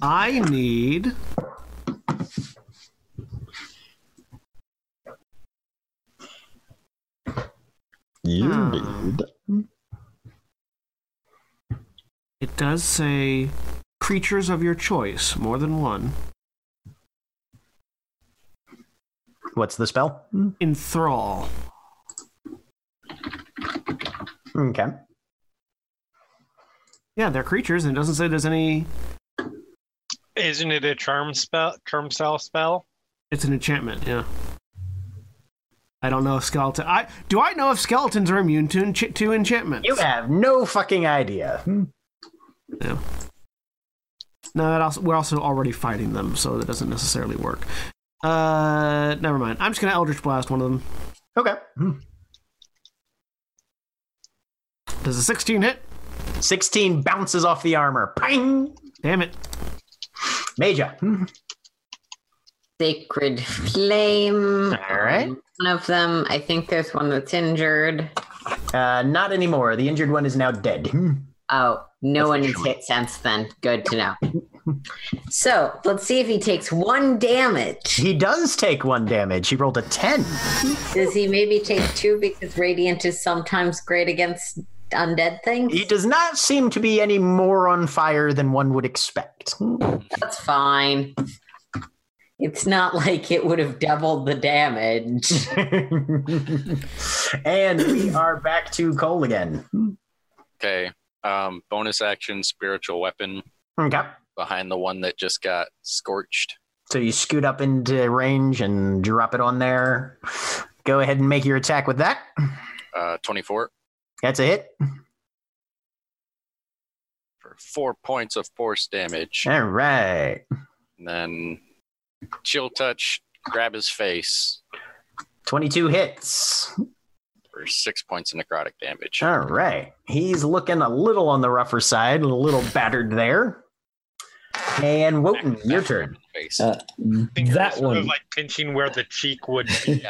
I need. You Hmm. It does say creatures of your choice, more than one. What's the spell? Hmm. Enthrall. Okay. Yeah, they're creatures, and it doesn't say there's any. Isn't it a charm spell? Charm cell spell? It's an enchantment. Yeah. I don't know if skeleton. I do I know if skeletons are immune to ench- to enchantments. You have no fucking idea. Hmm. No, that also, we're also already fighting them, so that doesn't necessarily work. Uh, never mind. I'm just gonna Eldritch Blast one of them. Okay. Hmm. Does a 16 hit? 16 bounces off the armor. Ping! Damn it. Major. Hmm. Sacred Flame. All right. One of them, I think there's one that's injured. Uh, not anymore. The injured one is now dead. Hmm. Oh, no one That's has hit since then. Good to know. So let's see if he takes one damage. He does take one damage. He rolled a 10. Does he maybe take two because Radiant is sometimes great against undead things? He does not seem to be any more on fire than one would expect. Hmm. That's fine. It's not like it would have doubled the damage. and we are back to Cole again. Hmm. Okay. Um, bonus action, spiritual weapon Okay. behind the one that just got scorched. So you scoot up into range and drop it on there. Go ahead and make your attack with that. Uh, 24 That's a hit. for four points of force damage. All right. And then chill touch, grab his face 22 hits. for six points of necrotic damage. All right. He's looking a little on the rougher side, a little battered there. And Wotan, your turn. Face. Uh, I think it was That sort of one. like pinching where the cheek would be.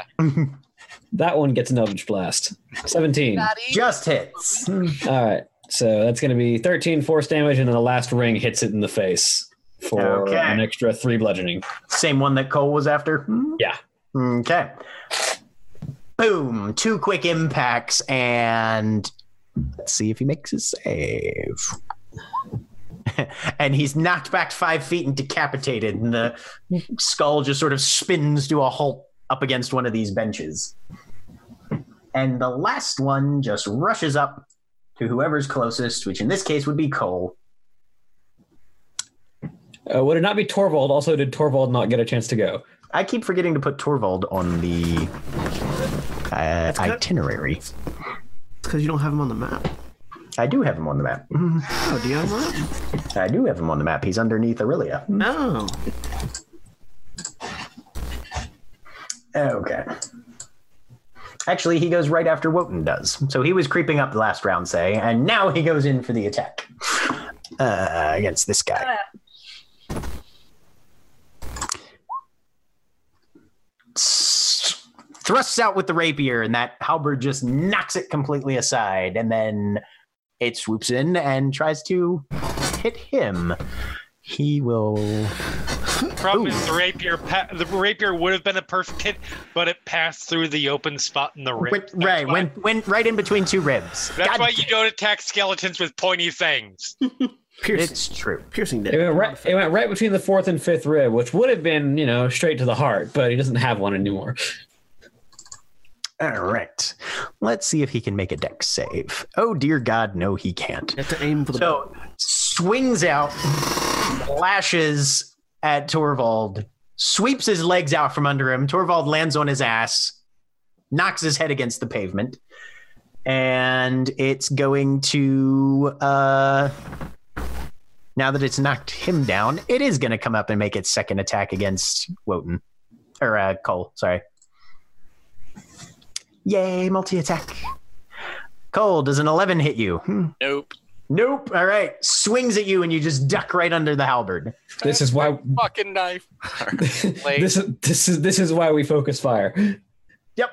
That one gets an Eldritch Blast. 17. Just hits. All right. So that's going to be 13 force damage, and then the last ring hits it in the face for Okay. an extra three bludgeoning. Same one that Cole was after? Hmm? Yeah. Okay. Boom. Two quick impacts, and let's see if he makes his save. and he's knocked back five feet and decapitated, and the skull just sort of spins to a halt up against one of these benches. And the last one just rushes up to whoever's closest, which in this case would be Cole. Uh, would it not be Torvald? Also, did Torvald not get a chance to go? I keep forgetting to put Torvald on the uh, good. itinerary. It's because you don't have him on the map. I do have him on the map. Oh, do you have him? on? I do have him on the map. He's underneath Aurelia. No. Okay. Actually, he goes right after Wotan does. So he was creeping up last round, say, and now he goes in for the attack uh, against this guy. S- Thrusts out with the rapier, and that halberd just knocks it completely aside, and then it swoops in and tries to hit him. He will. Problem is the rapier. Pa- the rapier would have been a perfect hit, but it passed through the open spot in the rib. Went, That's right, why- went, went right in between two ribs. That's God why you don't attack skeletons with pointy things. damn, Piercing, It's true. piercing It damage. went, right, it went right between the fourth and fifth rib, which would have been, you know, straight to the heart, but he doesn't have one anymore. All right. Let's see if he can make a deck save. Oh, dear God, no, he can't. You have to aim for the. So swings out, lashes at Torvald, sweeps his legs out from under him. Torvald lands on his ass, knocks his head against the pavement, and it's going to. Uh, now that it's knocked him down, it is going to come up and make its second attack against Wotan or uh, Cole. Sorry. Yay, multi attack. Cole, does an 11 hit you? Hmm. Nope. Nope. All right. Swings at you and you just duck right under the halberd. This is why Fucking knife. Blade. this is this is this is why we focus fire. Yep.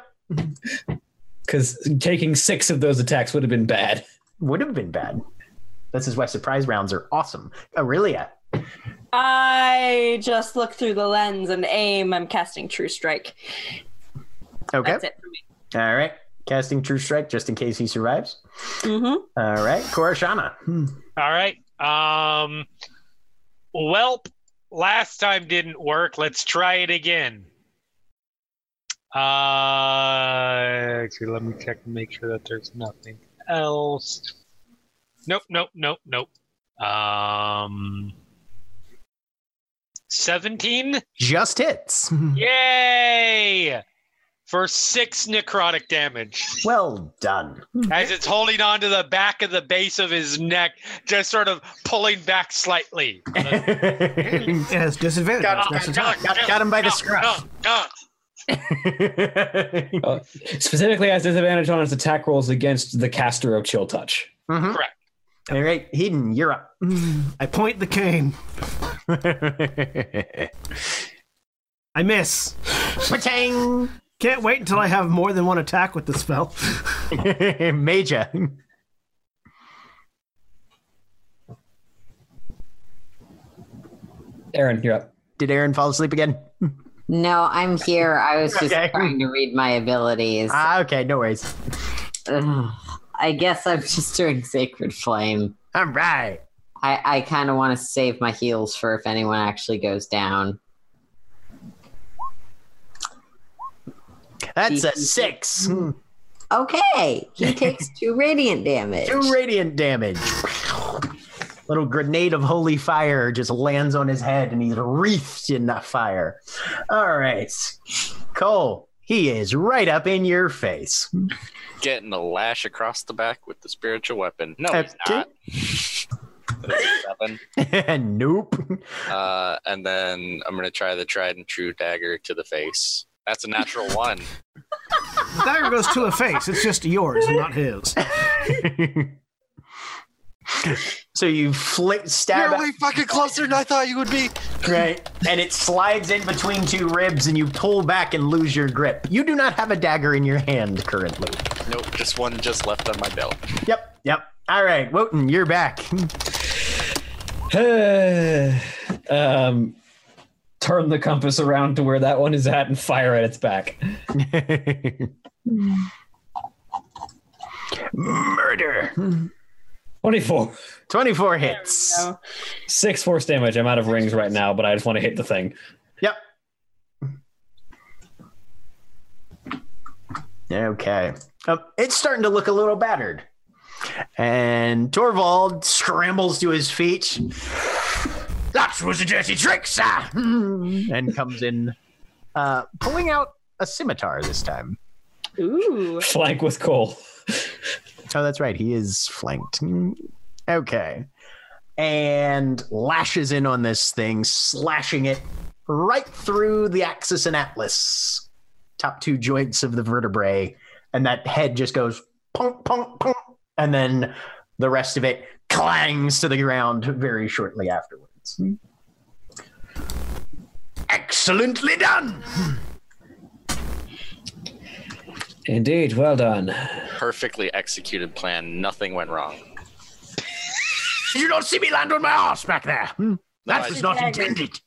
Because taking six of those attacks would have been bad. Would have been bad. This is why surprise rounds are awesome. Aurelia. I just look through the lens and aim. I'm casting True Strike. Okay. That's it for me. All right. Casting True Strike just in case he survives. Mm-hmm. All right. Koroshana. Hmm. All right. Um. Welp. Last time didn't work. Let's try it again. Uh, actually, let me check and make sure that there's nothing else. Nope, nope, nope, nope. Um, seventeen. Just hits. Yay! For six necrotic damage. Well done. As it's holding on to the back of the base of his neck, just sort of pulling back slightly. got, It has disadvantage. Got- That's not- got him by the scruff. Uh, specifically, has disadvantage on its attack rolls against the caster of chill touch. Mhm. Correct. All right. Hidden, you're up. I point the cane. I miss. Patang. Can't wait until I have more than one attack with the spell. Major. Aaron, you're up. Did Aaron fall asleep again? No, I'm here. I was just Okay. trying to read my abilities. Ah, okay, no worries. Ugh. I guess I'm just doing Sacred Flame. All right. I, I kind of want to save my heals for if anyone actually goes down. That's a six. Okay, he takes two radiant damage. Two radiant damage. Little grenade of holy fire just lands on his head and he's wreathed in that fire. All right. Cole, he is right up in your face. Getting a lash across the back with the spiritual weapon. No, he's Okay. not. That's a seven. nope. Uh, and then I'm gonna try the tried and true dagger to the face. That's a natural one. The dagger goes to the face. It's just yours and not his. so you flick, stab out- fucking closer than I thought you would be. Right. And it slides in between two ribs and you pull back and lose your grip. You do not have a dagger in your hand currently. Nope, just one just left on my belt. Yep. Yep. All right, Wotan, you're back. um, turn the compass around to where that one is at and fire at its back. Murder. 24. 24 There hits. we go. Six force damage. I'm out of rings right now, but I just want to hit the thing. Yep. Okay. Um, it's starting to look a little battered. And Torvald scrambles to his feet. That was a dirty trick, sir! And comes in, uh, pulling out a scimitar this time. Ooh. Flank with Cole. Oh, that's right. He is flanked. Mm, Okay. And lashes in on this thing, slashing it right through the axis and atlas, top two joints of the vertebrae. And that head just goes punk, punk, punk. And then the rest of it clangs to the ground very shortly afterwards. Excellently done. Indeed. Well done. Perfectly executed plan. Nothing went wrong. Did you not see me land on my ass back there? Hmm? That I- was not Dagger. intended.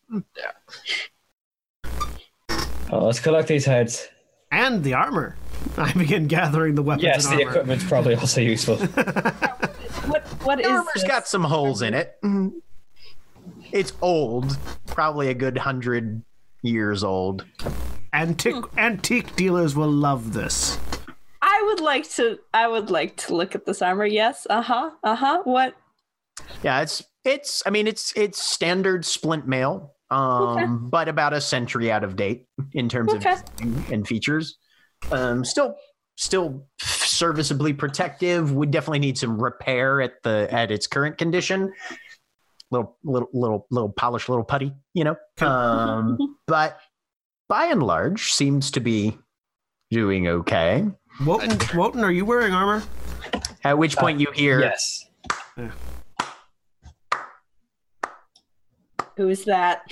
Uh, let's collect these heads. And the armor. I begin gathering the weapons Yes, and the armor. equipment's probably also useful. What what is The armor's this? got some holes in it. Mhm. It's old, probably a good hundred years old. Antique antique dealers will love this. I would like to I would like to look at this armor. Yes. Uh-huh. Uh-huh. What Yeah, it's it's. I mean, it's it's standard splint mail, um, but about a century out of date in terms Okay. of design and features. Um, still, still serviceably protective. Would definitely need some repair at the at its current condition. Little little little little polished little putty, you know. Um, but by and large, seems to be doing okay. Wotan, Wotan, are you wearing armor? At which point you hear yes. who is that?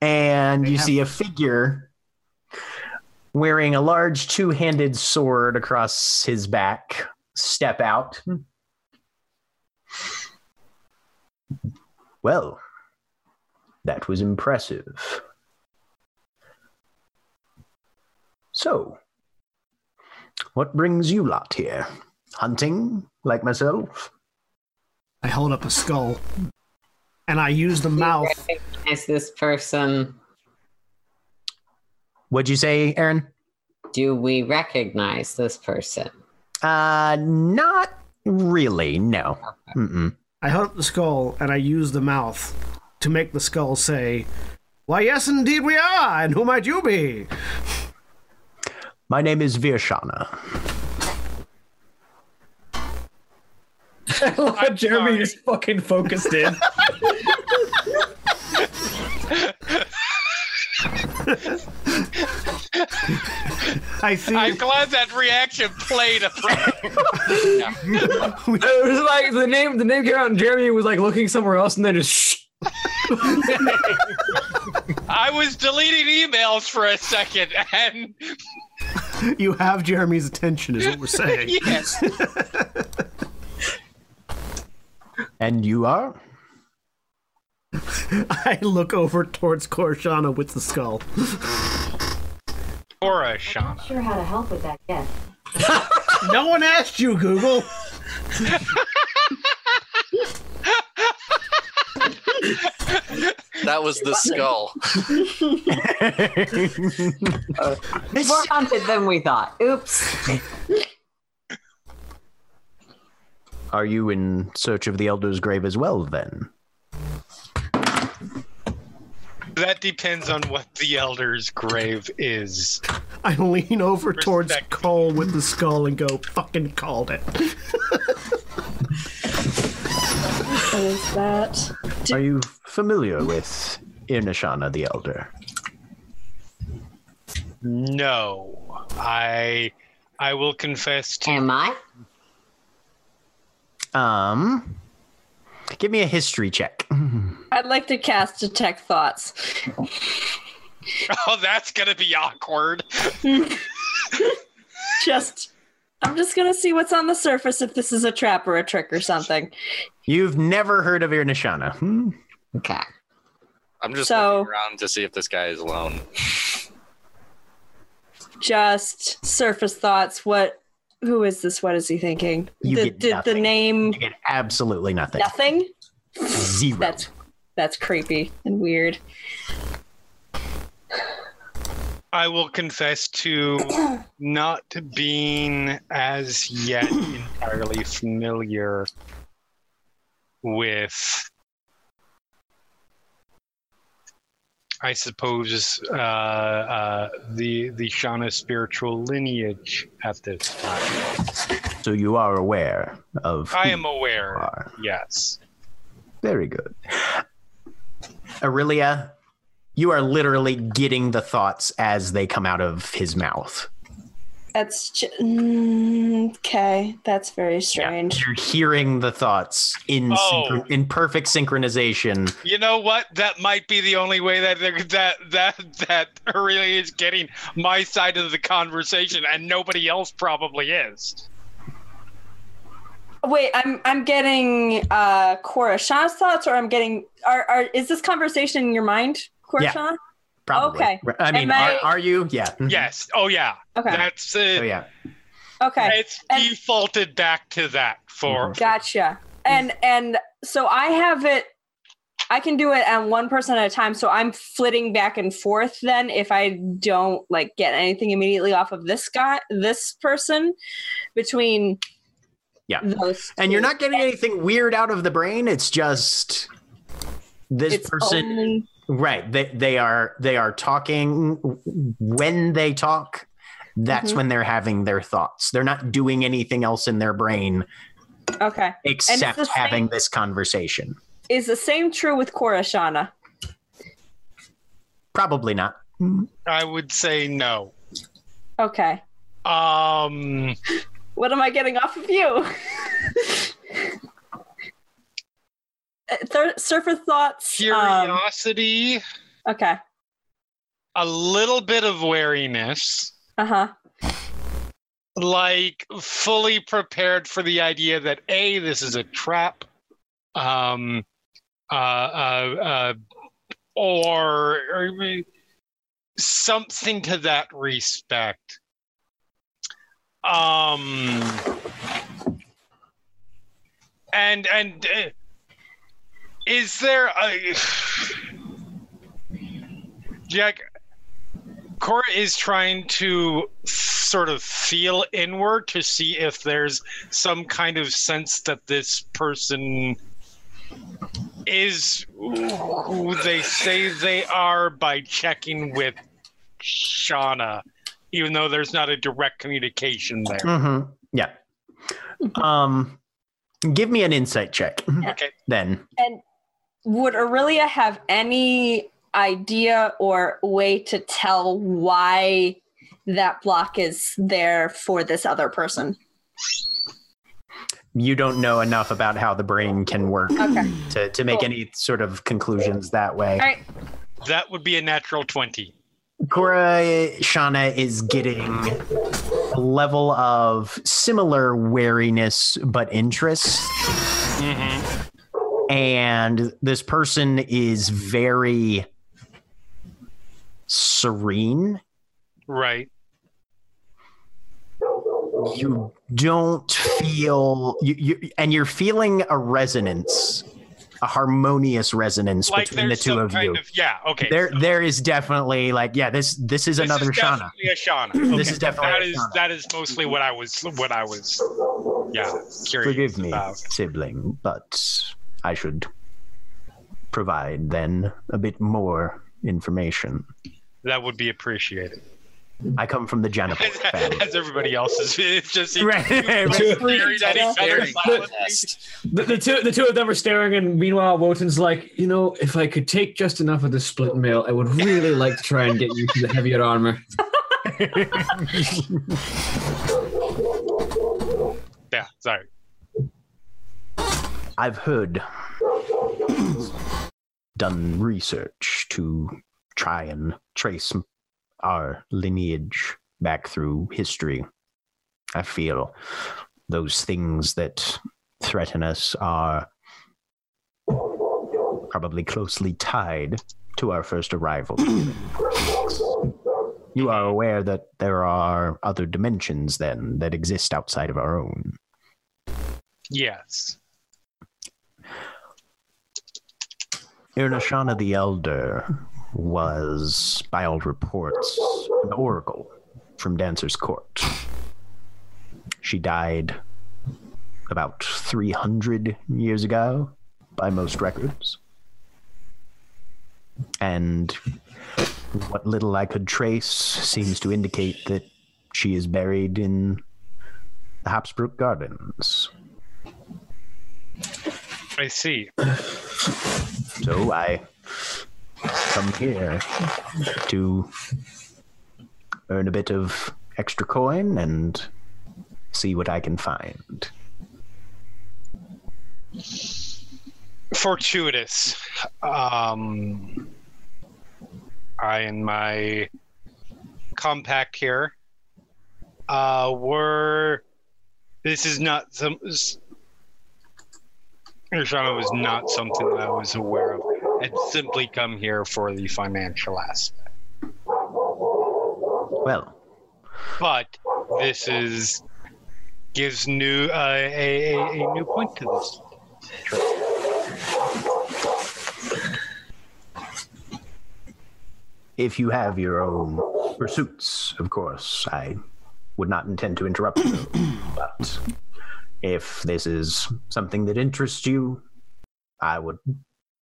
and They you have- see a figure wearing a large two-handed sword across his back step out Hmm. well that was impressive so what brings you lot here hunting like myself I hold up a skull. And I use the mouth. recognize this person? what'd you say aaron Do we recognize this person? uh not really no Mm-mm. I hold up the skull and I use the mouth to make the skull say, Why, yes, indeed we are, and who might you be? My name is Virshana. Jeremy just fucking focused in. I see. I'm glad that reaction played a It was like the name the name came out and Jeremy was like looking somewhere else and then just shh. I was deleting emails for a second, and you have Jeremy's attention, is what we're saying. yes, And you are? I look over towards Korshana with the skull. Cora Shauna. Sure, how to help with that yet? No one asked you, Google. That was the skull. More haunted than we thought. Oops. Are you in search of the Elder's grave as well, then? That depends on what the elder's grave is. I lean over towards Respect. Cole with the skull and go, fucking called it. What is that? Are you familiar with Irnashana the Elder? No, I, I will confess to. Am I? Um, give me a history check. I'd like to cast detect thoughts. Oh, that's gonna be awkward. Just I'm just gonna see what's on the surface if this is a trap or a trick or something. You've never heard of Irnashana. Hmm? Okay. I'm just So- looking around to see if this guy is alone. Just surface thoughts. What who is this? What is he thinking? You The- get did the nothing. name You get absolutely nothing. nothing? Zero. That's that's creepy and weird. I will confess to not being as yet entirely familiar with, I suppose, uh, uh, the the Shauna spiritual lineage at this time. So you are aware of. who I am you aware. are. Yes. Very good. Aurelia, you are literally getting the thoughts as they come out of his mouth. That's ju- okay. That's very strange. You're hearing the thoughts in synchro- Oh. in perfect synchronization. You know what? That might be the only way that that that that really is getting my side of the conversation, and nobody else probably is. Wait, I'm I'm getting uh Korashan's thoughts, or I'm getting are are is this conversation in your mind, Yeah. Korashan? Probably. Okay. I mean, Am I- are, are you? Yeah. Mhm. Yes. Oh yeah. Okay. That's uh, Oh, yeah. okay. It's And- defaulted back to that for. Mm-hmm. Gotcha. And and so I have it. I can do it on one person at a time. So I'm flitting back and forth. Then if I don't like get anything immediately off of this guy, this person, between Yeah. those And you're two, not getting anything weird out of the brain. It's just this it's person. only- Right. They they are they are talking when they talk. That's Mhm. when they're having their thoughts. They're not doing anything else in their brain okay. except the same- having this conversation. Is the same true with Korashana? Probably not. I would say no. Okay. Um, What am I getting off of you? Uh, Thir- surfer thoughts. Um, curiosity, okay. a little bit of wariness, Uh huh. like fully prepared for the idea that a this is a trap, um, uh, uh, uh or, or something to that respect. Um, and and uh, is there a Jack? Cora is trying to sort of feel inward to see if there's some kind of sense that this person is who they say they are by checking with Shauna, even though there's not a direct communication there. hmm Yeah. Mm-hmm. Um, give me an insight check Okay. then. Would Aurelia have any idea or way to tell why that block is there for this other person? You don't know enough about how the brain can work Okay. to, to make Cool. any sort of conclusions that way. Alright. That would be a natural 20. Cora Shauna is getting a level of similar wariness but interest. And this person is very serene. Right. You don't feel you, you and you're feeling a resonance, a harmonious resonance Like between the there's two some of kind you. of, yeah, okay. there so there is definitely like, yeah, this this is this another is Shauna. definitely a Shauna. This is definitely that a is Shauna. that is mostly what I was what I was yeah curious Forgive me, about. sibling, but I should provide then a bit more information. That would be appreciated. I come from the Janiport family. As everybody else is, it's just right. staring at each other Very silently. fast. The, the two the two of them are staring, and meanwhile, Wotan's like, you know, if I could take just enough of this split mail, I would really like to try and get you to the heavier armor. Yeah, sorry. I've heard, done research to try and trace our lineage back through history. I feel those things that threaten us are probably closely tied to our first arrival. you are aware that there are other dimensions then that exist outside of our own. Yes. Irnashana the Elder was, by all reports, an oracle from Dancer's Court. She died about 300 years ago, by most records. And what little I could trace seems to indicate that she is buried in the Habsburg Gardens. I see. So I come here to earn a bit of extra coin and see what I can find. fortuitous. Um, I and my compact here uh, were. This is not some s- Urshana was not something that I was aware of. I'd simply come here for the financial aspect. Well, But this is gives new uh, a, a, a new point to this. if you have your own pursuits, of course, I would not intend to interrupt you. but if this is something that interests you, I would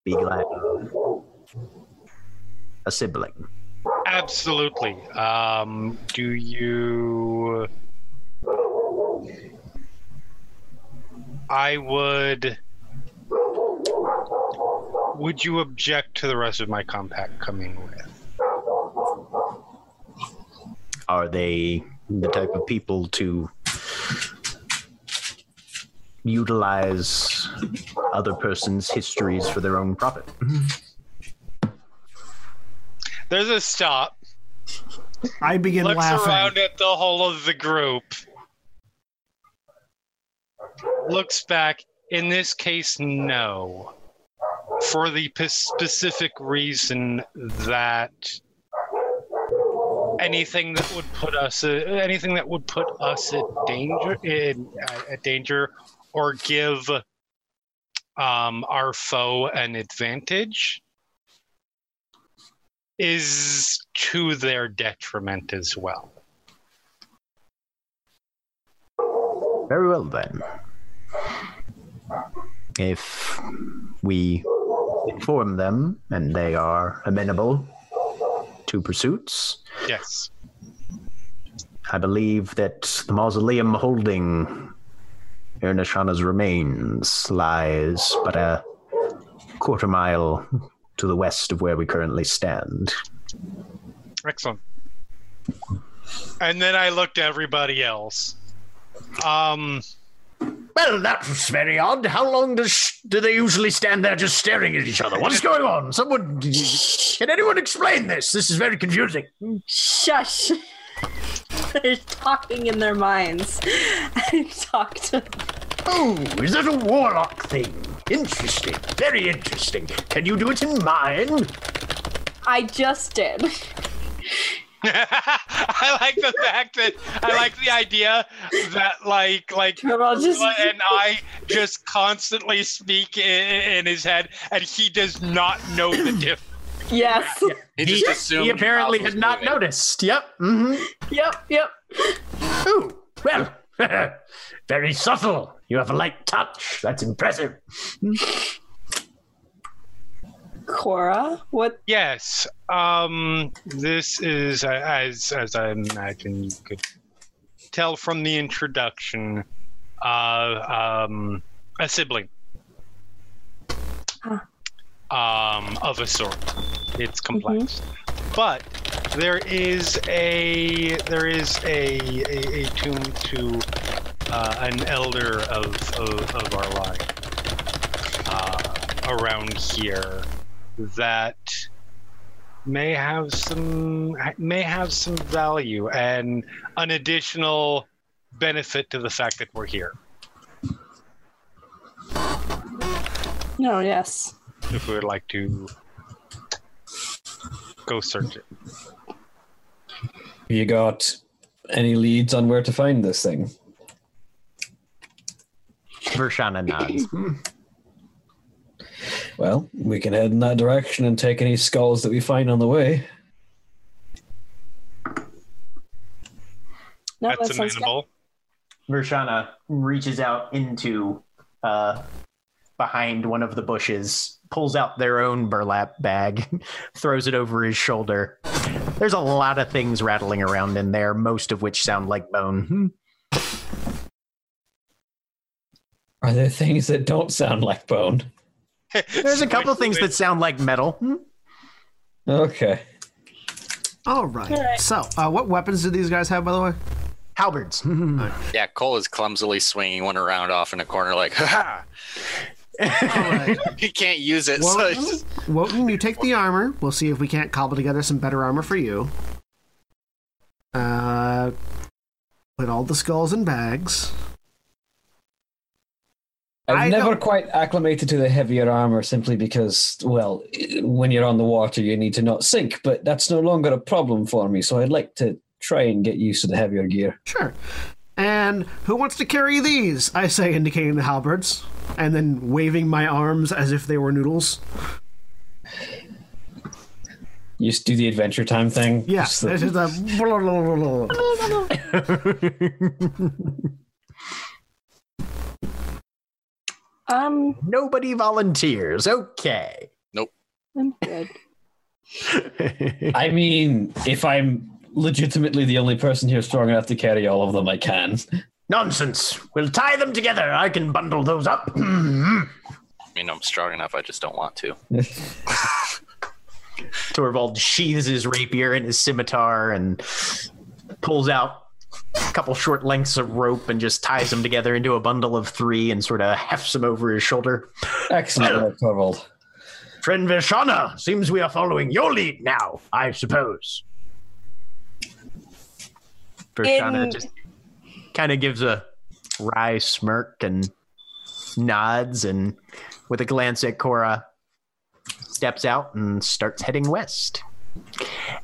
be glad. of A sibling. Absolutely. Um, do you? I would. Would you object to the rest of my compact coming with? Are they the type of people to utilize other persons' histories for their own profit? There's a stop. I begin Looks laughing. around at the whole of the group. Looks back. In this case, no. For the p- specific reason that anything that would put us uh, anything that would put us at danger in uh, at danger or give um, our foe an advantage is to their detriment as well. Very well, then. If we inform them and they are amenable to pursuits, Yes. I believe that the mausoleum holding Ernashana's remains lies but a quarter mile to the west of where we currently stand. Excellent. And then I looked at everybody else. Um, Well, that was very odd. How long does do they usually stand there just staring at each other? What is going on? Someone can anyone explain this? This is very confusing. Shush. They're talking in their minds. I talk to Oh, is that a warlock thing? Interesting. Very interesting. Can you do it in mine? I just did. I like the fact that I like the idea that like like Turbo just Ursula and I just constantly speak in, in his head, and he does not know the difference. Yes. He just assumed. He apparently Bob was had not moving. noticed. Yep. hmm Yep, yep. Ooh, well, very subtle. You have a light touch. That's impressive. Cora, what Yes. Um, this is uh, as as I imagine you could tell from the introduction. Uh, um, a sibling. Huh. Um, of a sort. It's complex, but there is a there is a a, a tomb to uh, an elder of of, of our line uh, around here that may have some may have some value and an additional benefit to the fact that we're here No, yes. if we would like to go search it You got any leads on where to find this thing? Vershana nods. Well, we can head in that direction and take any skulls that we find on the way. No, that's that sounds good. amenable Vershana reaches out into uh, behind one of the bushes, pulls out their own burlap bag, throws it over his shoulder. There's a lot of things rattling around in there, most of which sound like bone. Hmm. Are there things that don't sound like bone? There's a couple things that sound like metal. Hmm. Okay. All right. All right. So, uh, what weapons do these guys have, by the way? Halberds. Yeah, Cole is clumsily swinging one around off in a corner, like, ha ha. All right. He can't use it. So Well- it's just- Wotan, you take the armor. We'll see if we can't cobble together some better armor for you. Uh, put all the skulls in bags. I've I never don't- quite acclimated to the heavier armor simply because, well, when you're on the water, you need to not sink, but that's no longer a problem for me. So I'd like to try and get used to the heavier gear. Sure. And who wants to carry these? I say, indicating the halberds, and then waving my arms as if they were noodles. You just do the adventure time thing. Yeah, Just the- it's just a- Um, Nobody volunteers. Okay. I'm good. I mean, if I'm legitimately the only person here strong enough to carry all of them, I can. Nonsense. We'll tie them together. I can bundle those up. I mean, I'm strong enough. I just don't want to. Torvald sheathes his rapier and his scimitar and pulls out a couple short lengths of rope and just ties them together into a bundle of three and sort of hefts them over his shoulder. Excellent work, Torvald. Friend Vishana, seems we are following your lead now, I suppose. Vishana In- just kind of gives a wry smirk and nods and with a glance at Cora steps out and starts heading west.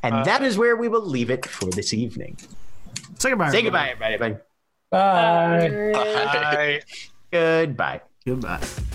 And that is where we will leave it for this evening. Say goodbye. Say everybody. goodbye, everybody. Bye. Uh, I Goodbye. Goodbye.